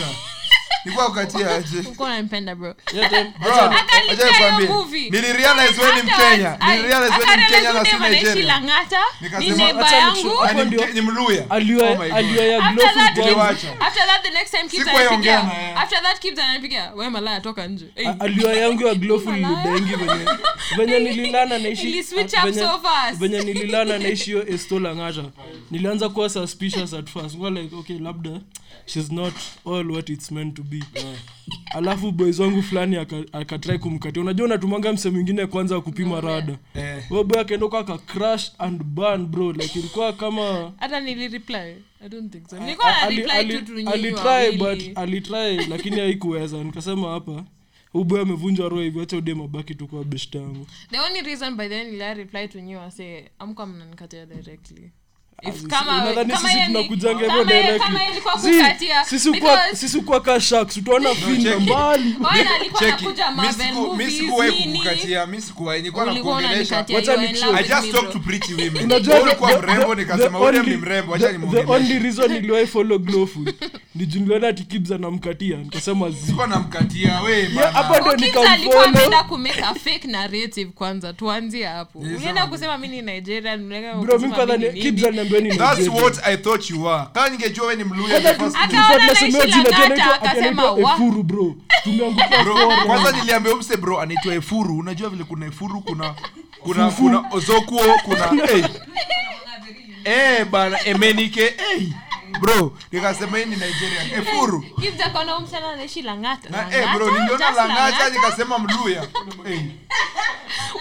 [SPEAKER 3] Nilikuwa kukatia aje.
[SPEAKER 5] Ulikuwa unanipenda bro
[SPEAKER 2] Hiyo
[SPEAKER 5] [LAUGHS]
[SPEAKER 2] time-
[SPEAKER 3] Bro,
[SPEAKER 5] Akanipea
[SPEAKER 3] acha
[SPEAKER 5] hiyo
[SPEAKER 3] nikwambie.
[SPEAKER 5] movie.
[SPEAKER 3] Nilirealize wewe ni Mkenya. Nilirealize wewe ni Mkenya na si Nigeria. Nikasema,
[SPEAKER 5] neighbor
[SPEAKER 2] acha
[SPEAKER 5] yangu
[SPEAKER 2] nikushu-
[SPEAKER 3] Yaani
[SPEAKER 2] Hapo ndio-
[SPEAKER 3] Mke- ni Mluya. Oh my
[SPEAKER 2] aliwa
[SPEAKER 3] God.
[SPEAKER 2] aliwa ya
[SPEAKER 5] After
[SPEAKER 2] glove
[SPEAKER 5] that,
[SPEAKER 2] kwa-
[SPEAKER 5] Kibz-
[SPEAKER 3] Niliwacha.
[SPEAKER 5] after that the next time Kibz
[SPEAKER 3] Sikuwa
[SPEAKER 5] ananipigia,
[SPEAKER 3] ongea na yeye.
[SPEAKER 5] after that Kibz ananipigia, we malaya toka nje Eh,
[SPEAKER 2] A- aliwa yangu ya glofu nilidengi
[SPEAKER 5] [LAUGHS]
[SPEAKER 2] venye venye nililana
[SPEAKER 5] Ili
[SPEAKER 2] naishi
[SPEAKER 5] switch
[SPEAKER 2] a-
[SPEAKER 5] up
[SPEAKER 2] venye-
[SPEAKER 5] so fast.
[SPEAKER 2] venye nililana naishi hiyo estola ng'ata nilianza kuwa suspicious at first Kuwa like okay labda shes not all what its meant to be alafu boys wangu fulani aka- akatrai kumkatia unajua unatumanga mse mwingine kwanza wa kupima rada
[SPEAKER 3] Eh.
[SPEAKER 2] huyo boy akaenda kwa aka crash and burn bro like ilikuwa kama
[SPEAKER 5] hata nilireply I don't think so. Nilikuwa na
[SPEAKER 2] Ali-
[SPEAKER 5] reply
[SPEAKER 2] ali-
[SPEAKER 5] tu tu nyinyi
[SPEAKER 2] alitry
[SPEAKER 5] wawili.
[SPEAKER 2] but alitry lakini haikuweza nikasema hapa uboy amevunjwa roho hivyo acha ude mabaki tu kwa best yangu
[SPEAKER 5] the only reason by then nilaya reply to nyinyi wase amka mnanikatia directly If
[SPEAKER 2] Sisi-
[SPEAKER 5] kama-
[SPEAKER 2] unadhani
[SPEAKER 5] kama
[SPEAKER 2] sisi
[SPEAKER 5] yeye ni-
[SPEAKER 2] tunakujanga
[SPEAKER 5] kama
[SPEAKER 2] hivyo
[SPEAKER 5] yeye-
[SPEAKER 2] directly?
[SPEAKER 5] kama yeye alikuwa
[SPEAKER 2] Zii,
[SPEAKER 5] kukatia,
[SPEAKER 2] sisi kuwa-
[SPEAKER 5] because-
[SPEAKER 2] sisi kuwa ka sharks utaona finda
[SPEAKER 3] check it.
[SPEAKER 2] mbali
[SPEAKER 5] Owen alikuwa
[SPEAKER 3] Cheki.
[SPEAKER 5] anakuja
[SPEAKER 3] Mi
[SPEAKER 5] Marvel
[SPEAKER 3] siku- mi
[SPEAKER 5] movies,
[SPEAKER 3] sikuwahi
[SPEAKER 5] nini?
[SPEAKER 3] kukukatia, mi sikuwahi. Nilikuwa
[SPEAKER 5] Ulikuwa
[SPEAKER 3] nakuongelesha.
[SPEAKER 5] unanikatia,
[SPEAKER 2] Wacha
[SPEAKER 5] you were in
[SPEAKER 2] nikushu-
[SPEAKER 5] love
[SPEAKER 3] I
[SPEAKER 5] with
[SPEAKER 3] just
[SPEAKER 5] me,
[SPEAKER 3] talk
[SPEAKER 5] bro.
[SPEAKER 3] to pretty women.
[SPEAKER 2] Unajua
[SPEAKER 3] Wewe ulikuwa
[SPEAKER 2] the-
[SPEAKER 3] mrembo
[SPEAKER 2] the-
[SPEAKER 3] nikasema
[SPEAKER 2] the
[SPEAKER 3] wewe
[SPEAKER 2] only-
[SPEAKER 3] ni mrembo,
[SPEAKER 2] the-
[SPEAKER 3] acha
[SPEAKER 2] the only
[SPEAKER 3] nimuongelee.
[SPEAKER 2] reason niliwahi follow glowful
[SPEAKER 5] [LAUGHS]
[SPEAKER 2] ni juu niliona ati Kibz anamkatia nikasema zi
[SPEAKER 3] Sikuwa namkatia wewe
[SPEAKER 2] Yeah,
[SPEAKER 3] bana.
[SPEAKER 2] hapo ndio
[SPEAKER 5] Kibz alikuwa
[SPEAKER 2] nikamfollow
[SPEAKER 5] ameenda kumake a fake narrative kwanza tuanzie hapo
[SPEAKER 3] Nilisema
[SPEAKER 5] ulienda
[SPEAKER 3] nini?
[SPEAKER 5] kusema mi ni nigerian ulienda
[SPEAKER 2] bro mimi
[SPEAKER 5] kusema
[SPEAKER 2] kwanza
[SPEAKER 5] mi
[SPEAKER 2] ni-
[SPEAKER 5] ni
[SPEAKER 2] Kibz
[SPEAKER 5] nini.
[SPEAKER 2] aliniambia ni
[SPEAKER 3] That's
[SPEAKER 2] Nigeria.
[SPEAKER 3] what I thought you were. Kama ningejua wewe ni Mluya the first place.
[SPEAKER 5] Akaona
[SPEAKER 2] Tulikuwa
[SPEAKER 5] naishi
[SPEAKER 2] tunasemewa
[SPEAKER 5] la
[SPEAKER 2] jina, ati
[SPEAKER 5] Ngata,
[SPEAKER 2] anaitwa- ati
[SPEAKER 5] akasema,
[SPEAKER 2] anaitwa
[SPEAKER 5] "Wa."
[SPEAKER 2] Efuru, bro tumeanguka
[SPEAKER 3] Bro,
[SPEAKER 2] fora.
[SPEAKER 3] kwanza niliambia umse bro anaitwa Efuru. Unajua vile kuna Efuru kuna kuna kuna Ozokuo kuna eh. Eh bana Emenike eh. Bro, nikasema hii ni Nigeria. Efuru.
[SPEAKER 5] Kibz akaona huyu msichana anaishi Lang'ata,
[SPEAKER 3] Na eh
[SPEAKER 5] Lang'ata,
[SPEAKER 3] bro, niliona
[SPEAKER 5] just
[SPEAKER 3] Langata
[SPEAKER 5] Lang'ata.
[SPEAKER 3] nikasema Mluya. Eh.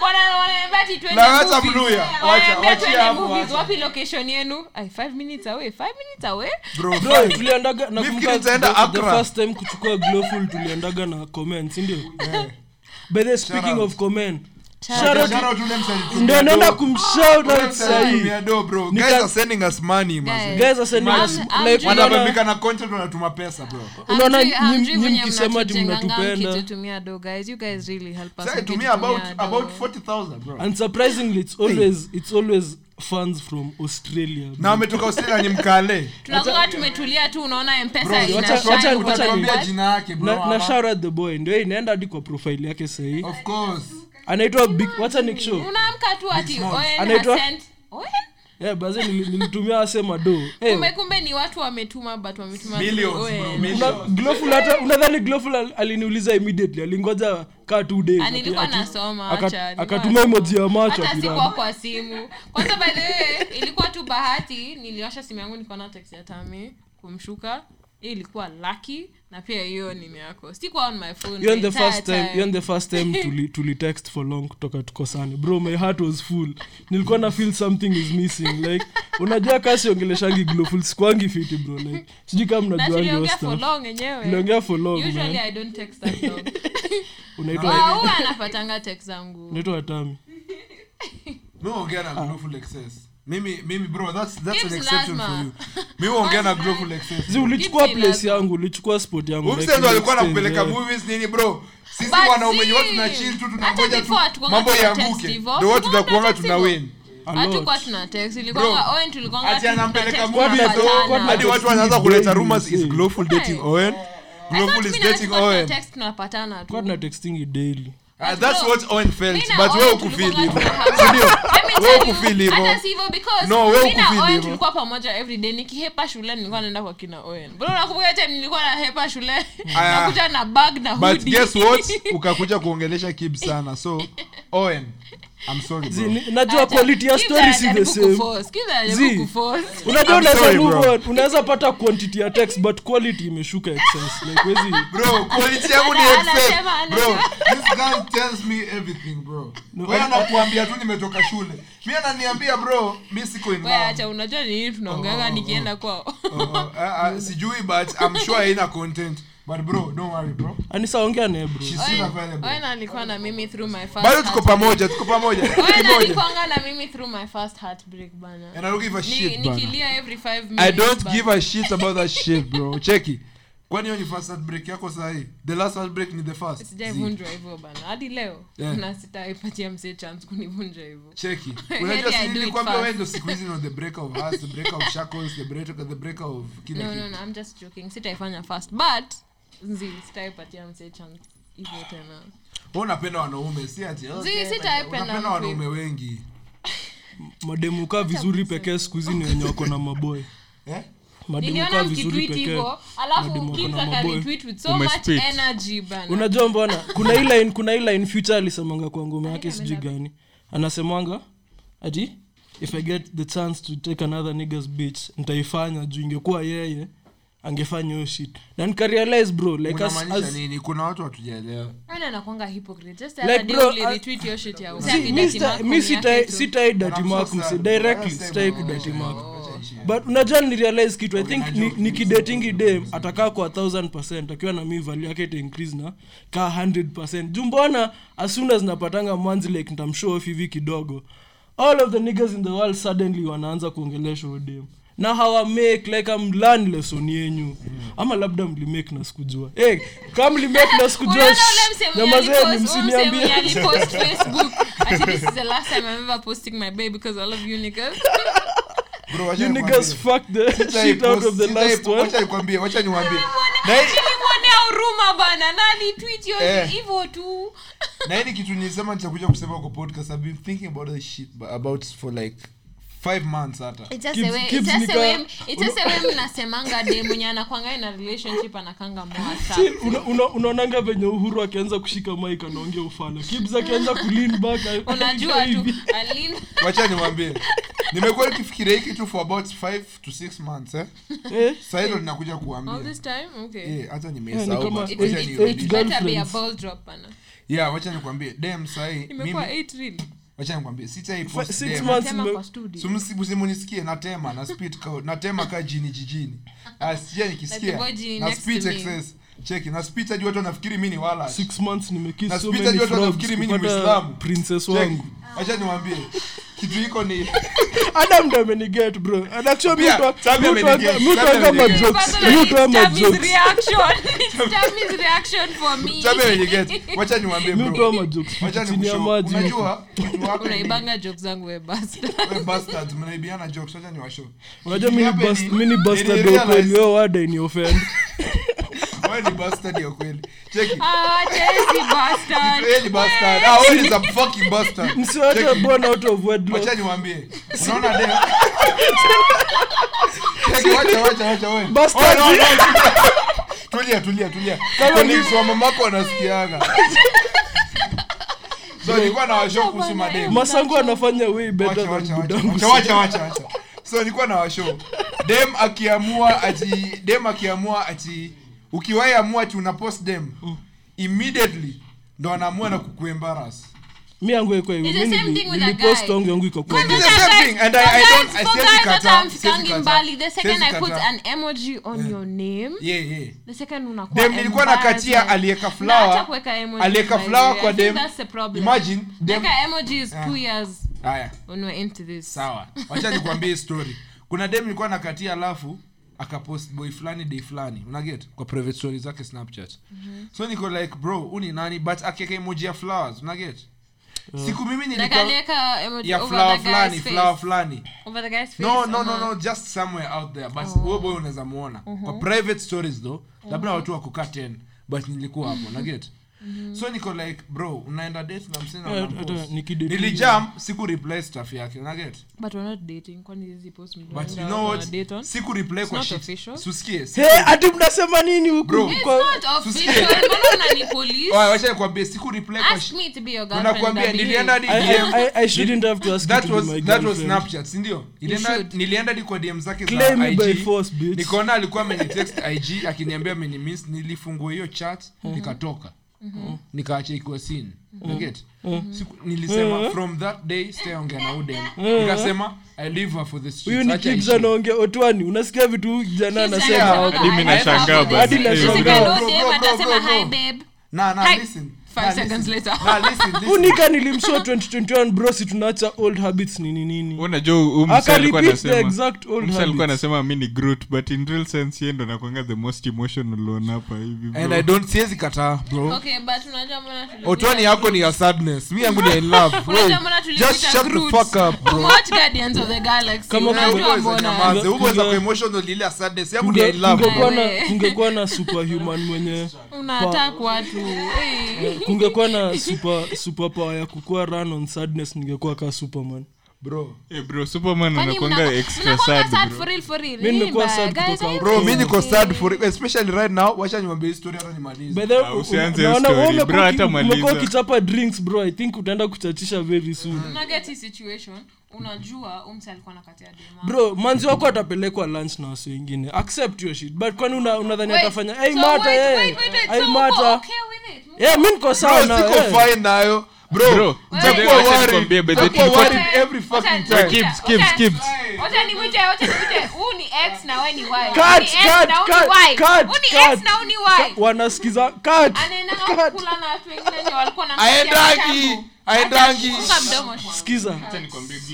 [SPEAKER 5] Wana- wanaambia ati twende
[SPEAKER 3] Lang'ata
[SPEAKER 5] movies.
[SPEAKER 3] Mluya.
[SPEAKER 5] Wanaambia
[SPEAKER 3] Wacha- wachia
[SPEAKER 5] twende
[SPEAKER 3] hapo,
[SPEAKER 5] movies.
[SPEAKER 3] wacha.
[SPEAKER 5] wapi location yenu Ai, five minutes away five minutes away
[SPEAKER 3] Bro,
[SPEAKER 2] Bro, tuliendaga
[SPEAKER 3] Nafikiri nitaenda
[SPEAKER 2] nakumbuka the- the
[SPEAKER 3] Accra.
[SPEAKER 2] first time kuchukua glowful tuliendaga na comment si ndio [LAUGHS] by the way, speaking
[SPEAKER 3] Shout out.
[SPEAKER 2] of comment
[SPEAKER 5] Shout
[SPEAKER 2] shout out-
[SPEAKER 3] Shout out ule msanii.
[SPEAKER 2] ndio naenda kumshout
[SPEAKER 3] Ule
[SPEAKER 2] out
[SPEAKER 3] msanii
[SPEAKER 2] sahii
[SPEAKER 3] tumia do, bro.
[SPEAKER 2] Nika-
[SPEAKER 3] Guys are sending us money, man.
[SPEAKER 5] Guys,
[SPEAKER 2] guys as in
[SPEAKER 5] I'm-
[SPEAKER 2] us,
[SPEAKER 5] I'm
[SPEAKER 2] like,
[SPEAKER 5] doing-
[SPEAKER 2] unaona-
[SPEAKER 3] Wanabambika na content wanatuma pesa, bro.
[SPEAKER 2] unaona
[SPEAKER 5] Hamjui-
[SPEAKER 2] nyi-
[SPEAKER 5] hamjui
[SPEAKER 2] nyi
[SPEAKER 5] venye
[SPEAKER 2] mkisema ati
[SPEAKER 5] mnatutenganga
[SPEAKER 2] mnatupenda.
[SPEAKER 5] mkitutumia do guys you guys really help us
[SPEAKER 3] Sasa
[SPEAKER 5] mkitutumia
[SPEAKER 3] tumia about
[SPEAKER 5] do.
[SPEAKER 3] about 40,000, bro.
[SPEAKER 2] and surprisingly it's always it's always fans from australia
[SPEAKER 3] Na wametoka Australia ni mkale.
[SPEAKER 5] tunakuwa tumetulia tu unaona mpesa
[SPEAKER 2] wacha-
[SPEAKER 5] ina shine
[SPEAKER 2] wacha-
[SPEAKER 5] kutoka
[SPEAKER 2] wacha-
[SPEAKER 3] Utatuambia
[SPEAKER 5] nyumbani.
[SPEAKER 3] jina yake, bro.
[SPEAKER 2] na, na
[SPEAKER 3] ama-
[SPEAKER 2] shout out the boy ndio inaenda hadi kwa profile yake sahii
[SPEAKER 3] Of course.
[SPEAKER 2] anaitwa big wacha nick show
[SPEAKER 5] unaamka tu ati
[SPEAKER 3] Small.
[SPEAKER 5] Owen
[SPEAKER 2] Anaitwa-
[SPEAKER 5] hasend- Owen?
[SPEAKER 2] yeah, baze nili- nilitumia asema do hey,
[SPEAKER 5] kumbe kumbe ni watu wametuma but wametuma tu
[SPEAKER 3] Millions, bro,
[SPEAKER 5] Owen.
[SPEAKER 3] millions.
[SPEAKER 2] una- glowful hata unadhani glowful al- aliniuliza immediately alingoja kaa two days
[SPEAKER 5] Ah, nilikuwa
[SPEAKER 2] Ati-
[SPEAKER 5] nasoma
[SPEAKER 2] aka-
[SPEAKER 5] acha, nilikuwa
[SPEAKER 2] akatuma
[SPEAKER 5] nasoma.
[SPEAKER 2] emoji ya macho
[SPEAKER 5] Hata
[SPEAKER 2] jirani.
[SPEAKER 5] sikuwa kwa simu kwanza by the way ilikuwa tu bahati niliwasha simu yangu nikaona text ya tami kumshuka hii ilikuwa lucky na pia hiyo nini yako sikuwa on my phone
[SPEAKER 2] You're
[SPEAKER 5] the
[SPEAKER 2] the
[SPEAKER 5] entire
[SPEAKER 2] first time, you're the first time tuli, tuli text for long kutoka tukosane bro my heart was full nilikuwa na feel something is missing like unajua kasiongeleshangi gloful sikwangi fiti bro like sijui kama
[SPEAKER 5] Na
[SPEAKER 2] mnajuangi hiyo
[SPEAKER 5] tuliongea for
[SPEAKER 2] stuff
[SPEAKER 5] long yenyewe
[SPEAKER 2] Tuliongea for long,
[SPEAKER 5] usually
[SPEAKER 2] man.
[SPEAKER 5] i don't text
[SPEAKER 2] [LAUGHS]
[SPEAKER 5] that long
[SPEAKER 2] unaitwa
[SPEAKER 5] Ah, huwa anapatanga text zangu
[SPEAKER 2] unaitwa atami
[SPEAKER 3] mi huongea
[SPEAKER 2] Ah.
[SPEAKER 3] na global excess mimi mimi bro that's that's an
[SPEAKER 5] Gives
[SPEAKER 3] exception for
[SPEAKER 5] lazima.
[SPEAKER 3] you mi huongea na global excess
[SPEAKER 2] zi ulichukua
[SPEAKER 5] Gibson
[SPEAKER 2] place
[SPEAKER 5] lazima.
[SPEAKER 2] yangu ulichukua spot yangu
[SPEAKER 3] Huyu
[SPEAKER 2] like,
[SPEAKER 3] msee ndo alikuwa
[SPEAKER 2] uliextend,
[SPEAKER 3] anakupeleka
[SPEAKER 2] yeah.
[SPEAKER 3] movies nini bro sisi
[SPEAKER 5] But
[SPEAKER 3] wanaume
[SPEAKER 5] see,
[SPEAKER 3] nywa tuna chill tu
[SPEAKER 5] hata
[SPEAKER 3] tunangoja tu
[SPEAKER 5] before hatukuanga
[SPEAKER 3] mambo
[SPEAKER 5] tuna text
[SPEAKER 3] yaanguke
[SPEAKER 5] hivyo.
[SPEAKER 3] ndo watu
[SPEAKER 5] Tulikuwa
[SPEAKER 3] tunakuanga
[SPEAKER 5] tuna text
[SPEAKER 3] tuna
[SPEAKER 5] hivyo.
[SPEAKER 3] win
[SPEAKER 2] A lot.
[SPEAKER 5] hatukuwa tuna text ilikuwa
[SPEAKER 3] Bro,
[SPEAKER 5] owen tulikuwa
[SPEAKER 3] ati anampeleka
[SPEAKER 2] Kwa
[SPEAKER 3] movie,
[SPEAKER 2] tunapatana.
[SPEAKER 3] bro,
[SPEAKER 2] Kwa
[SPEAKER 3] hadi watu
[SPEAKER 2] tunapatana.
[SPEAKER 3] wanaanza kuleta
[SPEAKER 2] Hey.
[SPEAKER 3] rumors is global dating
[SPEAKER 5] Hey.
[SPEAKER 3] Owen global is dating Owen
[SPEAKER 5] tunapatana tu
[SPEAKER 2] Kwa tuna textingi daily
[SPEAKER 3] Ah, that's what Owen felt
[SPEAKER 5] Mina
[SPEAKER 3] but
[SPEAKER 5] Owen
[SPEAKER 3] wewe
[SPEAKER 5] tulikuwa
[SPEAKER 3] ukufeel hivyo
[SPEAKER 5] tunahang-
[SPEAKER 3] si ndio
[SPEAKER 5] [LAUGHS] Let me
[SPEAKER 3] wewe
[SPEAKER 5] tell you,
[SPEAKER 3] ukufeel hivyo
[SPEAKER 5] hata si hivyo because
[SPEAKER 3] No, wewe
[SPEAKER 5] mi na
[SPEAKER 3] ukufeel
[SPEAKER 5] Owen
[SPEAKER 3] hivyo.
[SPEAKER 5] tulikuwa pamoja everyday nikihepa shule nilikuwa naenda kwa kina Owen. Bro, nakumbuka time nilikuwa nahepa shule
[SPEAKER 3] [LAUGHS] Aya.
[SPEAKER 5] nakuja na bag na
[SPEAKER 3] but
[SPEAKER 5] hoodie.
[SPEAKER 3] guess
[SPEAKER 5] [LAUGHS]
[SPEAKER 3] what
[SPEAKER 2] [LAUGHS]
[SPEAKER 3] ukakuja kuongelesha kib sana so Owen I'm sorry
[SPEAKER 2] Zi,
[SPEAKER 3] bro.
[SPEAKER 5] Ah,
[SPEAKER 2] ni- najua
[SPEAKER 5] Acha.
[SPEAKER 2] quality ya
[SPEAKER 5] Give
[SPEAKER 2] story
[SPEAKER 5] that
[SPEAKER 2] si the
[SPEAKER 5] jaribu
[SPEAKER 2] same
[SPEAKER 5] kuforce, give that
[SPEAKER 2] Zi.
[SPEAKER 5] jaribu kuforce.
[SPEAKER 2] unajua
[SPEAKER 3] I'm sorry,
[SPEAKER 2] unaweza move
[SPEAKER 3] bro.
[SPEAKER 2] on unaweza pata quantity ya text but quality imeshuka excess like wezi
[SPEAKER 5] [LAUGHS]
[SPEAKER 3] bro quality yangu ni
[SPEAKER 5] Ana-
[SPEAKER 3] excess
[SPEAKER 5] anasema, anasema.
[SPEAKER 3] bro this guy tells me everything bro wewe anakuambia tu nimetoka shule mimi ananiambia bro mimi siko in
[SPEAKER 5] Wewe
[SPEAKER 3] love
[SPEAKER 5] acha unajua ni nini tunaongeanga nikienda kwao.
[SPEAKER 3] [LAUGHS] Oh, oh, ah, ah, sijui but I'm sure haina content but bro don't worry bro
[SPEAKER 2] anisaongea naye bro
[SPEAKER 3] she's
[SPEAKER 5] Owen-
[SPEAKER 3] still available
[SPEAKER 5] Owen alikuwa na mimi through my first
[SPEAKER 3] bado tuko
[SPEAKER 5] heartbreak.
[SPEAKER 3] pamoja tuko pamoja
[SPEAKER 5] Owen
[SPEAKER 3] kimoja
[SPEAKER 5] alikuwanga na mimi through my first heartbreak bana.
[SPEAKER 3] and I don't give a
[SPEAKER 5] Ni-
[SPEAKER 3] shit bana
[SPEAKER 5] nikilia every five minutes.
[SPEAKER 3] I don't
[SPEAKER 5] bana.
[SPEAKER 3] give a shit about
[SPEAKER 5] [LAUGHS]
[SPEAKER 3] that shit bro cheki kwani hiyo ni first heartbreak yako sahi the last heartbreak ni the first Zii.
[SPEAKER 5] sijaivunjwa hivyo bana hadi leo
[SPEAKER 3] Yeah.
[SPEAKER 5] na sitaipatia msee chance kunivunja hivyo
[SPEAKER 3] cheki
[SPEAKER 5] [LAUGHS] Heri
[SPEAKER 3] unajua
[SPEAKER 5] Yaani I
[SPEAKER 3] si
[SPEAKER 5] do it
[SPEAKER 3] nilikwambia
[SPEAKER 5] fast.
[SPEAKER 3] wewe ndo siku hizi ndo the break of hearts the break of shackles the break the break of kila
[SPEAKER 5] no
[SPEAKER 3] kitu
[SPEAKER 5] no no i'm just joking sitaifanya fast but nzi sitaipatia msee chance hivyo tena
[SPEAKER 3] wewe unapenda wanaume si ati oh,
[SPEAKER 5] Zii,
[SPEAKER 3] okay,
[SPEAKER 5] sitaipenda
[SPEAKER 3] unapenda
[SPEAKER 5] mtu.
[SPEAKER 3] wanaume wengi
[SPEAKER 2] mademukaa vizuri pekee siku hizi ni wenye wako na maboy
[SPEAKER 3] eh
[SPEAKER 5] niliona
[SPEAKER 2] mademukaa vizuri
[SPEAKER 5] mkitwit
[SPEAKER 2] pekee
[SPEAKER 5] hivo alafu
[SPEAKER 2] Mademu
[SPEAKER 5] kims
[SPEAKER 2] wako na maboy.
[SPEAKER 5] akaretwit with so much
[SPEAKER 6] Umespit.
[SPEAKER 5] energy bana
[SPEAKER 2] unajua mbona kuna hii line kuna hii line future alisemanga kwa ngoma yake sijui gani anasemanga ati if i get the chance to take another niggas bitch nitaifanya juu ingekuwa yeye angefanya hiyo shit na nikarealize bro like as,
[SPEAKER 3] unamaanisha
[SPEAKER 2] as,
[SPEAKER 3] nini kuna watu hatujaelewa
[SPEAKER 5] ana anakwanga Yaani hypocrite just
[SPEAKER 2] Like,
[SPEAKER 5] like
[SPEAKER 2] bro,
[SPEAKER 5] bro
[SPEAKER 2] I-
[SPEAKER 5] retweet yo shit ya
[SPEAKER 2] Si- mi sita- mi sitai- sitai
[SPEAKER 3] I'm so
[SPEAKER 2] datimakumse
[SPEAKER 3] sad.
[SPEAKER 2] directly
[SPEAKER 3] Last time
[SPEAKER 2] sitai
[SPEAKER 3] bro,
[SPEAKER 5] Oh.
[SPEAKER 2] kudatimako
[SPEAKER 3] acha ishi.
[SPEAKER 2] but unajua nirealize kitu i think ni- nikidatingi dem atakaa kwa 1000 akiwa na mi value yake ita increase na kaa 100 juu mbona as soon as napatanga mwanzi like ntamshow off hivi kidogo all of the niggas in the world suddenly wanaanza kuongelesha huyo dem na hawa make like amlan lesson yenyu ama labda mlimake na sikujua hey, kama mlimake na sikujua
[SPEAKER 5] Unaona
[SPEAKER 2] shh,
[SPEAKER 5] ule msee mwenye
[SPEAKER 2] nyamazeni
[SPEAKER 5] alipost- ule msee mwenye
[SPEAKER 2] msiniambie [LAUGHS]
[SPEAKER 5] alipost Facebook, ati, "This is the last time I'm ever posting my babe because I love you niggas."
[SPEAKER 3] bro wacha
[SPEAKER 2] you
[SPEAKER 3] nikwambie.
[SPEAKER 2] niggas fuck the shit out of the
[SPEAKER 3] Sitaipost-
[SPEAKER 2] last
[SPEAKER 3] sitaipo-
[SPEAKER 2] one
[SPEAKER 3] wacha nikwambie wacha
[SPEAKER 5] [LAUGHS]
[SPEAKER 3] niwaambie na hii-
[SPEAKER 5] Nilimwonea huruma bana na alitweet hiyo
[SPEAKER 3] Eh.
[SPEAKER 5] hivyo tu
[SPEAKER 3] na hii ni kitu nilisema nitakuja kusema kwa podcast i've been thinking about this shit but about for like five months hata
[SPEAKER 5] It's just
[SPEAKER 2] Kids-
[SPEAKER 5] a way-
[SPEAKER 2] kids
[SPEAKER 5] it's just a way-
[SPEAKER 2] nika-
[SPEAKER 5] it's just a way mnasemanga de mwenye anakwanga na relationship anakanga moa
[SPEAKER 2] Si, una- una- unaonanga venye uhuru akianza kushika mik anaongea ufala kibs akianza kulin back a-
[SPEAKER 5] unajua tu
[SPEAKER 2] hivi.
[SPEAKER 5] Alin-
[SPEAKER 3] wacha niwaambie nimekuwa nikifikiria hii kitu for about five to six months eh
[SPEAKER 2] Eh,
[SPEAKER 3] sasa hilo ninakuja
[SPEAKER 5] all
[SPEAKER 3] kuambia
[SPEAKER 5] this time okay
[SPEAKER 3] eh hata
[SPEAKER 2] Yeah, ni
[SPEAKER 3] nimesahau
[SPEAKER 2] kama-
[SPEAKER 3] but
[SPEAKER 5] It-
[SPEAKER 3] wacha
[SPEAKER 5] it-
[SPEAKER 2] ni-
[SPEAKER 5] it
[SPEAKER 3] nirudishe
[SPEAKER 2] girl-
[SPEAKER 5] better be a
[SPEAKER 2] girlfriends.
[SPEAKER 5] ball drop bana
[SPEAKER 3] yeah wacha nikwambie dem sahi
[SPEAKER 5] imekuwa
[SPEAKER 3] mimi
[SPEAKER 5] eight really
[SPEAKER 3] wacha nikwambie sitai
[SPEAKER 2] fa-
[SPEAKER 3] post
[SPEAKER 2] six
[SPEAKER 3] dem
[SPEAKER 2] months
[SPEAKER 5] Tema
[SPEAKER 2] ime-
[SPEAKER 5] kwa studio
[SPEAKER 3] simnisikie natema na speed ka, natema kaa jini jijini asija
[SPEAKER 5] Like the
[SPEAKER 3] nikisikia
[SPEAKER 5] boy jini
[SPEAKER 3] na
[SPEAKER 5] next
[SPEAKER 3] speed
[SPEAKER 5] to me.
[SPEAKER 3] excess cheki na speed hadi watu wanafikiri mi ni wala
[SPEAKER 2] six months nimekiss
[SPEAKER 3] Na
[SPEAKER 2] so
[SPEAKER 3] speech
[SPEAKER 2] many
[SPEAKER 3] hadi watu
[SPEAKER 2] frogs
[SPEAKER 3] wanafikiri mimi ni
[SPEAKER 2] kupata
[SPEAKER 3] Muislamu.
[SPEAKER 2] princess
[SPEAKER 3] Cheki,
[SPEAKER 2] wangu [LAUGHS]
[SPEAKER 3] wacha niwambie kitu hiko ni
[SPEAKER 2] adam ndo ameniget bro anakisha
[SPEAKER 3] Pia, Tabi ameniget, Tabi ameniget.
[SPEAKER 5] Personally,
[SPEAKER 2] mutwanga
[SPEAKER 5] Tammy's
[SPEAKER 2] majokes [LAUGHS]
[SPEAKER 5] reaction. It's Tammy's reaction for me.
[SPEAKER 3] chabe wenye get wacha niwambie
[SPEAKER 2] mi
[SPEAKER 3] bro
[SPEAKER 2] utoa majokes
[SPEAKER 3] wacha
[SPEAKER 2] chini ya
[SPEAKER 3] nikushow
[SPEAKER 2] maji
[SPEAKER 3] unajua kitu hapo ni-
[SPEAKER 5] unaibanga joke zangu we bastard. [LAUGHS]
[SPEAKER 3] we bastards mnaibiana jokes wacha niwashow
[SPEAKER 2] unajua
[SPEAKER 3] Kitu
[SPEAKER 2] mi ni
[SPEAKER 3] hapa
[SPEAKER 2] bas-
[SPEAKER 3] ni-
[SPEAKER 2] mi ni bastard wa
[SPEAKER 3] nilirealize-
[SPEAKER 2] kweli yo wada ni
[SPEAKER 3] [LAUGHS]
[SPEAKER 2] offend
[SPEAKER 3] wewe ni bastard ya kweli cheki
[SPEAKER 5] Ah, Chelsea bastard.
[SPEAKER 3] wewe ni bastard ah wewe ni a fucking bastard
[SPEAKER 2] msiwache
[SPEAKER 3] Cheki.
[SPEAKER 2] born out of wedlock
[SPEAKER 3] wacha niwambie
[SPEAKER 2] [LAUGHS]
[SPEAKER 3] unaona dem Cheki, wacha wacha wacha wewe
[SPEAKER 2] Bastard.
[SPEAKER 3] Oh, no, no. tulia tulia tulia kama ni kwa mamako anasikiaga
[SPEAKER 2] [LAUGHS]
[SPEAKER 3] so nilikuwa na washow kuhusu madem
[SPEAKER 2] masango anafanya way better
[SPEAKER 3] Wacha,
[SPEAKER 2] than
[SPEAKER 3] wacha, wacha,
[SPEAKER 2] budangu
[SPEAKER 3] wacha, wacha, wacha, wacha. so nilikuwa na washow dem akiamua ati dem akiamua ati ukiwahi amua ati una post dem immediately ndo anaamua na kukuembarrass
[SPEAKER 2] mi yangu haikuwa hivyo.
[SPEAKER 5] It's the
[SPEAKER 2] Mi
[SPEAKER 5] same
[SPEAKER 2] nili-
[SPEAKER 5] thing with a
[SPEAKER 2] nilipost
[SPEAKER 5] guy.
[SPEAKER 2] wangu yangu iko kwa-
[SPEAKER 3] Kwanza- the same thing, and I- I don't- I siwezi kataa, siwezi kataa, siwezi kataa. yeah, yeah. dem nilikuwa nakatia alieka flower alieka flower kwa dem imagine dem haya sawa wacha nikwambie story kuna dem ilikuwa nakatia alafu akapost boy fulani day fulani unaget kwa private story zake snapchat so niko like bro huu ni nani but akieka emoji ya flowers unaget siku mimi nilikuwa ya flower fulani flower fulani no no no
[SPEAKER 5] uh-huh.
[SPEAKER 3] no just somewhere out there but
[SPEAKER 5] Oh.
[SPEAKER 3] huo boy unaweza muona kwa private stories though
[SPEAKER 5] Uh-huh.
[SPEAKER 3] labda watu wakukaa 10 but nilikuwa hapo naget
[SPEAKER 5] Mm-hmm.
[SPEAKER 3] so niko like bro unaenda date na msina
[SPEAKER 2] Eh, hata nikidate-
[SPEAKER 3] nilijam siku reply stuff yake naget but you know what siku reply kwa
[SPEAKER 5] not
[SPEAKER 3] shit
[SPEAKER 5] official.
[SPEAKER 3] susikie siku-
[SPEAKER 2] Eh, ati mnasema nini
[SPEAKER 3] Bro.
[SPEAKER 2] huku
[SPEAKER 3] It's
[SPEAKER 2] Kwa-
[SPEAKER 3] Oya, wacha nikwambie siku reply kwa shit unakwambia nilienda hadi
[SPEAKER 2] I-
[SPEAKER 3] DM
[SPEAKER 2] I- I- I shouldn't have to ask you
[SPEAKER 3] that
[SPEAKER 2] to be
[SPEAKER 3] was
[SPEAKER 2] my
[SPEAKER 3] that was
[SPEAKER 2] girlfriend.
[SPEAKER 3] snapchat si ndio Nilienda-
[SPEAKER 5] should.
[SPEAKER 3] nilienda hadi kwa dm zake
[SPEAKER 2] Claim
[SPEAKER 3] za
[SPEAKER 2] me by
[SPEAKER 3] IG.
[SPEAKER 2] force, bitch.
[SPEAKER 3] nikaona alikuwa amenitext ig akiniambia amenimiss nilifungua hiyo chat
[SPEAKER 5] Mm-hmm.
[SPEAKER 3] nikatoka nikaacha ikiwa sin
[SPEAKER 2] Mm-hmm.
[SPEAKER 3] get Siku- nilisema from that day sijaongea na udem nikasema i live her for the streets.
[SPEAKER 2] Mm-hmm. huyu ni
[SPEAKER 3] Acha
[SPEAKER 2] kibs
[SPEAKER 3] ishi.
[SPEAKER 2] anaongea otwani unasikia vitu huyu kijana anasema haoga.
[SPEAKER 6] Hadi mimi nashangaa
[SPEAKER 2] Hadi nashangaa.
[SPEAKER 3] na na
[SPEAKER 5] Hi.
[SPEAKER 3] listen
[SPEAKER 5] Five
[SPEAKER 3] na
[SPEAKER 5] seconds
[SPEAKER 3] listen.
[SPEAKER 5] later.
[SPEAKER 3] na listen
[SPEAKER 2] Huyu
[SPEAKER 3] listen
[SPEAKER 2] nika nilimshow 2021 bro si tunaacha old habits nini nini
[SPEAKER 6] unajua huyu msee
[SPEAKER 2] Aka
[SPEAKER 6] alikuwa
[SPEAKER 2] repeat the
[SPEAKER 6] anasema-
[SPEAKER 2] exact old
[SPEAKER 6] msee alikuwa
[SPEAKER 2] habits.
[SPEAKER 6] anasema mi ni Groot, but in real sense yeye ndo nakwanga the most emotional one hapa hivi bro.
[SPEAKER 3] and i don't siwezi kataa bro otoni yako ni ya sadness mi yangu ni in love Wait, just shut the fuck up bro
[SPEAKER 2] Kama
[SPEAKER 3] Hugo is a nyamaze.
[SPEAKER 2] Unga-
[SPEAKER 3] Hugo is a
[SPEAKER 2] unga-
[SPEAKER 3] emotional lile ya sadness. Yangu ni I
[SPEAKER 2] Kunge-
[SPEAKER 3] love you.
[SPEAKER 2] kungekuwa na-
[SPEAKER 5] Wewe.
[SPEAKER 2] kungekuwa na superhuman mwenye
[SPEAKER 5] unatak watu eh.
[SPEAKER 2] kungekuwa na super super power ya kukuwa run on sadness ningekuwa kaa superman
[SPEAKER 3] Bro,
[SPEAKER 6] Eh, bro superman
[SPEAKER 5] Kwani
[SPEAKER 6] unakwanga
[SPEAKER 5] mnako-
[SPEAKER 6] extra
[SPEAKER 5] Yaani mnakuanga
[SPEAKER 6] sad,
[SPEAKER 5] sad
[SPEAKER 6] bro.
[SPEAKER 5] for real, for real?
[SPEAKER 2] Mimi
[SPEAKER 5] Hii
[SPEAKER 2] nimekuwa
[SPEAKER 5] mbaya,
[SPEAKER 2] sad
[SPEAKER 5] guys,
[SPEAKER 2] kutoka
[SPEAKER 5] are you
[SPEAKER 3] bro, mi
[SPEAKER 5] okay?
[SPEAKER 3] niko sad for it. Especially right now, wacha niwaambie history hata nimalize.
[SPEAKER 2] By the way,
[SPEAKER 6] Ah,
[SPEAKER 2] u-
[SPEAKER 6] usianze hiyo
[SPEAKER 2] unaona,
[SPEAKER 6] story.
[SPEAKER 2] wewe umekuwa
[SPEAKER 6] Bro, hata
[SPEAKER 2] uki- umekuwa
[SPEAKER 6] maliza.
[SPEAKER 2] ukichapa drinks bro i think utaenda kuchachisha very soon
[SPEAKER 5] Una get hii situation unajua huyu msee alikuwa anakatia dema.
[SPEAKER 2] bro manzi wako atapelekwa lunch na wasi wengine accept your shit but kwani una- unadhani
[SPEAKER 5] Wait,
[SPEAKER 2] atafanya
[SPEAKER 5] so
[SPEAKER 2] ai mata
[SPEAKER 5] wait,
[SPEAKER 2] eh
[SPEAKER 5] wait, wait, wait,
[SPEAKER 2] ai
[SPEAKER 5] so uko
[SPEAKER 2] mata
[SPEAKER 5] okay with it?
[SPEAKER 2] eh mi niko
[SPEAKER 3] Bro,
[SPEAKER 2] sawa na
[SPEAKER 3] siko
[SPEAKER 2] eh.
[SPEAKER 3] fine nayo. Bro,
[SPEAKER 6] Bro,
[SPEAKER 3] nitakuwa
[SPEAKER 5] wacha
[SPEAKER 3] worried.
[SPEAKER 6] nikwambie, by the
[SPEAKER 3] Nitakuwa
[SPEAKER 6] way,
[SPEAKER 3] worried
[SPEAKER 5] Okay,
[SPEAKER 3] every fucking
[SPEAKER 5] wacha-
[SPEAKER 3] time.
[SPEAKER 6] Keep,
[SPEAKER 5] wacha-
[SPEAKER 6] keep,
[SPEAKER 5] wacha-
[SPEAKER 6] keep.
[SPEAKER 5] wacha nimwite, wacha nimwite. Huyu ni X na wewe ni Y. Huyu
[SPEAKER 2] Cut,
[SPEAKER 5] ni X
[SPEAKER 2] cut,
[SPEAKER 5] na huyu ni
[SPEAKER 2] cut,
[SPEAKER 5] Y.
[SPEAKER 2] cut,
[SPEAKER 5] Huyu ni
[SPEAKER 2] cut.
[SPEAKER 5] X na huyu ni Y.
[SPEAKER 2] Sa- wanasikiza cut
[SPEAKER 5] Anaenda
[SPEAKER 2] cut.
[SPEAKER 5] kula na watu wengine wenye walikuwa wanamsikia
[SPEAKER 3] Aendangi.
[SPEAKER 5] kitambo.
[SPEAKER 3] Aendangi.
[SPEAKER 5] Funga mdomo.
[SPEAKER 2] sikiza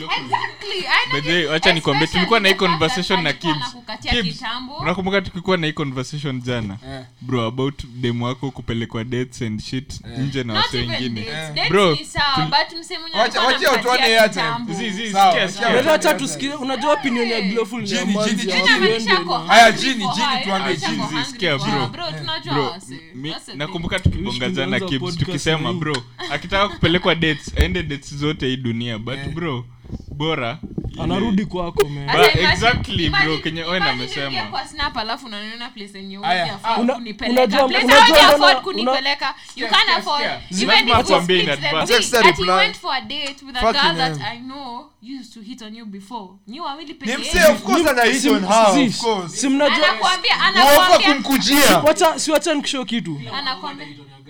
[SPEAKER 5] Exactly, I know
[SPEAKER 6] By the way,
[SPEAKER 5] you-
[SPEAKER 6] wacha nikwambie tulikuwa na hii
[SPEAKER 5] especially the fact
[SPEAKER 6] conversation na
[SPEAKER 5] that alikuwa
[SPEAKER 6] Kibz.
[SPEAKER 5] anakukatia
[SPEAKER 6] Kibz,
[SPEAKER 5] kitambo.
[SPEAKER 6] unakumbuka tukiikuwa na hii conversation jana
[SPEAKER 3] Eh.
[SPEAKER 6] bro about dem wako kupelekwa dates and shit
[SPEAKER 3] Eh.
[SPEAKER 6] nje na
[SPEAKER 5] Not
[SPEAKER 6] watu
[SPEAKER 5] even
[SPEAKER 6] wengine
[SPEAKER 5] dates.
[SPEAKER 6] Eh.
[SPEAKER 5] Dates
[SPEAKER 6] Bro,
[SPEAKER 5] ni sawa,
[SPEAKER 6] tul-
[SPEAKER 5] but msee mwenye
[SPEAKER 3] Wacha-
[SPEAKER 5] alikuwa
[SPEAKER 3] wacha
[SPEAKER 5] anampatia
[SPEAKER 3] tuone airtime.
[SPEAKER 5] kitambo.
[SPEAKER 6] Zi- zi-
[SPEAKER 3] Sawa, sawa.
[SPEAKER 6] sikia, sikia.
[SPEAKER 2] Bado hata tusikie unajua opinion ya
[SPEAKER 5] Hey.
[SPEAKER 2] glowful ni ya
[SPEAKER 3] Jini,
[SPEAKER 2] manzi
[SPEAKER 3] jini,
[SPEAKER 2] ya
[SPEAKER 3] jini.
[SPEAKER 2] watu
[SPEAKER 5] Inamaanisha
[SPEAKER 2] wengi
[SPEAKER 5] ako
[SPEAKER 2] wenye-
[SPEAKER 3] Haya,
[SPEAKER 5] hungry
[SPEAKER 3] jini,
[SPEAKER 5] for
[SPEAKER 3] jini,
[SPEAKER 5] her,
[SPEAKER 3] tuambie,
[SPEAKER 5] inamaanisha
[SPEAKER 3] jini,
[SPEAKER 5] ako hungry
[SPEAKER 6] sikia,
[SPEAKER 5] for her.
[SPEAKER 6] bro.
[SPEAKER 5] Bro, tunajua
[SPEAKER 6] bro
[SPEAKER 5] wase.
[SPEAKER 6] mi-
[SPEAKER 5] That's the
[SPEAKER 6] nakumbuka
[SPEAKER 2] Wish
[SPEAKER 6] tukibongazana
[SPEAKER 2] tungeanza
[SPEAKER 6] Kibz,
[SPEAKER 2] podcast
[SPEAKER 6] tukisema
[SPEAKER 2] na hii.
[SPEAKER 6] bro
[SPEAKER 3] Eh.
[SPEAKER 6] akitaka kupelekwa dates aende dates zote hii dunia but bro bora ile-
[SPEAKER 2] anarudi kwako
[SPEAKER 5] thing.
[SPEAKER 2] man
[SPEAKER 5] Hata
[SPEAKER 6] Ba-
[SPEAKER 5] imagine-
[SPEAKER 6] exactly, bro,
[SPEAKER 5] imagine-
[SPEAKER 6] kenye Owen
[SPEAKER 5] imagine
[SPEAKER 6] amesema.
[SPEAKER 5] unaingia kwa snap alafu unaniona place yenye
[SPEAKER 3] Aya,
[SPEAKER 5] huwezi afford
[SPEAKER 2] una-
[SPEAKER 5] kunipeleka.
[SPEAKER 2] unajua-
[SPEAKER 5] Place
[SPEAKER 2] unajua
[SPEAKER 5] hauwezi
[SPEAKER 2] mbona-
[SPEAKER 5] afford
[SPEAKER 2] una-
[SPEAKER 5] kunipeleka. You
[SPEAKER 3] Sikia,
[SPEAKER 5] can't
[SPEAKER 3] sikia,
[SPEAKER 5] afford.
[SPEAKER 3] sikia.
[SPEAKER 5] Even
[SPEAKER 6] Lazima
[SPEAKER 5] if you
[SPEAKER 6] tuambie
[SPEAKER 5] split
[SPEAKER 6] in
[SPEAKER 5] the
[SPEAKER 6] advance.
[SPEAKER 5] bill,
[SPEAKER 3] Text a
[SPEAKER 5] that you
[SPEAKER 3] reply.
[SPEAKER 5] went for a date with a
[SPEAKER 3] Fucking
[SPEAKER 5] girl that
[SPEAKER 3] hell.
[SPEAKER 5] I know used to hit on you before. Nyi wawili peke
[SPEAKER 3] Ni
[SPEAKER 5] yenu.
[SPEAKER 3] msee, of course,
[SPEAKER 2] Ni-
[SPEAKER 3] anaishi
[SPEAKER 2] si-
[SPEAKER 3] on her,
[SPEAKER 2] si-
[SPEAKER 3] of course.
[SPEAKER 2] si mnajua
[SPEAKER 5] Anakuambia-
[SPEAKER 3] Uoga
[SPEAKER 5] anakuambia-
[SPEAKER 3] kumkujia.
[SPEAKER 2] wacha si wacha nikishow kitu
[SPEAKER 5] anakwambia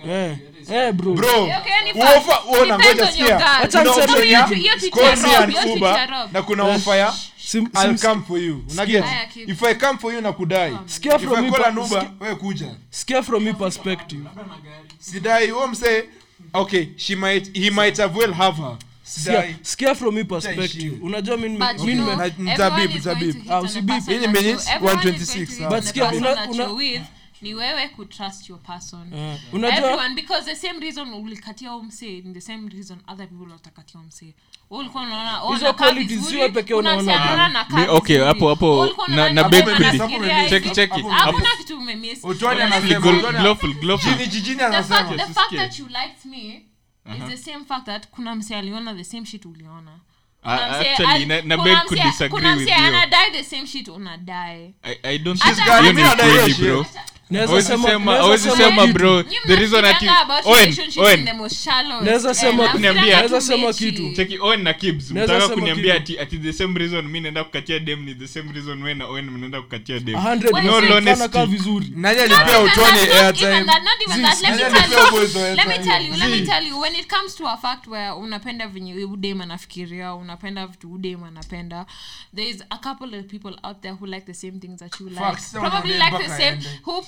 [SPEAKER 2] eh eh bro
[SPEAKER 3] Bro,
[SPEAKER 5] Okay, ni
[SPEAKER 3] uofa-
[SPEAKER 5] fact.
[SPEAKER 3] uona,
[SPEAKER 5] Depends
[SPEAKER 3] ngoja
[SPEAKER 5] on
[SPEAKER 3] sikia.
[SPEAKER 5] your girl.
[SPEAKER 2] Wacha
[SPEAKER 3] Kuna
[SPEAKER 2] niseme
[SPEAKER 3] option
[SPEAKER 2] hivi.
[SPEAKER 3] ya
[SPEAKER 5] Hiyo teacher
[SPEAKER 3] Scott
[SPEAKER 5] Rob,
[SPEAKER 3] and
[SPEAKER 5] hiyo teacher
[SPEAKER 3] Uber,
[SPEAKER 5] Rob.
[SPEAKER 3] na kuna ofa ya
[SPEAKER 2] Sim-
[SPEAKER 3] I'll
[SPEAKER 2] sim-
[SPEAKER 3] come for you. Unaget?
[SPEAKER 5] Aya, keep-
[SPEAKER 3] If I come for you nakudai.
[SPEAKER 2] Sikia
[SPEAKER 3] If
[SPEAKER 2] from
[SPEAKER 3] I
[SPEAKER 2] me
[SPEAKER 3] call
[SPEAKER 2] pa-
[SPEAKER 3] an Uber,
[SPEAKER 2] sikia-
[SPEAKER 3] wewe kuja.
[SPEAKER 2] sikia from me perspective
[SPEAKER 3] sidai huo msee okay she might he might have well have her sidai
[SPEAKER 2] sikia, sikia from me
[SPEAKER 3] Utaishiwe.
[SPEAKER 2] perspective unajua mi
[SPEAKER 5] But
[SPEAKER 2] nime-
[SPEAKER 5] you
[SPEAKER 2] mi
[SPEAKER 5] know,
[SPEAKER 2] nime-
[SPEAKER 3] na-
[SPEAKER 5] everyone
[SPEAKER 3] nitabibu,
[SPEAKER 5] is going to
[SPEAKER 3] nitabibu.
[SPEAKER 5] hit on
[SPEAKER 2] Ah,
[SPEAKER 5] the
[SPEAKER 2] usibibu.
[SPEAKER 5] person
[SPEAKER 3] Hii ni
[SPEAKER 5] that you-
[SPEAKER 3] minutes
[SPEAKER 5] everyone is
[SPEAKER 3] 126
[SPEAKER 5] going to hit
[SPEAKER 3] But
[SPEAKER 5] on the
[SPEAKER 2] sikia,
[SPEAKER 5] person
[SPEAKER 2] una-
[SPEAKER 5] that
[SPEAKER 2] una-
[SPEAKER 5] you're with. ni wewe kutrust your person
[SPEAKER 3] Mm.
[SPEAKER 2] Eh, unajua
[SPEAKER 5] everyone because the same reason ulikatia huyo msee ni the same reason other people watakatia huyo msee Wewe ulikuwa unaona oh,
[SPEAKER 2] Hizo
[SPEAKER 5] na curve
[SPEAKER 2] qualities
[SPEAKER 5] is
[SPEAKER 2] ziwe
[SPEAKER 5] good,
[SPEAKER 2] pekee
[SPEAKER 5] kuna
[SPEAKER 2] unaona.
[SPEAKER 5] msee anaona na curve
[SPEAKER 6] mi
[SPEAKER 5] is
[SPEAKER 6] okay
[SPEAKER 5] good.
[SPEAKER 6] hapo
[SPEAKER 5] Wewe
[SPEAKER 6] hapo
[SPEAKER 5] ulikuwa
[SPEAKER 6] na,
[SPEAKER 5] unaona
[SPEAKER 6] na
[SPEAKER 5] ni
[SPEAKER 6] bed
[SPEAKER 5] mama
[SPEAKER 6] pidi
[SPEAKER 5] anafikiria hivi.
[SPEAKER 6] cheki cheki
[SPEAKER 3] Hapo-
[SPEAKER 6] hapo
[SPEAKER 5] hakuna kitu umemiss
[SPEAKER 3] Utwani
[SPEAKER 5] Unajua
[SPEAKER 3] anasema-
[SPEAKER 5] the
[SPEAKER 6] Glo-
[SPEAKER 5] fact-
[SPEAKER 6] glowful glowful
[SPEAKER 3] jini jijini
[SPEAKER 5] the fact-
[SPEAKER 3] anasema
[SPEAKER 5] the fact
[SPEAKER 6] Usisikie.
[SPEAKER 5] that you liked me
[SPEAKER 6] Uh-huh.
[SPEAKER 5] is the same fact that kuna msee aliona the same shit uliona
[SPEAKER 6] Ah,
[SPEAKER 5] Kuna msee
[SPEAKER 6] actually
[SPEAKER 5] al-
[SPEAKER 6] na, na
[SPEAKER 5] kuna
[SPEAKER 6] beg
[SPEAKER 5] msee-
[SPEAKER 6] could disagree
[SPEAKER 5] kuna
[SPEAKER 6] with
[SPEAKER 5] msee
[SPEAKER 6] you
[SPEAKER 5] anadai the same shit unadai
[SPEAKER 6] I, I don't
[SPEAKER 5] She's
[SPEAKER 6] think
[SPEAKER 5] got
[SPEAKER 6] hiyo
[SPEAKER 5] it.
[SPEAKER 6] ni
[SPEAKER 3] Mimi nadai hiyo
[SPEAKER 6] ukweli
[SPEAKER 3] shit.
[SPEAKER 6] bro
[SPEAKER 2] Naweza
[SPEAKER 6] Hawezi
[SPEAKER 2] sema-
[SPEAKER 6] sema-
[SPEAKER 2] naweza
[SPEAKER 6] hawezi
[SPEAKER 2] sema
[SPEAKER 6] sema
[SPEAKER 2] kitu.
[SPEAKER 6] bro
[SPEAKER 5] You
[SPEAKER 6] the reason
[SPEAKER 5] mnafikirianga
[SPEAKER 6] ati
[SPEAKER 5] about
[SPEAKER 6] Owen,
[SPEAKER 5] relationships
[SPEAKER 6] Owen.
[SPEAKER 5] in the most shallow
[SPEAKER 2] Naweza
[SPEAKER 5] end.
[SPEAKER 2] sema-
[SPEAKER 5] Nafikirianga
[SPEAKER 6] Niambia.
[SPEAKER 2] Naweza
[SPEAKER 5] tu
[SPEAKER 2] sema
[SPEAKER 5] mechi.
[SPEAKER 2] kitu.
[SPEAKER 6] cheki owen na kibs
[SPEAKER 2] Naweza
[SPEAKER 6] mtaka
[SPEAKER 2] sema
[SPEAKER 6] kuniambia
[SPEAKER 2] kitu.
[SPEAKER 6] ati ati the same reason mi naenda kukatia dem ni the same reason we na owen mnaenda kukatia dem
[SPEAKER 2] 100
[SPEAKER 5] Wait,
[SPEAKER 2] no
[SPEAKER 5] wait.
[SPEAKER 2] loneliness
[SPEAKER 6] Honesty.
[SPEAKER 2] anakaa vizuri
[SPEAKER 3] nani
[SPEAKER 5] Not
[SPEAKER 3] alipea
[SPEAKER 5] even
[SPEAKER 3] utoni
[SPEAKER 5] that, not even
[SPEAKER 3] airtime
[SPEAKER 5] that, not even that. Let me
[SPEAKER 3] Nani
[SPEAKER 5] tell
[SPEAKER 3] alipea
[SPEAKER 5] you-
[SPEAKER 3] boys airtime?
[SPEAKER 5] let me tell you let me tell you when it comes to a fact where unapenda venye udem anafikiria unapenda vitu udem anapenda there is a couple of people out there who like the same things that you like
[SPEAKER 3] Facts. Sasa
[SPEAKER 5] probably
[SPEAKER 3] unaongea
[SPEAKER 5] like the
[SPEAKER 3] mpaka
[SPEAKER 5] same
[SPEAKER 3] aende.
[SPEAKER 5] who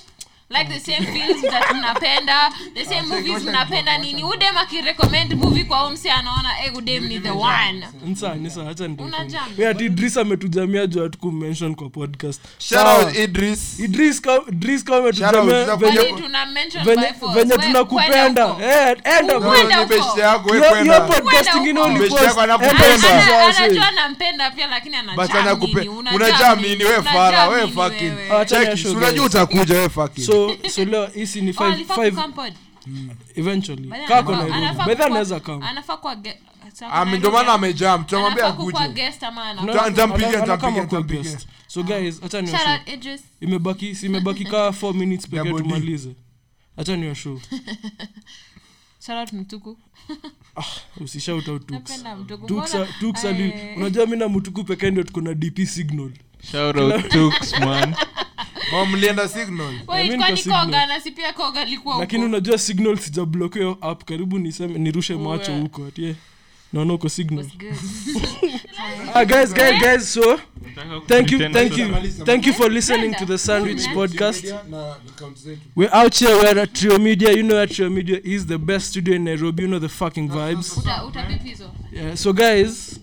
[SPEAKER 5] like the same films that mnapenda the same movies mnapenda nini udem akirecommend movie kwa umsi anaona eh udem ni the one
[SPEAKER 2] Nisa, nisa, acha ndio
[SPEAKER 5] Una
[SPEAKER 2] ufanye.
[SPEAKER 5] jam.
[SPEAKER 2] We ati Idris ametujamia juu hatukummention kwa podcast.
[SPEAKER 3] Shout
[SPEAKER 2] Sawa.
[SPEAKER 3] out Idris.
[SPEAKER 2] Idris ka- Idris kama
[SPEAKER 3] Shout
[SPEAKER 2] ametujamia
[SPEAKER 3] out,
[SPEAKER 5] kwani
[SPEAKER 2] venye-
[SPEAKER 5] tuna mention
[SPEAKER 2] venye
[SPEAKER 5] by force
[SPEAKER 2] venye
[SPEAKER 5] We-
[SPEAKER 2] tunakupenda.
[SPEAKER 5] kwenda huko.
[SPEAKER 2] Eh, enda
[SPEAKER 5] Uwe-
[SPEAKER 2] bro.
[SPEAKER 5] Kwenda
[SPEAKER 3] Nipe
[SPEAKER 5] huko.
[SPEAKER 3] shida yako, wewe
[SPEAKER 2] Hiyo- hiyo
[SPEAKER 3] kwenda.
[SPEAKER 2] podcast
[SPEAKER 5] Kwenda
[SPEAKER 2] ingine
[SPEAKER 5] huko.
[SPEAKER 2] ulipost,
[SPEAKER 3] Mbeshi yako anakupa
[SPEAKER 2] enda
[SPEAKER 3] pesa.
[SPEAKER 2] hizo
[SPEAKER 5] Ana-
[SPEAKER 2] wase.
[SPEAKER 5] anajua nampenda pia lakini anajam
[SPEAKER 3] But anakupe-
[SPEAKER 5] nini, unajam
[SPEAKER 3] unajam
[SPEAKER 5] nini,
[SPEAKER 3] nini, we
[SPEAKER 5] unajam
[SPEAKER 3] fara, we
[SPEAKER 5] nini
[SPEAKER 3] fucking-
[SPEAKER 5] wewe? Oh,
[SPEAKER 2] Acha
[SPEAKER 3] Cheki,
[SPEAKER 2] niashow
[SPEAKER 3] si unajua
[SPEAKER 2] guys.
[SPEAKER 3] utakuja we fucking.
[SPEAKER 2] So- so leo hisi ni
[SPEAKER 5] Oh,
[SPEAKER 2] five-
[SPEAKER 5] alifaa
[SPEAKER 2] five-
[SPEAKER 5] kucome pod.
[SPEAKER 2] eventually.
[SPEAKER 5] By the way,
[SPEAKER 2] Kaa kwa
[SPEAKER 5] anafaa-
[SPEAKER 2] Nairobi.
[SPEAKER 5] anafaa
[SPEAKER 2] By the way,
[SPEAKER 5] kukuwa-
[SPEAKER 2] anaweza kama.
[SPEAKER 5] anafaa kuwa ge- sa-
[SPEAKER 3] Ah, mi-
[SPEAKER 5] Nairobi
[SPEAKER 3] ndo maana
[SPEAKER 5] ana-
[SPEAKER 3] amejam tunamwambia
[SPEAKER 5] anafaa kukuwa
[SPEAKER 3] akuje
[SPEAKER 5] guest ama ana-
[SPEAKER 2] No,
[SPEAKER 3] Nta-
[SPEAKER 2] ana-
[SPEAKER 3] nitampigia,
[SPEAKER 2] ana
[SPEAKER 3] nitampigia,
[SPEAKER 2] kama kwa
[SPEAKER 3] nitampigia.
[SPEAKER 2] guest. So guys, acha
[SPEAKER 5] Mm. Shout
[SPEAKER 2] niwashow.
[SPEAKER 5] out Idris.
[SPEAKER 2] imebaki si imebaki kaa 4 minutes pekee
[SPEAKER 3] Double D.
[SPEAKER 2] tumalize hacha niwashu
[SPEAKER 5] Shout out Mtuku.
[SPEAKER 2] usishauta tuks
[SPEAKER 5] Napenda Mtuku.
[SPEAKER 2] tuks
[SPEAKER 5] Mbona- Eh.
[SPEAKER 2] tuks
[SPEAKER 5] Ay.
[SPEAKER 2] ali unajua mi na mutuku pekee ndio tuko na dp signal
[SPEAKER 6] Shout out Tux, man.
[SPEAKER 3] Oh, mlienda signal
[SPEAKER 5] Wait,
[SPEAKER 2] I mean
[SPEAKER 5] kwani
[SPEAKER 2] kwa signal.
[SPEAKER 5] Koga na si pia Koga alikuwa
[SPEAKER 2] lakini
[SPEAKER 5] huko?
[SPEAKER 2] unajua signal sijablok hiyo app karibu niseme nirushe macho huko atie naona uko signal
[SPEAKER 5] Was good.
[SPEAKER 2] ah, guys guys guys so thank you
[SPEAKER 6] Pretend
[SPEAKER 2] thank
[SPEAKER 6] sasa.
[SPEAKER 2] you thank you for listening to the sandwich podcast we're out here we're at trio media you know that trio media is the best studio in nairobi you know the fucking vibes
[SPEAKER 5] Uta- utapipizo.
[SPEAKER 2] Yeah, so guys,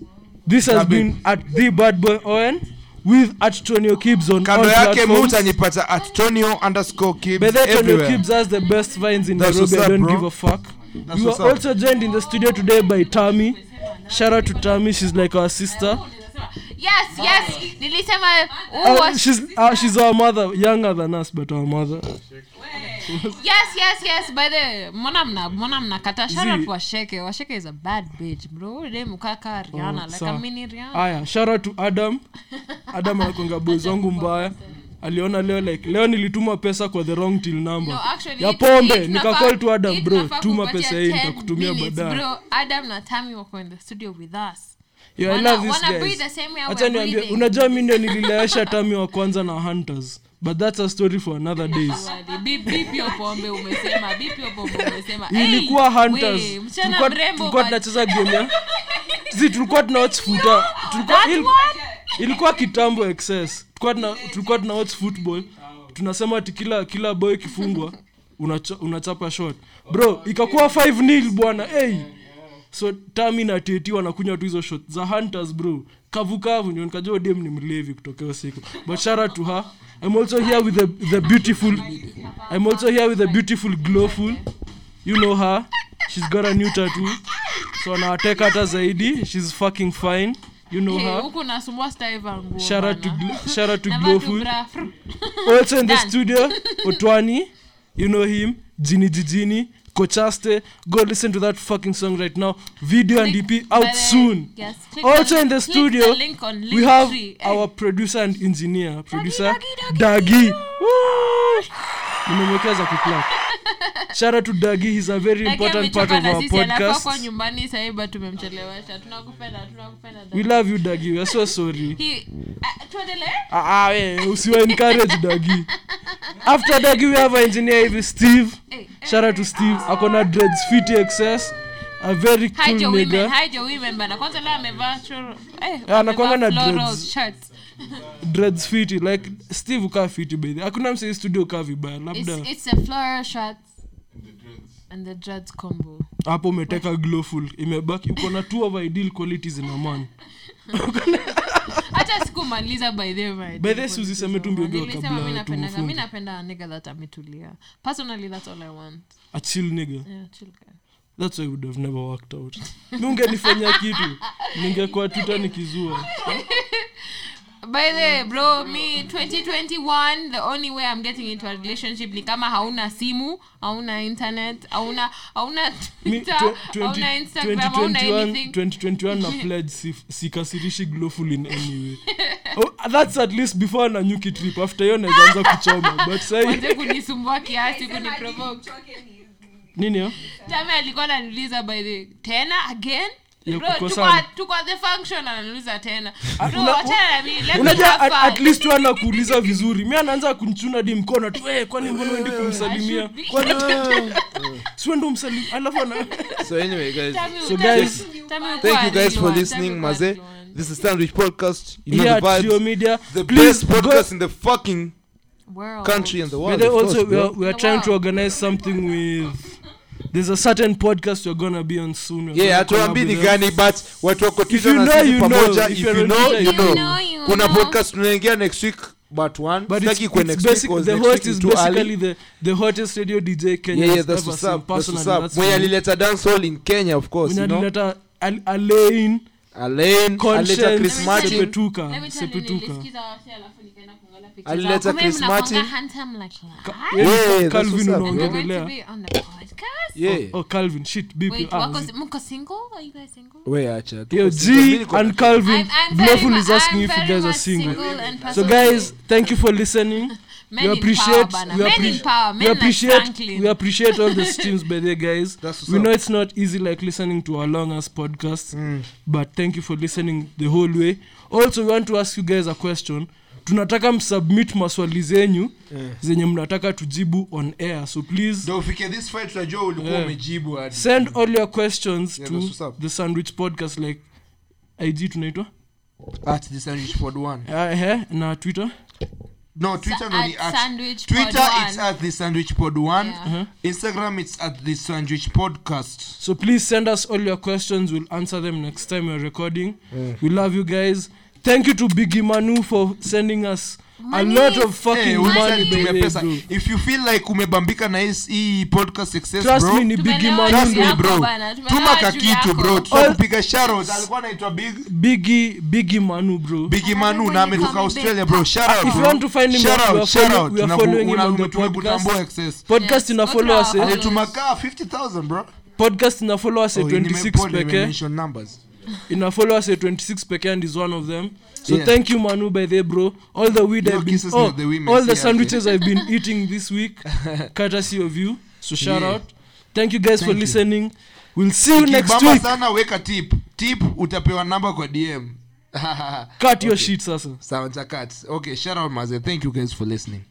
[SPEAKER 2] this has been at the bad boy Owen with Antonio Kibbs on all
[SPEAKER 3] kando yake
[SPEAKER 2] platforms.
[SPEAKER 3] mutanipata antonio underscore Kibbs
[SPEAKER 2] By the way, Antonio
[SPEAKER 3] everywhere. [LAUGHS]
[SPEAKER 2] Kibbs has the best vines in
[SPEAKER 3] That's
[SPEAKER 2] Nairobi.
[SPEAKER 3] what's
[SPEAKER 2] I
[SPEAKER 3] up,
[SPEAKER 2] don't
[SPEAKER 3] bro.
[SPEAKER 2] give a fuck.
[SPEAKER 3] That's
[SPEAKER 2] we were
[SPEAKER 3] what's up.
[SPEAKER 2] also joined in the studio today by Tammy. Shout out to Tammy, she's like our sister.
[SPEAKER 5] Yes, yes. Nilisema
[SPEAKER 2] Uh,
[SPEAKER 5] huwa-
[SPEAKER 2] she's uh, she's our mother, younger than us, but our mother.
[SPEAKER 5] yes yes yes by the way, mbona mna mbona mnakata shout out
[SPEAKER 2] Zee.
[SPEAKER 5] washeke washeke is a bad bitch bro Huyu dem kaka rihanna like
[SPEAKER 2] Oh, sawa. Ah,
[SPEAKER 5] a mini rihanna
[SPEAKER 2] Aya, shout out to Adam. Adam anakonga boys wangu mbaya. Aliona leo like leo nilituma pesa kwa the wrong till number.
[SPEAKER 5] No, actually,
[SPEAKER 2] ya
[SPEAKER 5] it-
[SPEAKER 2] pombe
[SPEAKER 5] it
[SPEAKER 2] nikacall
[SPEAKER 5] nafaa-
[SPEAKER 2] tu adam
[SPEAKER 5] it
[SPEAKER 2] bro
[SPEAKER 5] nafaa
[SPEAKER 2] tuma
[SPEAKER 5] kupatia
[SPEAKER 2] pesa hii
[SPEAKER 5] 10
[SPEAKER 2] nitakutumia
[SPEAKER 5] minutes,
[SPEAKER 2] baadaye
[SPEAKER 5] bro. adam na tami wako in the studio with us
[SPEAKER 2] Yo, I
[SPEAKER 5] Wana-
[SPEAKER 2] love this
[SPEAKER 5] wana
[SPEAKER 2] guys.
[SPEAKER 5] breathe the same way
[SPEAKER 2] Acha
[SPEAKER 5] we're
[SPEAKER 2] niambie,
[SPEAKER 5] breathing.
[SPEAKER 2] unajua mi ndio nililewesha tami wa kwanza na hunters but that's a story for another
[SPEAKER 5] [LAUGHS]
[SPEAKER 2] days
[SPEAKER 5] Wadi, bi- bip hiyo pombe umesema bip hiyo pombe umesema Hey,
[SPEAKER 2] ilikuwa hunters
[SPEAKER 5] we, msichana
[SPEAKER 2] tulikuwa
[SPEAKER 5] mrembo
[SPEAKER 2] tulikuwa
[SPEAKER 5] but-
[SPEAKER 2] tunacheza game
[SPEAKER 5] [LAUGHS]
[SPEAKER 2] ya zi tulikuwa tunawatch futa tulikuwa
[SPEAKER 5] That
[SPEAKER 2] il-
[SPEAKER 5] one?
[SPEAKER 2] ilikuwa kitambo excess tulikuwa tuna tulikuwa tunawatch football tunasema ati kila kila boy kifungwa unacha, unachapa shot bro ikakuwa 5 nil bwana hey so tami na tt wanakunywa tu hizo shot za hunters bro kavukavu ndio nikajua dem ni mlevi kutokea siku but shara to her i'm also here with the, the beautiful i'm also here with the beautiful glowful you know her she's got a new tattoo so anawateka hata zaidi she's fucking fine you know
[SPEAKER 5] Hey,
[SPEAKER 2] her
[SPEAKER 5] huku nasumbua style vangu
[SPEAKER 2] Shout out to Glo- shout
[SPEAKER 5] [LAUGHS]
[SPEAKER 2] out to
[SPEAKER 5] Navaa tu
[SPEAKER 2] Glowful.
[SPEAKER 5] bra, fru.
[SPEAKER 2] also in the
[SPEAKER 5] Done. [LAUGHS]
[SPEAKER 2] studio otwani you know him jini jijini kochaste go listen to that fucking song right now video and
[SPEAKER 5] Click-
[SPEAKER 2] dp
[SPEAKER 5] by
[SPEAKER 2] out
[SPEAKER 5] the-
[SPEAKER 2] soon
[SPEAKER 5] yes, click
[SPEAKER 2] also
[SPEAKER 5] on-
[SPEAKER 2] in the
[SPEAKER 5] click
[SPEAKER 2] studio
[SPEAKER 5] link on
[SPEAKER 2] we have
[SPEAKER 5] Linktree. Eh.
[SPEAKER 2] our producer and engineer producer
[SPEAKER 5] Dagi, Dagi,
[SPEAKER 2] dagi Woo! nimemwekea za kuclap shout out to dagi he's a very
[SPEAKER 5] Lakini
[SPEAKER 2] important part
[SPEAKER 5] amechoka
[SPEAKER 2] of
[SPEAKER 5] na
[SPEAKER 2] our
[SPEAKER 5] sisi, anafaa
[SPEAKER 2] podcast
[SPEAKER 5] kuwa nyumbani sahii but tumemchelewesha tunakupenda tunakupenda
[SPEAKER 2] we love you dagi we're so sorry
[SPEAKER 5] He- ah, tuendelee
[SPEAKER 2] Ah, ah, we, usiwa encourage dagi after dagi we have our engineer hivi steve
[SPEAKER 5] Eh,
[SPEAKER 2] shout out to steve akona dreads fit excess a very
[SPEAKER 5] Hi,
[SPEAKER 2] cool
[SPEAKER 5] Joe Women,
[SPEAKER 2] nigga
[SPEAKER 5] hi, Joe Women bana. Kwanza leo amevaa choro- eh,
[SPEAKER 2] Ah, anakuanga
[SPEAKER 5] amevaa
[SPEAKER 2] na
[SPEAKER 5] floral
[SPEAKER 2] dreads.
[SPEAKER 5] shirts.
[SPEAKER 2] dreads fit like steve ukaa fiti bedhi hakuna msei studio ukaa vibaya labda
[SPEAKER 5] It's- it's a floral shirt and the dreads combo.
[SPEAKER 2] hapo umeteka glowful imebaki ukona two of ideal qualities in a man
[SPEAKER 5] Hata sikumaliza by the way.
[SPEAKER 2] By the way, si usiseme tu mbio mbio
[SPEAKER 5] Nilisema
[SPEAKER 2] kabla
[SPEAKER 5] mi napendaga-
[SPEAKER 2] tumufunge.
[SPEAKER 5] mi napenda a nigga that ametulia. Personally, that's all I want.
[SPEAKER 2] a chill nigga
[SPEAKER 5] Yeah, chill guy.
[SPEAKER 2] that's why I would have never worked out mi ungenifanyia kitu ningekuwa tuta nikizua
[SPEAKER 5] by the way, bro me 2021 the only way i'm getting into a relationship ni kama hauna simu hauna internet hauna hauna
[SPEAKER 2] Mi-
[SPEAKER 5] twitter
[SPEAKER 2] twe-
[SPEAKER 5] hauna
[SPEAKER 2] twenty-
[SPEAKER 5] instagram hauna
[SPEAKER 2] 2021
[SPEAKER 5] anything
[SPEAKER 2] 2021
[SPEAKER 5] [LAUGHS]
[SPEAKER 2] na pledge sif- sikasirishi glowful in any way oh, that's at least before na nyuki trip after hiyo naezaanza kuchoma but sai
[SPEAKER 5] Wache kunisumbua kiasi kuniprovoke
[SPEAKER 2] nini eh? yo?
[SPEAKER 5] tame alikuwa ananiuliza by the tena again
[SPEAKER 2] Ya
[SPEAKER 5] Bro, tuko
[SPEAKER 2] kukosana.
[SPEAKER 5] at- tuko at the function ananiuliza tena Bro,
[SPEAKER 2] Ah, una-
[SPEAKER 5] wachana na mimi, let me
[SPEAKER 2] unajua
[SPEAKER 5] have
[SPEAKER 2] at, at
[SPEAKER 5] fun.
[SPEAKER 2] least tu anakuuliza vizuri mi anaanza kunchuna di mkono tu "Eh, kwani mbona uendi kumsalimia
[SPEAKER 5] should be-
[SPEAKER 2] Kwani- siwendo msalim alafu ana
[SPEAKER 5] [LAUGHS]
[SPEAKER 2] [LAUGHS]
[SPEAKER 7] so anyway guys
[SPEAKER 5] Tami,
[SPEAKER 2] So
[SPEAKER 5] tami,
[SPEAKER 7] guys,
[SPEAKER 5] tami uko
[SPEAKER 7] thank you
[SPEAKER 5] at
[SPEAKER 7] guys for
[SPEAKER 5] Liwan, tami
[SPEAKER 7] listening
[SPEAKER 5] uko at
[SPEAKER 7] maze
[SPEAKER 5] Liwan.
[SPEAKER 7] this is sandwich podcast you know
[SPEAKER 2] Yeah,
[SPEAKER 7] the vibes.
[SPEAKER 2] Trio Media.
[SPEAKER 7] the
[SPEAKER 2] Please
[SPEAKER 7] best podcast
[SPEAKER 2] go-
[SPEAKER 7] in the fucking
[SPEAKER 5] World.
[SPEAKER 7] country and the
[SPEAKER 2] By
[SPEAKER 7] world
[SPEAKER 2] the way,
[SPEAKER 7] of
[SPEAKER 2] also
[SPEAKER 7] course,
[SPEAKER 2] we are,
[SPEAKER 7] bro.
[SPEAKER 2] we are trying to organize something with there's a certain podcast we're gonna be on soon We're
[SPEAKER 7] yeah
[SPEAKER 2] gonna collab
[SPEAKER 7] hatuambii ni
[SPEAKER 2] with them.
[SPEAKER 7] gani but watu wako Twitter
[SPEAKER 2] you
[SPEAKER 7] na
[SPEAKER 2] know,
[SPEAKER 7] sisi
[SPEAKER 2] you know.
[SPEAKER 7] pamoja if
[SPEAKER 2] If you're
[SPEAKER 7] you
[SPEAKER 2] on
[SPEAKER 7] know
[SPEAKER 2] Twitter,
[SPEAKER 7] you
[SPEAKER 5] you
[SPEAKER 7] know
[SPEAKER 5] know, you
[SPEAKER 7] kuna
[SPEAKER 5] know.
[SPEAKER 7] podcast tunaingia next week but one
[SPEAKER 2] But it's,
[SPEAKER 7] sitaki kwa
[SPEAKER 2] it's
[SPEAKER 7] next
[SPEAKER 2] basic,
[SPEAKER 7] week 'cause
[SPEAKER 2] the
[SPEAKER 7] next
[SPEAKER 2] host
[SPEAKER 7] week
[SPEAKER 2] is
[SPEAKER 7] too early.
[SPEAKER 2] basically the, the hottest radio DJ
[SPEAKER 7] yeah
[SPEAKER 2] Kenya
[SPEAKER 7] yeah
[SPEAKER 2] has
[SPEAKER 7] that's
[SPEAKER 2] ever
[SPEAKER 7] what's
[SPEAKER 2] seen
[SPEAKER 7] up that's
[SPEAKER 2] personally.
[SPEAKER 7] what's up
[SPEAKER 2] That's
[SPEAKER 7] mwenye
[SPEAKER 2] me.
[SPEAKER 7] alileta dance hall in Kenya of course you
[SPEAKER 2] Mwenye
[SPEAKER 7] know
[SPEAKER 2] alileta Al- Alain,
[SPEAKER 7] Alain alileta Chris
[SPEAKER 2] Conscience,
[SPEAKER 7] Martin
[SPEAKER 2] Sepetuka,
[SPEAKER 5] Let me tell you,
[SPEAKER 2] Sepetuka.
[SPEAKER 5] nilisikiza wasi, alafu nikaenda kuangalia pictures.
[SPEAKER 7] Alileta
[SPEAKER 5] Kumbe
[SPEAKER 7] Chris
[SPEAKER 5] mnakuanga
[SPEAKER 7] Martin.
[SPEAKER 5] handsome like that.
[SPEAKER 7] Yeah, that's
[SPEAKER 2] oh, Calvin
[SPEAKER 7] what's up,
[SPEAKER 5] And they're
[SPEAKER 7] bro.
[SPEAKER 5] going to
[SPEAKER 2] unaongelea
[SPEAKER 5] be on the podcast?
[SPEAKER 7] yeah
[SPEAKER 2] oh Calvin shit beep
[SPEAKER 5] Wait,
[SPEAKER 2] you up.
[SPEAKER 5] wako- mko single? Are you guys single?
[SPEAKER 7] we acha tu
[SPEAKER 2] Yo,
[SPEAKER 7] kwa sisi. Mimi
[SPEAKER 2] G
[SPEAKER 7] niko na-
[SPEAKER 2] and Calvin,
[SPEAKER 5] I'm- I'm very
[SPEAKER 2] Blowful
[SPEAKER 5] mu-
[SPEAKER 2] is asking
[SPEAKER 5] I'm
[SPEAKER 2] if you
[SPEAKER 5] very
[SPEAKER 2] guys are
[SPEAKER 5] much
[SPEAKER 2] single.
[SPEAKER 5] single and
[SPEAKER 2] So
[SPEAKER 5] personally-
[SPEAKER 2] guys, thank you for listening.
[SPEAKER 5] Men
[SPEAKER 2] we
[SPEAKER 5] in
[SPEAKER 2] appreciate
[SPEAKER 5] power, bana.
[SPEAKER 2] we,
[SPEAKER 5] Men
[SPEAKER 2] appre-
[SPEAKER 5] in power.
[SPEAKER 2] we
[SPEAKER 5] Men like
[SPEAKER 2] appreciate
[SPEAKER 5] Franklin.
[SPEAKER 2] we appreciate all the streams by the
[SPEAKER 7] [LAUGHS]
[SPEAKER 2] guys
[SPEAKER 7] That's what's
[SPEAKER 2] we
[SPEAKER 7] up. Mm.
[SPEAKER 2] know it's not easy like listening to our long ass podcast but thank you for listening the whole way also we want to ask you guys a question tunataka msubmit maswali zenyu
[SPEAKER 7] Eh.
[SPEAKER 2] zenye mnataka tujibu on air so please
[SPEAKER 3] Ndio ufike this fight tunajua ulikuwa
[SPEAKER 2] Yeah.
[SPEAKER 3] umejibu hadi.
[SPEAKER 2] send all your questions
[SPEAKER 7] Yeah,
[SPEAKER 2] to
[SPEAKER 7] that's what's up.
[SPEAKER 2] the sandwich podcast like ig tunaitwa
[SPEAKER 3] At the sandwich pod one.
[SPEAKER 2] uh, he, na twitter
[SPEAKER 3] No, Twitter no
[SPEAKER 5] At
[SPEAKER 3] ni at
[SPEAKER 5] Sandwich Pod
[SPEAKER 3] Twitter it's
[SPEAKER 5] One.
[SPEAKER 3] at the sandwich pod one.
[SPEAKER 5] Yeah. Mhm.
[SPEAKER 3] Instagram it's at the sandwich podcast.
[SPEAKER 2] So please send us all your questions. We'll answer them next time we're recording. We love you guys. Thank you to Biggie Manu for sending us
[SPEAKER 5] Money.
[SPEAKER 2] a lot of fucking
[SPEAKER 3] Hey,
[SPEAKER 2] money.
[SPEAKER 3] wewe
[SPEAKER 2] by the way,
[SPEAKER 3] tumepesa.
[SPEAKER 2] bro.
[SPEAKER 3] If you feel like umebambika na his- hii podcast success
[SPEAKER 2] Trust
[SPEAKER 3] bro.
[SPEAKER 2] me, ni Biggie
[SPEAKER 5] Tumelewa
[SPEAKER 2] Manu.
[SPEAKER 3] Trust
[SPEAKER 5] juu
[SPEAKER 3] me
[SPEAKER 5] yako
[SPEAKER 3] bro.
[SPEAKER 5] bana, tumelewa
[SPEAKER 3] Tuma
[SPEAKER 5] juu
[SPEAKER 3] kakitu
[SPEAKER 5] yako.
[SPEAKER 3] bro.
[SPEAKER 2] All-
[SPEAKER 3] Tutakupiga shout Alikuwa anaitwa Big
[SPEAKER 2] Biggie, Biggie Manu, bro.
[SPEAKER 3] Biggie
[SPEAKER 5] Another
[SPEAKER 3] Manu
[SPEAKER 5] one
[SPEAKER 3] na
[SPEAKER 5] you
[SPEAKER 3] ametoka
[SPEAKER 5] call me
[SPEAKER 3] Australia
[SPEAKER 5] big
[SPEAKER 3] bro. Shout out.
[SPEAKER 2] If you
[SPEAKER 3] bro.
[SPEAKER 2] want to find him,
[SPEAKER 3] Shout
[SPEAKER 2] out, we are,
[SPEAKER 3] out, shout
[SPEAKER 2] follow-
[SPEAKER 3] out.
[SPEAKER 2] we are
[SPEAKER 3] Tunaku-
[SPEAKER 2] following him
[SPEAKER 3] una-
[SPEAKER 2] on the
[SPEAKER 3] tumekutambua
[SPEAKER 2] podcast.
[SPEAKER 3] access.
[SPEAKER 2] Podcast
[SPEAKER 5] Yes,
[SPEAKER 2] ina
[SPEAKER 5] go
[SPEAKER 2] follow
[SPEAKER 5] to
[SPEAKER 2] us.
[SPEAKER 5] our
[SPEAKER 2] eh?
[SPEAKER 5] follow-
[SPEAKER 3] Alitumakaa 50000 bro.
[SPEAKER 2] Podcast ina follow us at
[SPEAKER 3] Oh,
[SPEAKER 2] 26
[SPEAKER 3] nimepod-
[SPEAKER 2] peke.
[SPEAKER 3] nimemention numbers.
[SPEAKER 2] Ina follow us at 26 peke and is one of them. So
[SPEAKER 3] Yeah.
[SPEAKER 2] thank you Manu by the way, bro. All the weed
[SPEAKER 3] Your
[SPEAKER 2] I've been
[SPEAKER 3] kisses
[SPEAKER 2] oh,
[SPEAKER 3] not the women,
[SPEAKER 2] all the
[SPEAKER 3] yeah,
[SPEAKER 2] sandwiches I've
[SPEAKER 3] [LAUGHS]
[SPEAKER 2] been eating this week courtesy of you. So shout
[SPEAKER 3] Yeah.
[SPEAKER 2] out. Thank you guys for
[SPEAKER 3] Thank you.
[SPEAKER 2] listening. We'll see you next
[SPEAKER 3] Ukibamba
[SPEAKER 2] week.
[SPEAKER 3] sana weka tip. Tip utapewa namba kwa [LAUGHS] DM.
[SPEAKER 2] Cut your shit sasa.
[SPEAKER 3] Sawa, chakat. Okay, shout out Maze. Thank you guys for listening.